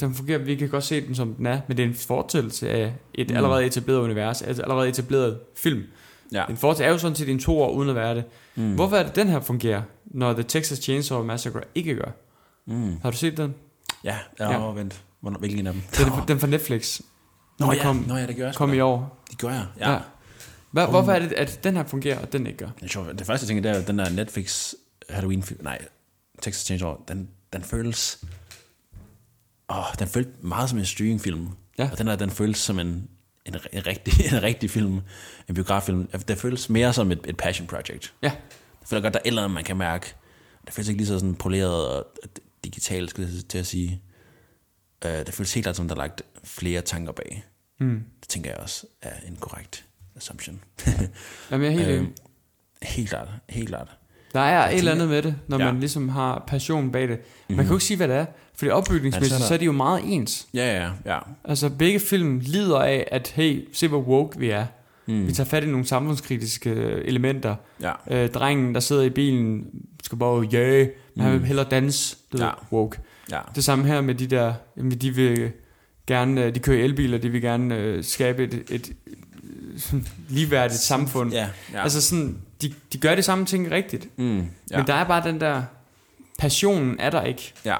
[SPEAKER 3] Den fungerer, vi kan godt se den, som den er, men det er en fortællelse af et mm. allerede etableret univers, altså allerede etableret film.
[SPEAKER 4] Ja.
[SPEAKER 3] En fortællelse er jo sådan set en to år uden at være det. Mm. Hvorfor er det, den her fungerer, når The Texas Chainsaw Massacre ikke gør? Mm. Har du set den?
[SPEAKER 4] Ja,
[SPEAKER 3] Ja.
[SPEAKER 4] ja. Åh, vent. Hvornår, hvilken af dem?
[SPEAKER 3] Den, er- den er fra Netflix.
[SPEAKER 4] Nå,
[SPEAKER 3] Den
[SPEAKER 4] ja.
[SPEAKER 3] kom,
[SPEAKER 4] Nå ja, det gør jeg sgu
[SPEAKER 3] kom
[SPEAKER 4] da.
[SPEAKER 3] i år.
[SPEAKER 4] Det gør jeg, ja.
[SPEAKER 3] Ja.
[SPEAKER 4] ja.
[SPEAKER 3] Hva, hvorfor er det, at den her fungerer, og den ikke gør?
[SPEAKER 4] Det, er sjovt. det første, jeg tænker, det er jo den der Netflix Halloween film. Nej, Texas Chainsaw. Den, den føles... Åh, den føles meget som en streamingfilm.
[SPEAKER 3] Ja.
[SPEAKER 4] Og den der, den føles som en, en, ri- en, rigtig, <laughs> en rigtig film. En biograffilm. Den føles mere som et, et passion project.
[SPEAKER 3] Ja.
[SPEAKER 4] Jeg føler godt, der er et eller andet, man kan mærke. Det føles ikke lige så sådan poleret og digitalt, skulle jeg til at sige. Uh, det føles helt klart, som der er lagt flere tanker bag. Mm. Det tænker jeg også er en korrekt assumption.
[SPEAKER 3] Jamen, jeg er helt
[SPEAKER 4] Øhm,
[SPEAKER 3] øhm,
[SPEAKER 4] helt klart, helt klart.
[SPEAKER 3] Der er et
[SPEAKER 4] tænker-
[SPEAKER 3] eller andet med det, når ja.
[SPEAKER 4] Ja. Mhm.
[SPEAKER 3] man ligesom har passion bag det. Man kan jo ikke sige, hvad det er, fordi opbygningsmæssigt,
[SPEAKER 4] Ja, så er
[SPEAKER 3] så,
[SPEAKER 4] der-
[SPEAKER 3] er de jo meget ens.
[SPEAKER 4] Ja, ja, ja.
[SPEAKER 3] Altså, begge film lider af, at hey, se hvor woke vi er.
[SPEAKER 4] Mhm.
[SPEAKER 3] Mm. Vi tager fat i nogle samfundskritiske øh, elementer.
[SPEAKER 4] Ja.
[SPEAKER 3] Øh, drengen, der sidder i bilen, skal bare jage, yeah, men han vil hellere danse, du
[SPEAKER 4] Mhm.
[SPEAKER 3] ja.
[SPEAKER 4] Ja.
[SPEAKER 3] ved, woke.
[SPEAKER 4] ja.
[SPEAKER 3] Det samme her med de der, jamen, de vil gerne, øh, de kører i elbiler, de vil gerne øh, skabe et, et <laughs> øh, ligeværdigt samfund.
[SPEAKER 4] Ja, ja.
[SPEAKER 3] Altså sådan, de, de gør de samme ting rigtigt,
[SPEAKER 4] Mm, ja.
[SPEAKER 3] men der er bare den der, passionen er der ikke.
[SPEAKER 4] ja.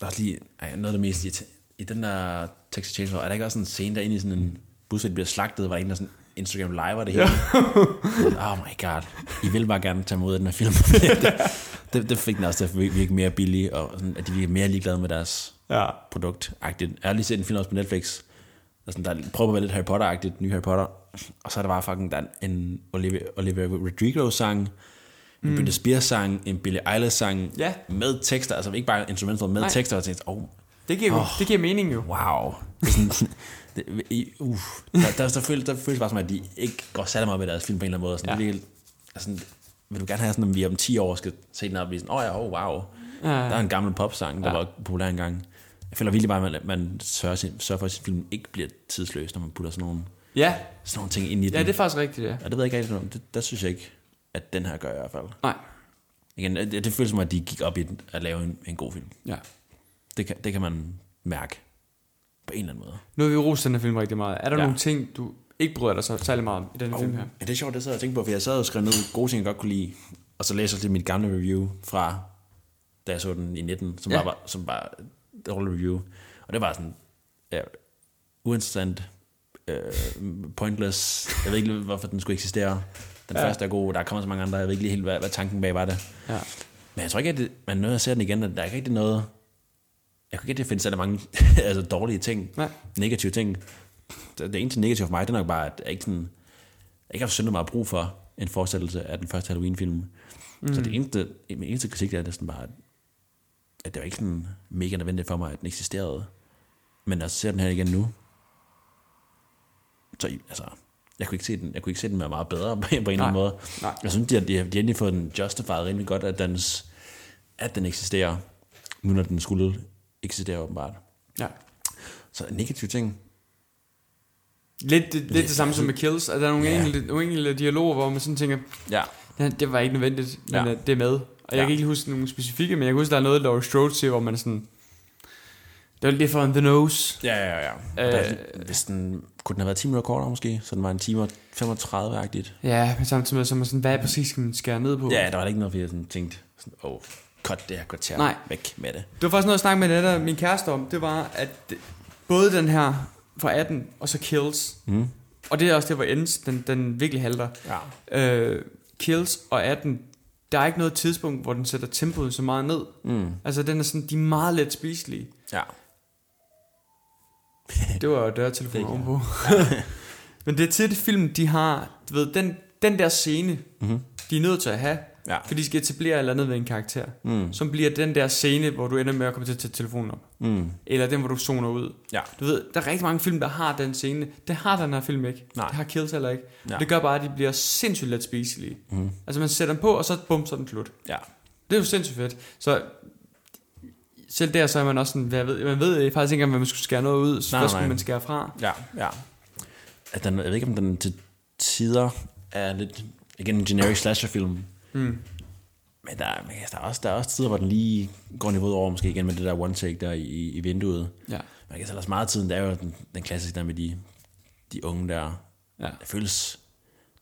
[SPEAKER 4] Der er også lige ej, noget af det mest irrita- i den der Texas Chainsaw, er der ikke også sådan en scene, der er inde i sådan en bus, hvor de bliver slagtet, hvor der er en, der sådan Instagram live det hele. oh my god. I vil bare gerne tage imod af den her film. <laughs> det, det, det, fik den også til at virke mere billig, og sådan, at de virker mere ligeglade med deres
[SPEAKER 3] Ja.
[SPEAKER 4] produkt -agtigt. Jeg har lige set en film også på Netflix, der, sådan, der prøver at være lidt Harry Potter-agtigt, ny Harry Potter, og så er der bare fucking der er en Olivia, Olivia Rodrigo-sang, en Britney Spears-sang, en Billie Eilish-sang,
[SPEAKER 3] Mm. Ja.
[SPEAKER 4] med tekster, altså ikke bare instrumental, med tekster, og jeg tænkte, oh,
[SPEAKER 3] Det giver, oh. det giver mening jo.
[SPEAKER 4] wow. Det er
[SPEAKER 3] <laughs>
[SPEAKER 4] sådan, det, i- uh, der, der, der, føles, der føles bare som, at de ikke går særlig meget med deres film på en eller anden måde. Sådan,
[SPEAKER 3] Ja.
[SPEAKER 4] ja. det, er helt- altså, vil du gerne have sådan, at vi om 10 år skal se den op og blive sådan, åh oh ja, oh, wow,
[SPEAKER 3] Ja.
[SPEAKER 4] der er en gammel popsang, der
[SPEAKER 3] Ja.
[SPEAKER 4] ja. var populær engang. Jeg føler virkelig bare, at man, man sørger, sin, sørger for, at sin film ikke bliver tidsløs, når man putter sådan nogle,
[SPEAKER 3] Ja,
[SPEAKER 4] sådan nogle ting ind i den.
[SPEAKER 3] ja det er faktisk rigtigt, ja.
[SPEAKER 4] Og det ved jeg ikke rigtig om. Det, der synes jeg ikke, at den her gør i hvert fald.
[SPEAKER 3] Nej,
[SPEAKER 4] Igen, det, det føles som, at de gik op i at lave en, en god film.
[SPEAKER 3] ja.
[SPEAKER 4] Det kan, det kan man mærke på en eller anden måde.
[SPEAKER 3] Nu har vi rost den her film rigtig meget. Er der ja.
[SPEAKER 4] Ja. Oh.
[SPEAKER 3] nogle ting, du ikke bryder dig så særlig meget om i den her film her?
[SPEAKER 4] Ja, det er sjovt, det sad jeg og tænkte på, for jeg sad og skrev ned gode ting, jeg godt kunne lide, og så læser jeg til mit gamle review fra, da jeg så den i 19, som
[SPEAKER 3] Ja.
[SPEAKER 4] ja. var, som var et dårligt review. Og det var sådan, ja, uinteressant, øh, pointless, jeg ved ikke, lige, hvorfor den skulle eksistere. Den
[SPEAKER 3] Ja.
[SPEAKER 4] ja. første er god, der kommer så mange andre, jeg ved ikke lige helt, hvad, hvad tanken bag var det.
[SPEAKER 3] Ja.
[SPEAKER 4] Men jeg tror ikke, at det, man nåede at se den igen, at der er ikke rigtig noget... Jeg kan ikke rigtig finde særlig mange <laughs> altså dårlige ting,
[SPEAKER 3] Nej.
[SPEAKER 4] negative ting. Det, det eneste negative for mig, det er nok bare, at jeg ikke, sådan, jeg ikke har syndet meget brug for en fortsættelse af den første Halloween-film. Mm. Så det eneste, min eneste kritik er næsten bare, at- at det var ikke sådan mega nødvendigt for mig, at den eksisterede. Men når jeg ser den her igen nu, så altså, jeg kunne ikke se den, jeg kunne ikke se den være meget bedre på en eller
[SPEAKER 3] Nej.
[SPEAKER 4] anden måde.
[SPEAKER 3] Nej.
[SPEAKER 4] Jeg synes, de har, de har de har endelig fået den justified rimelig godt, at, dens, at den eksisterer, nu når den skulle eksistere åbenbart.
[SPEAKER 3] Ja.
[SPEAKER 4] Så negative ting.
[SPEAKER 3] Lidt, det, lidt det samme som med Kills, at der er nogle,
[SPEAKER 4] Ja.
[SPEAKER 3] yeah. enkelte, nogle enkelte dialoger, hvor man sådan tænker,
[SPEAKER 4] Ja.
[SPEAKER 3] ja, det var ikke nødvendigt, men
[SPEAKER 4] Ja.
[SPEAKER 3] ja. det er med. Og jeg
[SPEAKER 4] Ja.
[SPEAKER 3] kan ikke huske nogle specifikke, men jeg kan huske, der er noget, Laurie Strode siger, hvor man er sådan, det var lidt for on the nose.
[SPEAKER 4] Ja, ja, ja.
[SPEAKER 3] Øh.
[SPEAKER 4] Øh, der, hvis den, kunne den have været 10 minutter kortere måske, så den var en time og 35-agtigt.
[SPEAKER 3] Ja, men samtidig med, så er man sådan, hvad præcis skal man skære ned på?
[SPEAKER 4] Ja, der var da ikke noget, vi havde sådan tænkt, sådan, oh, cut det her kvarter
[SPEAKER 3] Nej.
[SPEAKER 4] væk med det.
[SPEAKER 3] Det var faktisk noget, jeg snakkede med Netta, min kæreste om, det var, at det- både den her fra 18, og så Kills,
[SPEAKER 4] Mm.
[SPEAKER 3] og det er også det, hvor ends, den, den virkelig halter.
[SPEAKER 4] Ja.
[SPEAKER 3] øh, Kills og 18, der er ikke noget tidspunkt, hvor den sætter tempoet så meget ned.
[SPEAKER 4] Mm.
[SPEAKER 3] Altså, den er sådan, de er meget let spiselige.
[SPEAKER 4] Ja.
[SPEAKER 3] Det var jo dørtelefonen ovenpå. <laughs> Men det er tit film, de har, du ved, den, den der scene, mm-hmm. de er nødt til at have,
[SPEAKER 4] Ja.
[SPEAKER 3] for de skal etablere et eller andet ved en karakter. Mm. Som bliver den der scene, hvor du ender med at komme til at tage telefonen op.
[SPEAKER 4] Mm.
[SPEAKER 3] Eller den, hvor du zoner ud.
[SPEAKER 4] Ja.
[SPEAKER 3] Du ved, der er rigtig mange film, der har den scene. Det har den her film ikke.
[SPEAKER 4] Nej.
[SPEAKER 3] Det har Kills heller ikke.
[SPEAKER 4] Nej.
[SPEAKER 3] Det gør bare, at de bliver sindssygt let spiselige. Mm. Altså man sætter dem på, og så bum, så er den slut.
[SPEAKER 4] Ja.
[SPEAKER 3] Det er jo sindssygt fedt. Så selv der, så er man også sådan, hvad jeg ved, man ved faktisk ikke engang, hvad man skulle skære noget ud, så
[SPEAKER 4] Nej,
[SPEAKER 3] hvad
[SPEAKER 4] nej.
[SPEAKER 3] skulle man skære fra.
[SPEAKER 4] Ja, ja. At den, jeg ved ikke, om den til tider er lidt, igen, en generic slasherfilm.
[SPEAKER 3] Mm.
[SPEAKER 4] Men der, er- men altså, der, er også, der er også tider, hvor den lige går niveauet over, måske igen med det der one take der i, i vinduet.
[SPEAKER 3] Ja.
[SPEAKER 4] Man kan så ellers meget af tiden, der er jo den, den klassiske der med de, de unge der.
[SPEAKER 3] Ja.
[SPEAKER 4] Det føles,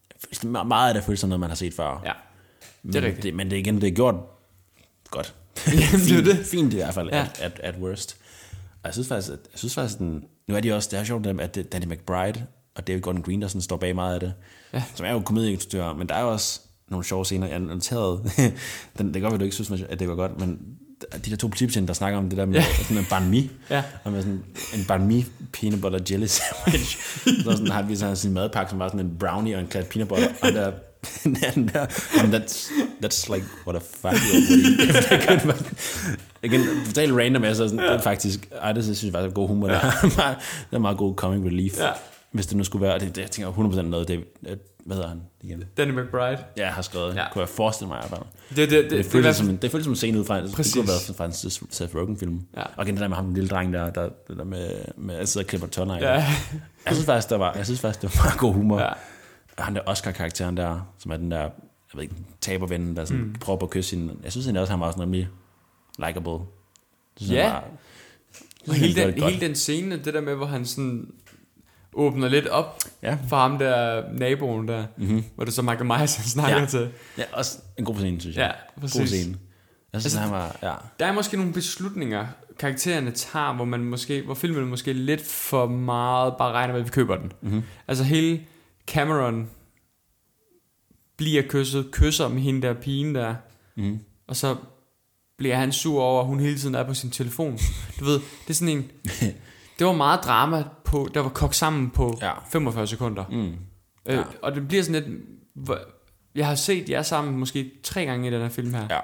[SPEAKER 4] det føles meget- meget af det føles som noget, man har set før.
[SPEAKER 3] ja.
[SPEAKER 4] men
[SPEAKER 3] det er rigtigt.
[SPEAKER 4] Det, men det, er igen, det er gjort godt.
[SPEAKER 3] <laughs> Jamen, det er jo
[SPEAKER 4] fint,
[SPEAKER 3] det.
[SPEAKER 4] fint i hvert fald,
[SPEAKER 3] Ja.
[SPEAKER 4] ja. at, at, at worst. Og jeg synes faktisk, at, jeg synes faktisk den, nu er de også, det er sjovt, at det- Danny McBride og David Gordon Green, der sådan står bag meget af det, ja. som er jo komedieinstruktører, men der er jo også nogle sjove scener, jeg noterede, <laughs> den, det kan godt være, du ikke synes, at det var godt, men de der to politibetjente, der snakker om det der med,
[SPEAKER 3] Ja.
[SPEAKER 4] ja. sådan en banh mi,
[SPEAKER 3] Ja.
[SPEAKER 4] og med sådan en banh mi peanut butter jelly
[SPEAKER 3] <laughs>
[SPEAKER 4] sandwich, så sådan, har vi sådan sin madpakke, som var sådan en brownie og en klat peanut butter, og der, den anden der, <laughs> and that's, that's like, what a fuck <laughs> you Igen, totalt random, altså sådan, ja. det er faktisk, ej, <laughs> det synes jeg faktisk er god humor, ja. der, er meget, der er meget god comic relief,
[SPEAKER 3] Ja.
[SPEAKER 4] hvis det nu skulle være, og det, det jeg tænker jeg 100% noget, det, øh, hvad hedder han igen?
[SPEAKER 3] Danny McBride.
[SPEAKER 4] Ja, jeg har skrevet,
[SPEAKER 3] Ja.
[SPEAKER 4] ja. kunne jeg forestille mig i hvert fald.
[SPEAKER 3] Det, det, det,
[SPEAKER 4] Det,
[SPEAKER 3] det, det,
[SPEAKER 4] føltes
[SPEAKER 3] det,
[SPEAKER 4] som, en- det føltes som en scene ud fra en,
[SPEAKER 3] Præcis.
[SPEAKER 4] det kunne have været fra en Seth Rogen-film.
[SPEAKER 3] Ja.
[SPEAKER 4] Og igen det der med ham, den lille dreng, der, der, det der med, med at sidde og klipper tårner.
[SPEAKER 3] ja.
[SPEAKER 4] Ja. Jeg synes faktisk, der var, jeg synes faktisk, det var meget god humor.
[SPEAKER 3] Ja.
[SPEAKER 4] Ja. Og han der Oscar-karakteren der, som er den der, jeg ved ikke, taberven, der sådan, mm. prøver på at kysse hende. Jeg synes egentlig også, han var også nemlig likable. Jeg Synes,
[SPEAKER 3] Ja.
[SPEAKER 4] han var,
[SPEAKER 3] Og hele den, hele den scene, det der med, hvor han sådan åbner lidt op
[SPEAKER 4] Ja. Mhm.
[SPEAKER 3] for ham der naboen der, mm-hmm. hvor det så Michael Myers han snakker
[SPEAKER 4] Ja.
[SPEAKER 3] til.
[SPEAKER 4] ja, også en god scene, synes jeg.
[SPEAKER 3] Ja, præcis.
[SPEAKER 4] God scene. Jeg synes,
[SPEAKER 3] Altså,
[SPEAKER 4] altså, han var, ja.
[SPEAKER 3] Der er måske nogle beslutninger, karaktererne tager, hvor, man måske, hvor filmen måske lidt for meget bare regner med, at vi køber den.
[SPEAKER 4] Mhm.
[SPEAKER 3] Mm-hmm. Altså hele Cameron bliver kysset, kysser med hende der pigen der,
[SPEAKER 4] Mm.
[SPEAKER 3] og så bliver han sur over, at hun hele tiden er på sin telefon. Du ved, det er
[SPEAKER 4] <laughs>
[SPEAKER 3] sådan en... Det var meget drama, på, der var kogt sammen på ja.
[SPEAKER 4] Ja.
[SPEAKER 3] 45 sekunder.
[SPEAKER 4] Mm.
[SPEAKER 3] Øh,
[SPEAKER 4] Ja.
[SPEAKER 3] og det bliver sådan lidt... hvor- Jeg har set jer sammen måske tre gange i den her film her.
[SPEAKER 4] ja.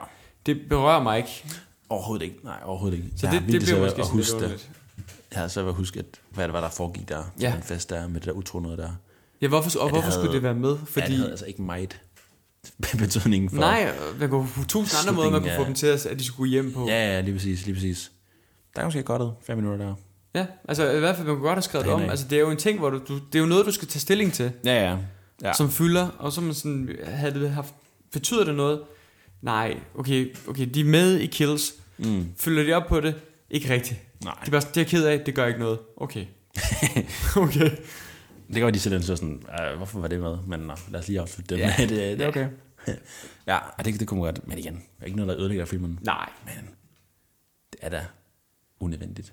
[SPEAKER 3] Det berører mig ikke.
[SPEAKER 4] Overhovedet ikke. Nej, overhovedet ikke.
[SPEAKER 3] Så
[SPEAKER 4] Jeg
[SPEAKER 3] ja,
[SPEAKER 4] har
[SPEAKER 3] det, det
[SPEAKER 4] virkelig
[SPEAKER 3] bliver
[SPEAKER 4] svært
[SPEAKER 3] måske
[SPEAKER 4] at
[SPEAKER 3] sådan lidt
[SPEAKER 4] huske det.
[SPEAKER 3] underligt.
[SPEAKER 4] Jeg havde svært ved at huske, at, hvad det var, der foregik der på
[SPEAKER 3] Ja.
[SPEAKER 4] ja. den fest der, med det der utro noget der.
[SPEAKER 3] Ja, hvorfor, og
[SPEAKER 4] det
[SPEAKER 3] hvorfor
[SPEAKER 4] havde-
[SPEAKER 3] skulle det være med?
[SPEAKER 4] Fordi... Ja,
[SPEAKER 3] Fordi,
[SPEAKER 4] det havde altså ikke meget. <laughs> betydningen for...
[SPEAKER 3] Nej, man kunne på tusind andre måder, man
[SPEAKER 4] Slutningen
[SPEAKER 3] kunne få
[SPEAKER 4] af-
[SPEAKER 3] dem til, at at de skulle gå hjem på.
[SPEAKER 4] Ja, ja, lige præcis, lige præcis. Der er måske godt fem minutter der.
[SPEAKER 3] ja altså i hvert fald, man kunne godt have skrevet det om.
[SPEAKER 4] Derhenad.
[SPEAKER 3] Altså, det er jo en ting, hvor du, du, det er jo noget, du skal tage stilling til,
[SPEAKER 4] Ja, ja. ja.
[SPEAKER 3] ja. som fylder, og så er man sådan, havde det haft, betyder det noget? Nej, okay, okay, de er med i kills.
[SPEAKER 4] Mm.
[SPEAKER 3] Fylder de op på det? Ikke rigtigt.
[SPEAKER 4] Nej.
[SPEAKER 3] De er bare, sådan, det er jeg ked af, det gør ikke noget. <laughs> Okay. okay.
[SPEAKER 4] Det kan godt, de sætter den så sådan, "Ej, hvorfor var det med? Men nå, lad os lige afslutte det.
[SPEAKER 3] Ja,
[SPEAKER 4] med <laughs> det,
[SPEAKER 3] Det er okay.
[SPEAKER 4] Ja, og det, det kunne man godt. Men igen, der er ikke noget, der ødelægger filmen.
[SPEAKER 3] Nej.
[SPEAKER 4] Men det er da unødvendigt.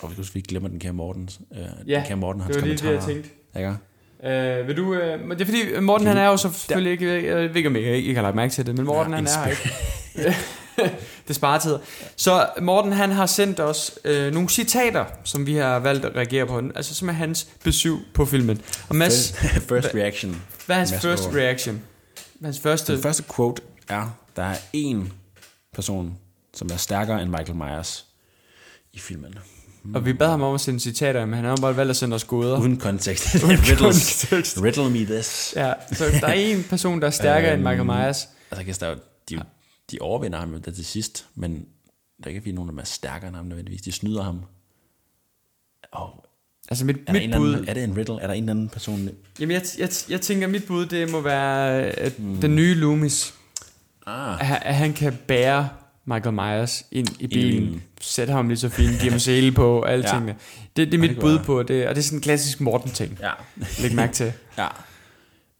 [SPEAKER 4] Og vi skal huske, at vi ikke glemmer den kære Mortens. Øh, ja, den kære Morten, hans
[SPEAKER 3] det var lige det,
[SPEAKER 4] kommentarer.
[SPEAKER 3] jeg tænkte.
[SPEAKER 4] Ikke?
[SPEAKER 3] Øh, vil du, øh, men det er fordi, øh, Morten han er jo så selvfølgelig ikke, jeg, jeg ved ikke om jeg ikke jeg har lagt mærke til det, men Morten
[SPEAKER 4] Nej,
[SPEAKER 3] han
[SPEAKER 4] en
[SPEAKER 3] er her ikke. <laughs> det sparer tid. Så Morten han har sendt os øh, nogle citater, som vi har valgt at reagere på, altså som er hans besøg på filmen. Og Mads,
[SPEAKER 4] First reaction.
[SPEAKER 3] hvad er hans
[SPEAKER 4] Mads
[SPEAKER 3] first
[SPEAKER 4] Aagaard.
[SPEAKER 3] reaction? Hvad er Hans første,
[SPEAKER 4] Den første quote er, der er én person, som er stærkere end Michael Myers i filmen.
[SPEAKER 3] og vi bad ham om at sende citater, men han har jo bare valgt at sende os gåder.
[SPEAKER 4] Uden kontekst.
[SPEAKER 3] Uden
[SPEAKER 4] <laughs> Riddles.
[SPEAKER 3] kontekst.
[SPEAKER 4] Riddle me this.
[SPEAKER 3] Ja, så der er en person, der er stærkere end Michael Myers.
[SPEAKER 4] Altså, jeg kan der er jo, de, de overvinder ham jo der til sidst, men der er ikke fordi nogen, der er stærkere end ham nødvendigvis. De snyder ham. Og
[SPEAKER 3] Altså mit,
[SPEAKER 4] er, der en
[SPEAKER 3] mit
[SPEAKER 4] eller
[SPEAKER 3] bud,
[SPEAKER 4] anden, er det en riddle? Er der en eller anden person?
[SPEAKER 3] Jamen, jeg, jeg, jeg tænker, mit bud, det må være at den nye Loomis.
[SPEAKER 4] Hmm. Ah.
[SPEAKER 3] At, han- at han kan bære Michael Myers ind i bilen.
[SPEAKER 4] bilen.
[SPEAKER 3] Sætte ham lige så fint,
[SPEAKER 4] <laughs>
[SPEAKER 3] give ham sele på, og alle ja.
[SPEAKER 4] Ja.
[SPEAKER 3] tingene. Det, det er mit
[SPEAKER 4] det kunne
[SPEAKER 3] bud
[SPEAKER 4] være.
[SPEAKER 3] på det, og det er sådan en klassisk Morten-ting.
[SPEAKER 4] Ja.
[SPEAKER 3] Læg mærke
[SPEAKER 4] <laughs>
[SPEAKER 3] til.
[SPEAKER 4] ja.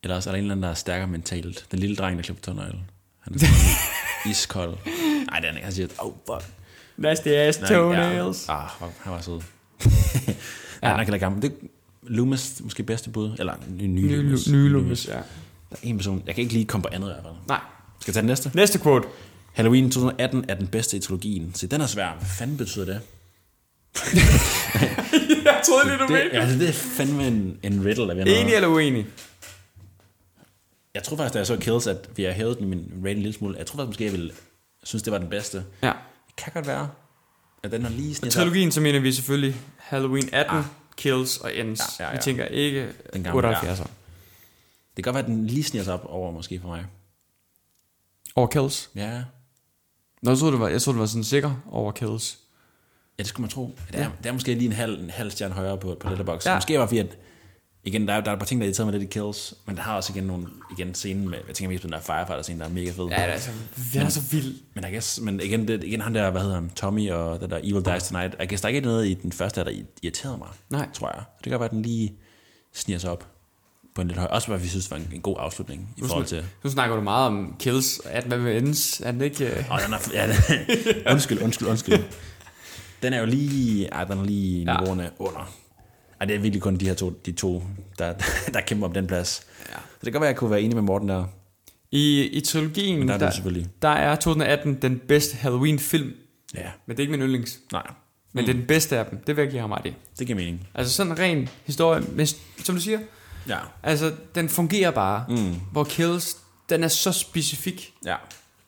[SPEAKER 4] Eller også er der en eller anden, der er stærkere mentalt. Den lille dreng, der klipper tårnøglen. <laughs> Han er iskold. Nej, det er han ikke. Han siger, oh, fuck.
[SPEAKER 3] Nasty ass
[SPEAKER 4] Nej,
[SPEAKER 3] toenails.
[SPEAKER 4] Ja. Ah, hvor- han var <laughs> sød. ja.
[SPEAKER 3] Ja.
[SPEAKER 4] Nej, nok heller ikke ham. Det er Loomis måske bedste bud. Eller ny, ny,
[SPEAKER 3] Nye,
[SPEAKER 4] Loomis.
[SPEAKER 3] Lu- nye Loomis, ja.
[SPEAKER 4] Der er en person. Jeg kan ikke lige komme på andet i hvert fald.
[SPEAKER 3] Nej.
[SPEAKER 4] Skal jeg tage den næste?
[SPEAKER 3] Næste quote.
[SPEAKER 4] Halloween 2018 er den bedste i trilogien. Se, den er svær. Hvad fanden betyder det?
[SPEAKER 3] <laughs> Jeg troede lige, du
[SPEAKER 4] Det,
[SPEAKER 3] mente
[SPEAKER 4] altså, det er fandme en, en riddle, der vi har
[SPEAKER 3] Enig
[SPEAKER 4] noget.
[SPEAKER 3] eller uenig?
[SPEAKER 4] Jeg tror faktisk, da jeg så Kills, at vi har hævet den i min rating en lille smule. Jeg tror faktisk, måske jeg ville synes, det var den bedste.
[SPEAKER 3] Ja.
[SPEAKER 4] Det kan godt være, at den har lige snedet op.
[SPEAKER 3] Trilogien, så mener vi selvfølgelig Halloween 18, Kills og Ends.
[SPEAKER 4] Ja, ja,
[SPEAKER 3] Vi
[SPEAKER 4] ja.
[SPEAKER 3] tænker ikke
[SPEAKER 4] Den gamle,
[SPEAKER 3] 78'er.
[SPEAKER 4] Det kan godt være, at den lige snedet op over måske for mig.
[SPEAKER 3] Over Kills.
[SPEAKER 4] Ja,
[SPEAKER 3] Nå, jeg troede, det var, jeg troede, det var sådan sikker over Kills.
[SPEAKER 4] Ja, det skulle man tro. Det er, det er måske lige en halv, en halv stjerne højere på, på Letterboxd.
[SPEAKER 3] Ja.
[SPEAKER 4] Ja. Måske var fordi, at igen, der er, der er et par ting, der irriterer mig lidt i Kills, men der har også igen nogle igen scenen med, jeg tænker mest på den der Firefighter scene, der er mega fed.
[SPEAKER 3] Ja, det er altså, den er så vild.
[SPEAKER 4] Men, I guess, men igen, det, igen ham der, hvad hedder han, Tommy og den der Evil Dies Tonight, I guess, der er ikke noget i den første, der irriterede mig,
[SPEAKER 3] Nej.
[SPEAKER 4] tror jeg. Så det kan godt være, at den lige sniger sig op på en lidt høj. Også hvad vi synes var en, en god afslutning i forhold til...
[SPEAKER 3] Nu snakker du meget om kills, at man vil ends, er den ikke... øh,
[SPEAKER 4] Åh, den er, ja, den, <laughs> undskyld, undskyld, undskyld. Den er jo lige, ej, den er lige
[SPEAKER 3] Ja.
[SPEAKER 4] niveauerne under. Ej, det er virkelig kun de her to, de to der, <laughs> der kæmper om den plads.
[SPEAKER 3] Ja.
[SPEAKER 4] Så det kan godt være, at jeg kunne være enig med Morten der.
[SPEAKER 3] I, i trilogien,
[SPEAKER 4] Men der er det jo
[SPEAKER 3] der,
[SPEAKER 4] selvfølgelig.
[SPEAKER 3] der er 2018 den bedste Halloween-film,
[SPEAKER 4] Ja,
[SPEAKER 3] men det er ikke min yndlings.
[SPEAKER 4] nej,
[SPEAKER 3] Men mm. det er den bedste af dem, det vil jeg give ham ret i.
[SPEAKER 4] det giver mening.
[SPEAKER 3] Altså sådan en ren historie, men som du siger,
[SPEAKER 4] Ja.
[SPEAKER 3] altså den fungerer bare. Mm. Hvor kills, den er så specifik,
[SPEAKER 4] Ja.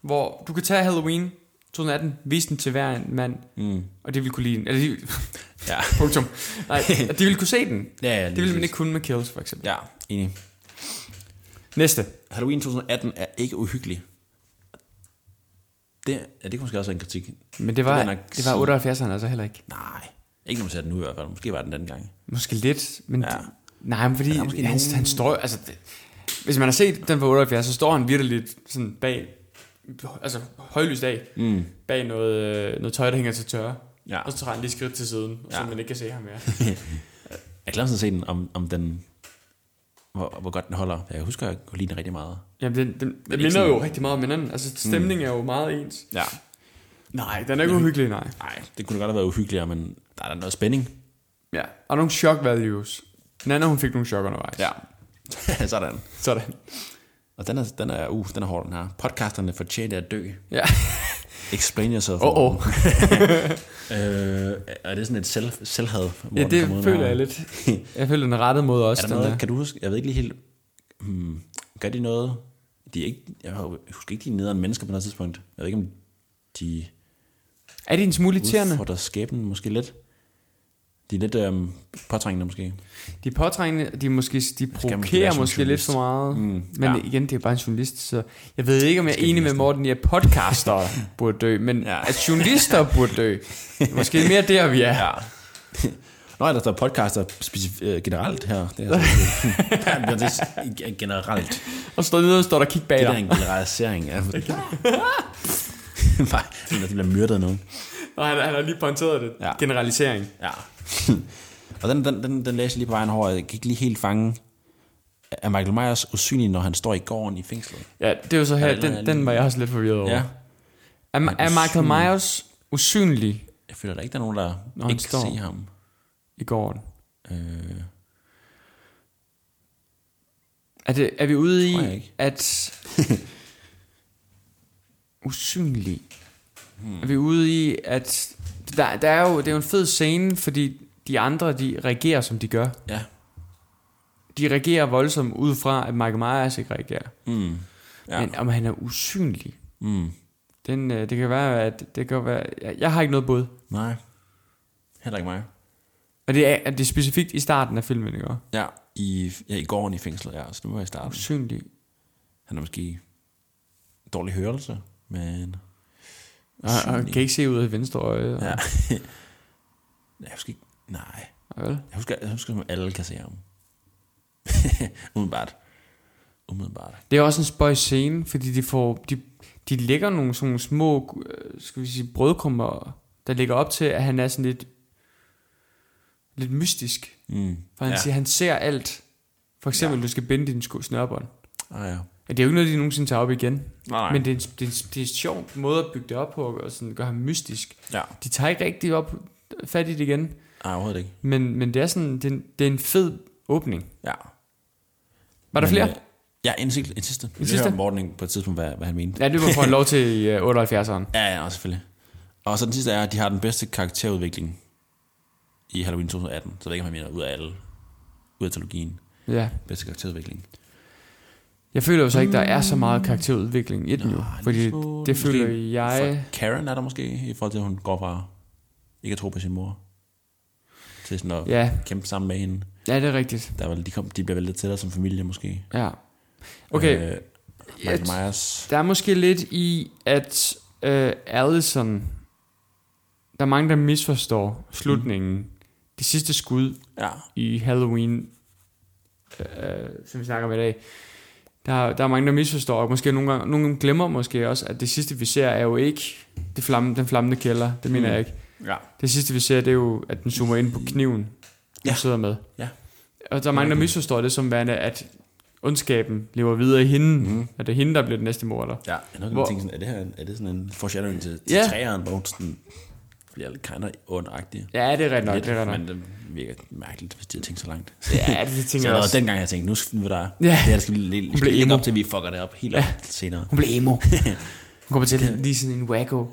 [SPEAKER 3] hvor du kan tage Halloween 2018, vise den til hver en mand, mm. og det vil kunne lide den. Eller, de, <laughs>
[SPEAKER 4] Ja.
[SPEAKER 3] punktum.
[SPEAKER 4] <laughs>
[SPEAKER 3] Nej, og de vil kunne se den.
[SPEAKER 4] Ja, ja,
[SPEAKER 3] det
[SPEAKER 4] lige
[SPEAKER 3] vil man
[SPEAKER 4] præcis.
[SPEAKER 3] ikke kunne med kills, for eksempel.
[SPEAKER 4] Ja, enig.
[SPEAKER 3] Næste.
[SPEAKER 4] Halloween 2018 er ikke uhyggelig. Det, ja, det kunne måske også være en kritik.
[SPEAKER 3] Men det var,
[SPEAKER 4] vil jeg nok
[SPEAKER 3] det, det var
[SPEAKER 4] sige.
[SPEAKER 3] 78'erne altså heller ikke.
[SPEAKER 4] Nej, ikke når man ser den nu i hvert fald. Måske var den den gang.
[SPEAKER 3] Måske lidt, men... Ja.
[SPEAKER 4] Ja.
[SPEAKER 3] Det, nej, men fordi
[SPEAKER 4] er
[SPEAKER 3] han,
[SPEAKER 4] måske
[SPEAKER 3] han,
[SPEAKER 4] nogen-
[SPEAKER 3] står jo- Altså, det, hvis man har set den fra 78, så står han virkelig sådan bag... Altså, højlys af. Mm. Bag noget, øh, noget tøj, der hænger til tørre.
[SPEAKER 4] Ja.
[SPEAKER 3] Og så tager han lige et skridt til siden, ja. så
[SPEAKER 4] Ja.
[SPEAKER 3] man ikke kan se ham mere.
[SPEAKER 4] Jeg glæder mig til at se den, om, om den, hvor, hvor godt den holder. Jeg husker, jeg kunne lide den rigtig meget.
[SPEAKER 3] Jamen, den, den, den
[SPEAKER 4] ikke
[SPEAKER 3] minder
[SPEAKER 4] sådan-
[SPEAKER 3] jo rigtig meget om hinanden. Altså, stemningen er jo meget ens.
[SPEAKER 4] Ja.
[SPEAKER 3] Nej, den er ikke uhyggelig, nej.
[SPEAKER 4] Nej, det kunne da godt have været uhyggeligere, men der er da noget spænding.
[SPEAKER 3] Ja. Og nogle shock values. Nana, hun fik nogle shock undervejs.
[SPEAKER 4] <laughs> Sådan.
[SPEAKER 3] Sådan.
[SPEAKER 4] Og den er, den er, uh, den er hård, den her. Podcasterne fortjener at dø.
[SPEAKER 3] Ja.
[SPEAKER 4] Explain yourself.
[SPEAKER 3] Åh, åh.
[SPEAKER 4] Morten. øh, er det sådan et selv, selvhad? Morten,
[SPEAKER 3] ja,
[SPEAKER 4] kommer ud
[SPEAKER 3] det
[SPEAKER 4] med
[SPEAKER 3] føler
[SPEAKER 4] her?
[SPEAKER 3] jeg lidt. <laughs> Jeg føler, den er rettet mod os.
[SPEAKER 4] Er der
[SPEAKER 3] den
[SPEAKER 4] noget, kan du huske, jeg ved ikke lige helt, hmm, gør de noget? De er ikke, jeg husker ikke, de er nederen mennesker på noget tidspunkt. Jeg ved ikke, om de
[SPEAKER 3] Er det en smule irriterende?
[SPEAKER 4] udfordrer skæbnen måske lidt. De er lidt øhm, påtrængende måske.
[SPEAKER 3] De er påtrængende, og de, er måske, de
[SPEAKER 4] man være
[SPEAKER 3] provokerer
[SPEAKER 4] som
[SPEAKER 3] måske lidt
[SPEAKER 4] journalist?
[SPEAKER 3] for meget. Mm,
[SPEAKER 4] Mm,
[SPEAKER 3] men
[SPEAKER 4] ja.
[SPEAKER 3] igen, det er bare en journalist, så jeg ved ikke, om jeg er
[SPEAKER 4] vi
[SPEAKER 3] enig med
[SPEAKER 4] næsten.
[SPEAKER 3] Morten i, at podcaster <laughs> burde dø, men ja. at journalister burde dø. Måske mere der, vi er. Ja.
[SPEAKER 4] <laughs> Nå, ja, der står podcaster specif- øh, generelt her. Det er <laughs> altså, det er generelt.
[SPEAKER 3] Og står nede, står der kig bag
[SPEAKER 4] Det der er
[SPEAKER 3] dig.
[SPEAKER 4] en generalisering <laughs> af... Nej, men der bliver myrdet nogen.
[SPEAKER 3] Og han, han har lige pointeret det. Ja.
[SPEAKER 4] Ja.
[SPEAKER 3] Generalisering.
[SPEAKER 4] Ja. <laughs> og den, den, den, den læste jeg lige på vejen over, og jeg kan ikke lige helt fange, er Michael Myers usynlig, når han står i gården i fængslet?
[SPEAKER 3] Ja, det er jo så her,
[SPEAKER 4] Ja, den er
[SPEAKER 3] den,
[SPEAKER 4] lige-
[SPEAKER 3] den var jeg også lidt forvirret over.
[SPEAKER 4] Ja.
[SPEAKER 3] Er, er Michael
[SPEAKER 4] usynlig.
[SPEAKER 3] Myers usynlig
[SPEAKER 4] Jeg føler, der ikke der er nogen, der
[SPEAKER 3] Når han
[SPEAKER 4] ikke kan
[SPEAKER 3] står.
[SPEAKER 4] se ham.
[SPEAKER 3] i gården?
[SPEAKER 4] Øh,
[SPEAKER 3] Er, det, er vi ude
[SPEAKER 4] Tror jeg
[SPEAKER 3] i,
[SPEAKER 4] ikke.
[SPEAKER 3] at...
[SPEAKER 4] <laughs>
[SPEAKER 3] Usynlig. Hmm. Er vi ude i, at... Der, der er jo, det er jo en fed scene, fordi de andre, de reagerer, som de gør.
[SPEAKER 4] ja.
[SPEAKER 3] De reagerer voldsomt ud fra, at Michael Myers ikke reagerer.
[SPEAKER 4] Mm.
[SPEAKER 3] Ja.
[SPEAKER 4] Ja.
[SPEAKER 3] Men om han er usynlig,
[SPEAKER 4] Mm.
[SPEAKER 3] den, øh, det kan være, at det kan være... Jeg, jeg har ikke noget bud.
[SPEAKER 4] Nej. Heller ikke mig.
[SPEAKER 3] Og det er, at det er specifikt i starten af filmen, ikke? også?
[SPEAKER 4] Ja, i, ja, i gården i fængslet, ja. Så nu var jeg i starten.
[SPEAKER 3] Usynlig.
[SPEAKER 4] Han har måske dårlig hørelse, men...
[SPEAKER 3] Og, og kan ikke se ud af venstre øje.
[SPEAKER 4] Ah, Ja.
[SPEAKER 3] Ja.
[SPEAKER 4] <laughs> Jeg husker ikke... Nej.
[SPEAKER 3] Vel?
[SPEAKER 4] Jeg husker, jeg husker at alle kan se ham. <laughs> Umiddelbart. Umiddelbart.
[SPEAKER 3] Det er også en spøj scene, fordi de får de, de lægger nogle sådan nogle små, øh, skal vi sige, brødkrummer, der ligger op til, at han er sådan lidt, lidt mystisk.
[SPEAKER 4] Mm.
[SPEAKER 3] For han ja.
[SPEAKER 4] ja.
[SPEAKER 3] siger, han ser alt. For eksempel, ja. du skal binde din sko- snørbånd.
[SPEAKER 4] Ah, ja.
[SPEAKER 3] Ja, det er jo ikke noget, de nogensinde tager op igen.
[SPEAKER 4] Nej, nej.
[SPEAKER 3] Men det er, en, det, er en, det er en sjov måde at bygge det op på, og sådan gøre ham mystisk.
[SPEAKER 4] Ja.
[SPEAKER 3] De tager ikke rigtig op fat i det igen,
[SPEAKER 4] Ah, overhovedet ikke.
[SPEAKER 3] men, men det er sådan, det er, en- det er en fed åbning.
[SPEAKER 4] Ja.
[SPEAKER 3] Var der
[SPEAKER 4] Men,
[SPEAKER 3] flere?
[SPEAKER 4] øh, Ja, en sidste. En sidste. En
[SPEAKER 3] sidste?
[SPEAKER 4] sidste? Morten på et tidspunkt, hvad, hvad han mente.
[SPEAKER 3] Ja, det var for en lov til i øh, 78'eren.
[SPEAKER 4] Ja, ja, selvfølgelig. Og så den sidste er, at de har den bedste karakterudvikling i Halloween 2018. Så jeg ved ikke, om han mener ud af alle. Ud af trilogien.
[SPEAKER 3] Ja.
[SPEAKER 4] Bedste karakterudvikling.
[SPEAKER 3] Jeg føler jo så ikke, der er så meget karakterudvikling i den jo. Fordi det føler jeg...
[SPEAKER 4] For Karen er der måske, i forhold til, at hun går fra ikke at tro på sin mor, til sådan at
[SPEAKER 3] Ja.
[SPEAKER 4] ja. kæmpe sammen med hende.
[SPEAKER 3] Ja, det er rigtigt.
[SPEAKER 4] Der er vel, de, kom, de bliver vel lidt tættere som familie måske.
[SPEAKER 3] Ja. Okay,
[SPEAKER 4] Øh, Michael
[SPEAKER 3] Jeg-
[SPEAKER 4] Myers.
[SPEAKER 3] der er måske lidt i, at øh, Allison... Der er mange, der misforstår
[SPEAKER 4] Mm.
[SPEAKER 3] slutningen. Det sidste skud
[SPEAKER 4] Ja.
[SPEAKER 3] i Halloween, øh, som vi snakker om i dag. Der, der er mange, der misforstår, og måske nogle gange, nogle gange glemmer måske også, at det sidste, vi ser, er jo ikke det flamme, den flammende kælder. Det
[SPEAKER 4] Hmm.
[SPEAKER 3] mener mm. jeg ikke.
[SPEAKER 4] Ja.
[SPEAKER 3] Det sidste vi ser, det er jo, at den zoomer ind på kniven, ja.
[SPEAKER 4] Hmm. Ja.
[SPEAKER 3] hun sidder med.
[SPEAKER 4] Ja.
[SPEAKER 3] Og der er mange, der misforstår det som værende, at ondskaben lever videre i hende.
[SPEAKER 4] Hmm.
[SPEAKER 3] Mm. At det er hende, der bliver den næste morder.
[SPEAKER 4] Ja, jeg nok
[SPEAKER 3] Hvor-
[SPEAKER 4] Hvor... tænke sådan, er det, her, er det sådan en foreshadowing til, til
[SPEAKER 3] Ja.
[SPEAKER 4] træeren, hvor hun sådan bliver lidt kinder ondagtig?
[SPEAKER 3] Ja, det er ret nok. det er ret nok.
[SPEAKER 4] men det virker mærkeligt, hvis de har tænkt så langt.
[SPEAKER 3] Ja, det tænker
[SPEAKER 4] Så
[SPEAKER 3] jeg
[SPEAKER 4] allerede
[SPEAKER 3] også.
[SPEAKER 4] dengang, jeg tænkte, nu skal vi der.
[SPEAKER 3] Ja.
[SPEAKER 4] Det her skal vi lige,
[SPEAKER 3] Hun
[SPEAKER 4] skal
[SPEAKER 3] blev
[SPEAKER 4] vi
[SPEAKER 3] emo.
[SPEAKER 4] lægge op til, at vi fucker det op helt op ja. senere.
[SPEAKER 3] Hun blev emo. hun kommer til at lige sådan en wacko.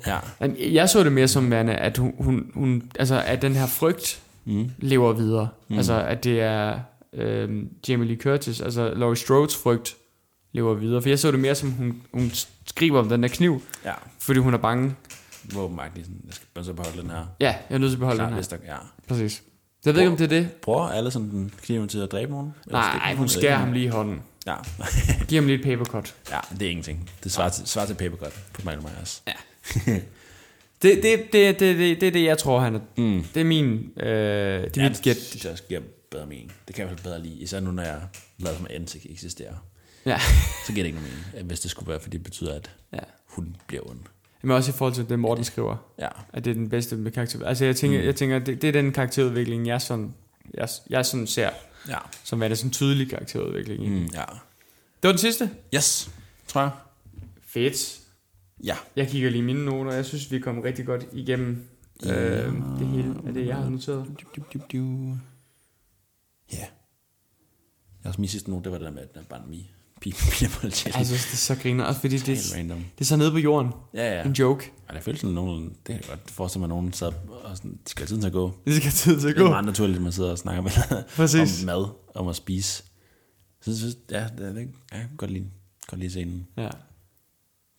[SPEAKER 4] <laughs> Ja.
[SPEAKER 3] Jamen, Jeg så det mere som værende, at, hun, hun, hun, altså, at den her frygt mm. lever videre. Mm. Altså, at det er øh, Jamie Lee Curtis, altså Laurie Strodes frygt lever videre. For jeg så det mere som, hun, hun skriver om den der kniv,
[SPEAKER 4] Ja.
[SPEAKER 3] fordi hun er bange.
[SPEAKER 4] Hvor Mark lige sådan, jeg skal bare så beholde den her.
[SPEAKER 3] Ja, jeg er nødt til at beholde
[SPEAKER 4] Klar,
[SPEAKER 3] den her.
[SPEAKER 4] næste gang, ja.
[SPEAKER 3] Præcis. Så jeg ved ikke, om det er det.
[SPEAKER 4] Bruger alle sådan den kniven til at dræbe nogen? Eller
[SPEAKER 3] Nej,
[SPEAKER 4] stikker
[SPEAKER 3] ej,
[SPEAKER 4] den?
[SPEAKER 3] hun
[SPEAKER 4] Jeg ved
[SPEAKER 3] skærer
[SPEAKER 4] ikke.
[SPEAKER 3] ham lige i hånden.
[SPEAKER 4] Ja.
[SPEAKER 3] <laughs> Giv ham lige et papercut.
[SPEAKER 4] ja, det er ingenting. Det svarer til, svarer til papercut på Michael Myers. Ja.
[SPEAKER 3] Det, det, det, det, det, det er det, jeg tror, han er.
[SPEAKER 4] Mm.
[SPEAKER 3] Det er min, øh, det er
[SPEAKER 4] Ja,
[SPEAKER 3] mit gæt.
[SPEAKER 4] det synes jeg også giver bedre mening. Det kan jeg i hvert fald bedre lide, især nu, når jeg lader som ansigt eksisterer.
[SPEAKER 3] Ja.
[SPEAKER 4] Så giver det ikke nogen mening, hvis det skulle være, fordi det betyder, at
[SPEAKER 3] ja.
[SPEAKER 4] hun bliver ond.
[SPEAKER 3] Men også i forhold til det, Morten skriver.
[SPEAKER 4] Ja.
[SPEAKER 3] At det er den bedste med karakter. Altså, jeg
[SPEAKER 4] Mm.
[SPEAKER 3] tænker, jeg tænker det, det er den karakterudvikling, jeg sådan, jeg, jeg sådan ser.
[SPEAKER 4] Ja.
[SPEAKER 3] Som værende sådan en tydelig karakterudvikling. Mm.
[SPEAKER 4] Mm, ja.
[SPEAKER 3] Det var den sidste.
[SPEAKER 4] Yes, tror jeg.
[SPEAKER 3] Fedt.
[SPEAKER 4] Ja.
[SPEAKER 3] Jeg kigger lige mine noter. Jeg synes, vi kom rigtig godt igennem øh, det hele af det, jeg har noteret.
[SPEAKER 4] Ja. Jeg også min sidste note, det var det der med, at den er bare mi. <laughs> Pineapple
[SPEAKER 3] Jeg synes, Altså, det er så griner. Også fordi det,
[SPEAKER 4] Helt random.
[SPEAKER 3] det er så nede på jorden.
[SPEAKER 4] Ja, ja.
[SPEAKER 3] En joke.
[SPEAKER 4] Ej, det føles sådan nogen, det kan jeg godt forestille mig, at nogen sad og sådan, de skal altid til at gå.
[SPEAKER 3] Det skal have tid til at
[SPEAKER 4] Det er
[SPEAKER 3] gå.
[SPEAKER 4] meget naturligt, at man sidder og snakker med,
[SPEAKER 3] Præcis.
[SPEAKER 4] om mad, om at spise. Så, så ja, det, det, jeg kan godt lide, godt lide scenen.
[SPEAKER 3] Ja.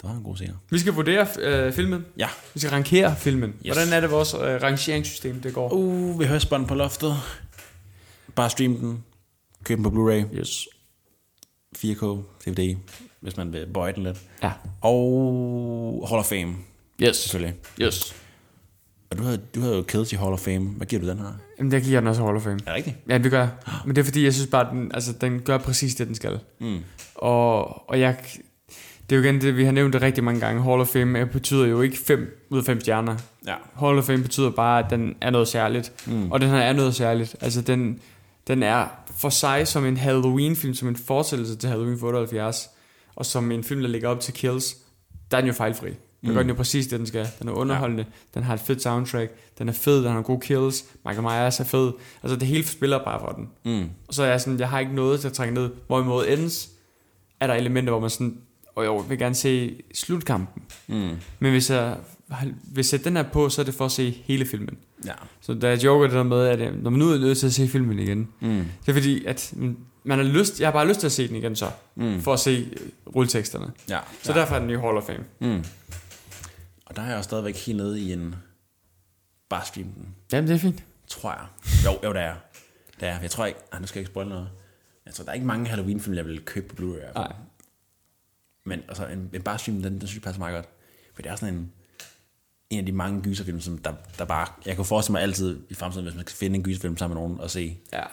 [SPEAKER 4] Det var en god serie.
[SPEAKER 3] Vi skal vurdere øh, filmen.
[SPEAKER 4] Ja.
[SPEAKER 3] Vi skal rankere filmen.
[SPEAKER 4] Yes.
[SPEAKER 3] Yes. Hvordan er det vores øh, rangeringssystem, det går?
[SPEAKER 4] Uh, vi hører spånden på loftet. Bare stream den. Køb den på Blu-ray.
[SPEAKER 3] Yes.
[SPEAKER 4] 4K, DVD, hvis man vil bøje den lidt.
[SPEAKER 3] Ja.
[SPEAKER 4] Og Hall of Fame,
[SPEAKER 3] Yes.
[SPEAKER 4] selvfølgelig.
[SPEAKER 3] Yes.
[SPEAKER 4] Og du havde, du havde jo kædet til Hall of Fame. Hvad giver du den her? Er
[SPEAKER 3] Jamen, der giver den også Hall of Fame.
[SPEAKER 4] det rigtigt?
[SPEAKER 3] Ja, det gør jeg. Men det er fordi, jeg synes bare, at den, altså, den gør præcis det, den skal. Mm. Og, og jeg... Det er jo igen det, vi har nævnt det rigtig mange gange. Hall of Fame øh, betyder jo ikke 5 ud af 5 stjerner.
[SPEAKER 4] Ja.
[SPEAKER 3] Hall of Fame betyder bare, at den er noget særligt. Mm. Og den her er noget særligt. Altså, den, den er for sig som en Halloween-film, som en fortællelse til Halloween for 78, og som en film, der ligger op til Kills, der er den jo fejlfri. Den gør den jo præcis det, den skal. Den er underholdende, Mm. ja. den har et fedt soundtrack, den er fed, den har gode kills, Michael Myers er fed. Altså, det hele spiller bare for den.
[SPEAKER 4] Mm.
[SPEAKER 3] Og så er jeg sådan, jeg har ikke noget til at trænge ned. Hvorimod ends er der elementer, hvor man sådan, og jeg vil gerne se slutkampen.
[SPEAKER 4] Mm.
[SPEAKER 3] Men hvis jeg vil sætte den her på, så er det for at se hele filmen.
[SPEAKER 4] Ja.
[SPEAKER 3] Så da jeg joker det der med, at øh, når man nu er nødt til at se filmen igen,
[SPEAKER 4] Mm.
[SPEAKER 3] det er fordi, at mm, man har lyst, jeg har bare lyst til at se den igen så,
[SPEAKER 4] Mm.
[SPEAKER 3] for at se øh, rulleteksterne.
[SPEAKER 4] Ja.
[SPEAKER 3] Så
[SPEAKER 4] ja.
[SPEAKER 3] derfor er den i Hall of Fame.
[SPEAKER 4] Mm. Og der er jeg jo stadigvæk helt nede i en... Bare stream den,
[SPEAKER 3] Jamen, det er fint.
[SPEAKER 4] tror jeg. Jo, jo, der er. Der er. Jeg tror ikke... Ah, nu skal jeg ikke spoil noget. Jeg tror, der er ikke mange Halloween-film, jeg vil købe på Blu-ray. i hvert fald.
[SPEAKER 3] Nej.
[SPEAKER 4] Men altså, en, en bare stream, den, den synes jeg passer meget godt. For det er sådan en, en af de mange gyserfilm, som der, der bare... Jeg kan forestille mig altid i fremtiden, hvis man skal finde en gyserfilm sammen med nogen og se.
[SPEAKER 3] Ja.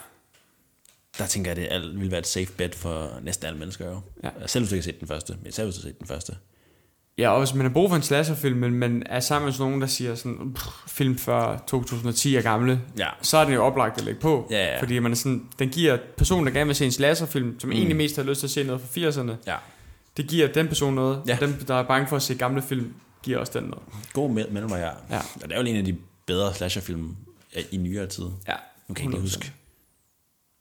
[SPEAKER 4] Der tænker jeg, det alt, ville være et safe bet for næsten alle mennesker jo.
[SPEAKER 3] Ja.
[SPEAKER 4] Ja. Selv hvis du ikke har set den første. Men selv hvis du har set den første.
[SPEAKER 3] Ja, og hvis man har brug for en slasherfilm, men man er sammen med sådan nogen, der siger sådan, "Pff, film før 2010 er gamle,
[SPEAKER 4] Ja.
[SPEAKER 3] så er det jo oplagt at lægge på.
[SPEAKER 4] Ja, ja.
[SPEAKER 3] Fordi man er sådan, den giver personen, der gerne vil se en slasherfilm, som mm. egentlig mest har lyst til at se noget fra 80'erne,
[SPEAKER 4] Ja.
[SPEAKER 3] det giver den person noget.
[SPEAKER 4] Ja.
[SPEAKER 3] Og dem, der er bange for at se gamle film, giver også den noget.
[SPEAKER 4] God med, med mig, ja.
[SPEAKER 3] Ja.
[SPEAKER 4] Og det er jo en af de bedre slasherfilm øh, i nyere tid.
[SPEAKER 3] Ja.
[SPEAKER 4] Nu kan jeg ikke huske,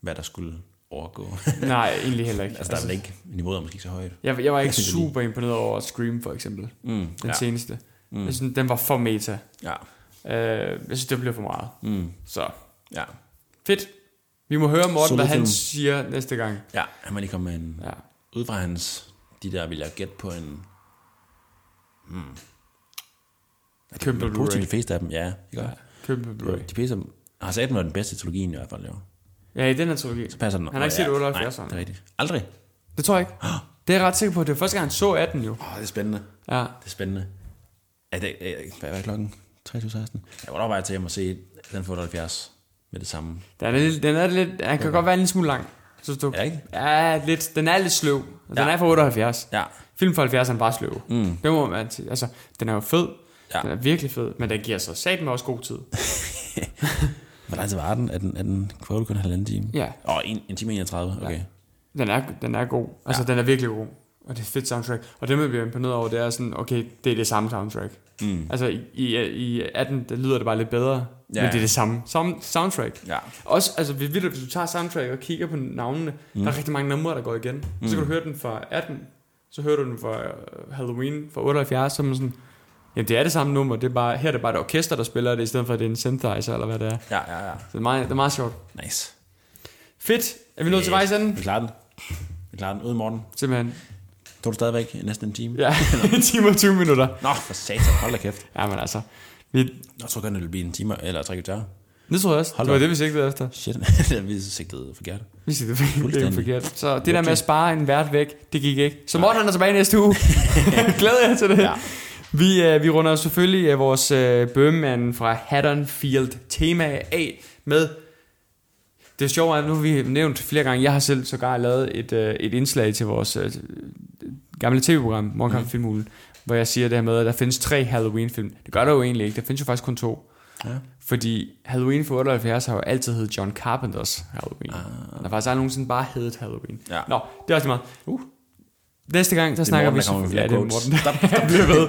[SPEAKER 4] hvad der skulle overgå.
[SPEAKER 3] <laughs>
[SPEAKER 4] <laughs>
[SPEAKER 3] Nej, egentlig heller ikke.
[SPEAKER 4] altså, der er vel ikke, niveauet er måske ikke så højt.
[SPEAKER 3] Jeg, jeg var ikke
[SPEAKER 4] <laughs> Jeg synes, det er
[SPEAKER 3] super imponeret over Scream, for eksempel. Den
[SPEAKER 4] Mm, ja.
[SPEAKER 3] seneste. Mm. Jeg synes, den var for meta.
[SPEAKER 4] Ja.
[SPEAKER 3] Øh, jeg synes, det blev for meget.
[SPEAKER 4] Mm,
[SPEAKER 3] Så,
[SPEAKER 4] ja.
[SPEAKER 3] fedt. Vi må høre Morten,
[SPEAKER 4] Solid
[SPEAKER 3] hvad han
[SPEAKER 4] film.
[SPEAKER 3] siger næste gang.
[SPEAKER 4] Ja, han må lige komme med en...
[SPEAKER 3] Ja.
[SPEAKER 4] Ud fra hans, de der vil jeg gætte på en Hmm.
[SPEAKER 3] Køb på
[SPEAKER 4] positiv
[SPEAKER 3] Blu-ray.
[SPEAKER 4] de fleste af dem, ja. Ikke?
[SPEAKER 3] Ja, Køb på
[SPEAKER 4] Ja.
[SPEAKER 3] Blu-ray.
[SPEAKER 4] De fleste af dem, har sat var den bedste i trilogien i hvert fald, jo.
[SPEAKER 3] Ja, i den her trilogi.
[SPEAKER 4] Så passer den.
[SPEAKER 3] Han har ikke set
[SPEAKER 4] Ja,
[SPEAKER 3] 78'eren.
[SPEAKER 4] Nej, det er rigtigt. Aldrig. Åh,
[SPEAKER 3] Det tror jeg
[SPEAKER 4] <gasps>
[SPEAKER 3] ikke. Det er jeg ret sikker på. Det var første gang, han så 18 jo.
[SPEAKER 4] oh, det er spændende.
[SPEAKER 3] Ja.
[SPEAKER 4] Det er spændende. Er det, er, hvad er klokken? 23.16? Jeg var overveje til, at jeg må se den for 78 med det samme.
[SPEAKER 3] Den er lidt, den er lidt, han kan godt være en lille smule lang. Synes du?
[SPEAKER 4] Er det ikke?
[SPEAKER 3] Ja, lidt. Den er lidt sløv. Altså, Den
[SPEAKER 4] Ja.
[SPEAKER 3] er fra 78.
[SPEAKER 4] Ja.
[SPEAKER 3] Film fra 70'erne er bare sløv. Mm. Det må man sige. Altså, den er jo fed.
[SPEAKER 4] Ja.
[SPEAKER 3] Ja. Den er virkelig fed, men den giver sig satan med også god tid.
[SPEAKER 4] Hvor lang tid var den? Er den, er den kvote kun halvanden time?
[SPEAKER 3] Ja.
[SPEAKER 4] Åh, oh, en, en time og 31, okay. Ja.
[SPEAKER 3] Den er, den er god. Altså, ja. den er virkelig god. Og det er et fedt soundtrack. Og det, man bliver imponeret over, det er sådan, okay, det er det samme soundtrack. Mm. Altså, i, i, i 18, der lyder det bare lidt bedre,
[SPEAKER 4] Ja.
[SPEAKER 3] ja. men det er det samme, samme soundtrack.
[SPEAKER 4] Ja.
[SPEAKER 3] Også, altså, vi ved, at hvis du tager soundtrack og kigger på navnene, mm. der er rigtig mange numre, der går igen. Mm. Så kan du høre den fra 18, så hører du den fra øh, Halloween fra 78, så er man sådan, jamen, det er det samme nummer, det er bare, her er det bare et orkester, der spiller det, i stedet for, at det er en synthesizer, eller hvad det er. Så
[SPEAKER 4] Ja, ja, ja.
[SPEAKER 3] det er meget, det er meget sjovt.
[SPEAKER 4] Nice.
[SPEAKER 3] Fedt, er vi nået til
[SPEAKER 4] Yes.
[SPEAKER 3] vejs ende?
[SPEAKER 4] Vi klarer den. Vi klarer den. Ude i morgen.
[SPEAKER 3] Simpelthen.
[SPEAKER 4] Tog du stadigvæk næsten en time?
[SPEAKER 3] Ja, <laughs> en time og 20 minutter.
[SPEAKER 4] Nå, for satan. Hold da kæft.
[SPEAKER 3] Ja, men altså. Vi,
[SPEAKER 4] Jeg tror godt, det ville blive en time eller tre kvarter.
[SPEAKER 3] det tror jeg også.
[SPEAKER 4] Hold
[SPEAKER 3] det var
[SPEAKER 4] op.
[SPEAKER 3] det, vi sigtede efter.
[SPEAKER 4] Shit, <laughs> vi sigtede forkert.
[SPEAKER 3] Vi sigtede det er
[SPEAKER 4] Fuldstændig.
[SPEAKER 3] forkert. Så det der med at spare en vært væk, det gik ikke. Så Morten han er tilbage næste uge. Glæder jeg til det. Ja. Vi, øh, vi runder selvfølgelig øh, vores øh, bømmand fra Haddonfield tema af med... Det er sjovt, at nu har vi nævnt flere gange, jeg har selv sågar lavet et, øh, et indslag til vores øh, gamle tv-program,
[SPEAKER 4] Mhm.
[SPEAKER 3] Morgenkamp mm. Filmulen, hvor jeg siger det her med, at der findes tre Halloween-film. Det gør der jo egentlig ikke. Der findes jo faktisk kun to.
[SPEAKER 4] Ja.
[SPEAKER 3] Fordi Halloween for 78 har jo altid heddet John Carpenters Halloween. Ah. Der har faktisk aldrig nogensinde bare heddet Halloween.
[SPEAKER 4] Ja.
[SPEAKER 3] Nå, det er også lige meget. Uh. Næste gang, der snakker
[SPEAKER 4] Morten,
[SPEAKER 3] vi...
[SPEAKER 4] der kommer med flere
[SPEAKER 3] ja, det
[SPEAKER 4] quotes.
[SPEAKER 3] er Morten, <laughs> der, der bliver ved.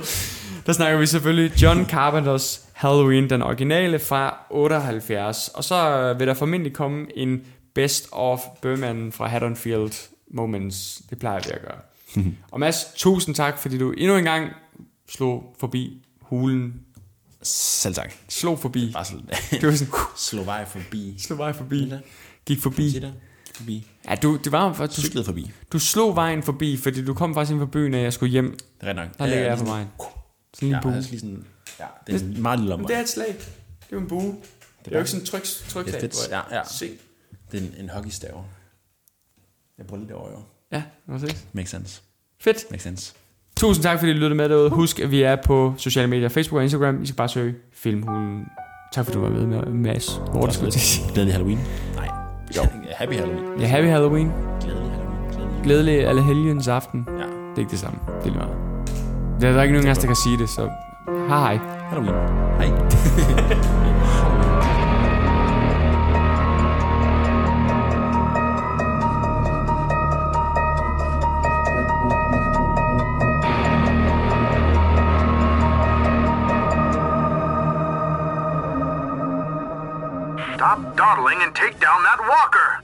[SPEAKER 3] Der snakker vi selvfølgelig John Carpenters Halloween, den originale fra 78. Og så øh, vil der formentlig komme en best of Bøhmanden fra Haddonfield Moments. Det plejer vi at
[SPEAKER 4] <laughs>
[SPEAKER 3] gøre. og Mads, tusind tak, fordi du endnu en gang slog forbi hulen.
[SPEAKER 4] Selv tak.
[SPEAKER 3] Slog forbi.
[SPEAKER 4] <laughs> Bare sådan,
[SPEAKER 3] Det var sådan, <laughs>
[SPEAKER 4] slå vej forbi.
[SPEAKER 3] slog mig forbi.
[SPEAKER 4] det?
[SPEAKER 3] Gik forbi.
[SPEAKER 4] Sig det. forbi.
[SPEAKER 3] Ja, du, det var, jo faktisk- du,
[SPEAKER 4] Cyklede forbi. Det
[SPEAKER 3] du slog vejen forbi, fordi du kom faktisk ind fra byen, og jeg skulle hjem.
[SPEAKER 4] er rigtig nok.
[SPEAKER 3] Der ligger jeg på vejen. Sådan en
[SPEAKER 4] Ja,
[SPEAKER 3] lille bue.
[SPEAKER 4] jeg lige sådan, ja, det er en meget lille
[SPEAKER 3] Men
[SPEAKER 4] omvej.
[SPEAKER 3] det er et slag. Det er jo en bue. Det er jo ikke sådan en tryk,
[SPEAKER 4] Det er
[SPEAKER 3] trykslag.
[SPEAKER 4] fedt.
[SPEAKER 3] tror jeg.
[SPEAKER 4] Ja, ja.
[SPEAKER 3] Se.
[SPEAKER 4] Det er en, en hockeystav. Jeg bruger lidt over, jo.
[SPEAKER 3] Ja, præcis.
[SPEAKER 4] Makes sense.
[SPEAKER 3] Fedt.
[SPEAKER 4] Makes sense.
[SPEAKER 3] Tusind tak, fordi I lyttede med derude. Husk, at vi er på sociale medier, Facebook og Instagram. I skal bare søge Filmhulen. Tak fordi du var med, med Mads Morten. skulle jeg til at sige.
[SPEAKER 4] Glædelig Halloween. Nej. Jo. Happy Halloween.
[SPEAKER 3] Ja, happy Halloween.
[SPEAKER 4] Glædelig Halloween. Glædelig.
[SPEAKER 3] Glædelig alle helgens aften.
[SPEAKER 4] Ja.
[SPEAKER 3] Det er ikke det samme. Det er lige meget. Der er der ikke nogen af os, der kan sige det, så hej hej.
[SPEAKER 4] Halloween. Hej.
[SPEAKER 3] <laughs>
[SPEAKER 1] Stop dawdling and take down that walker.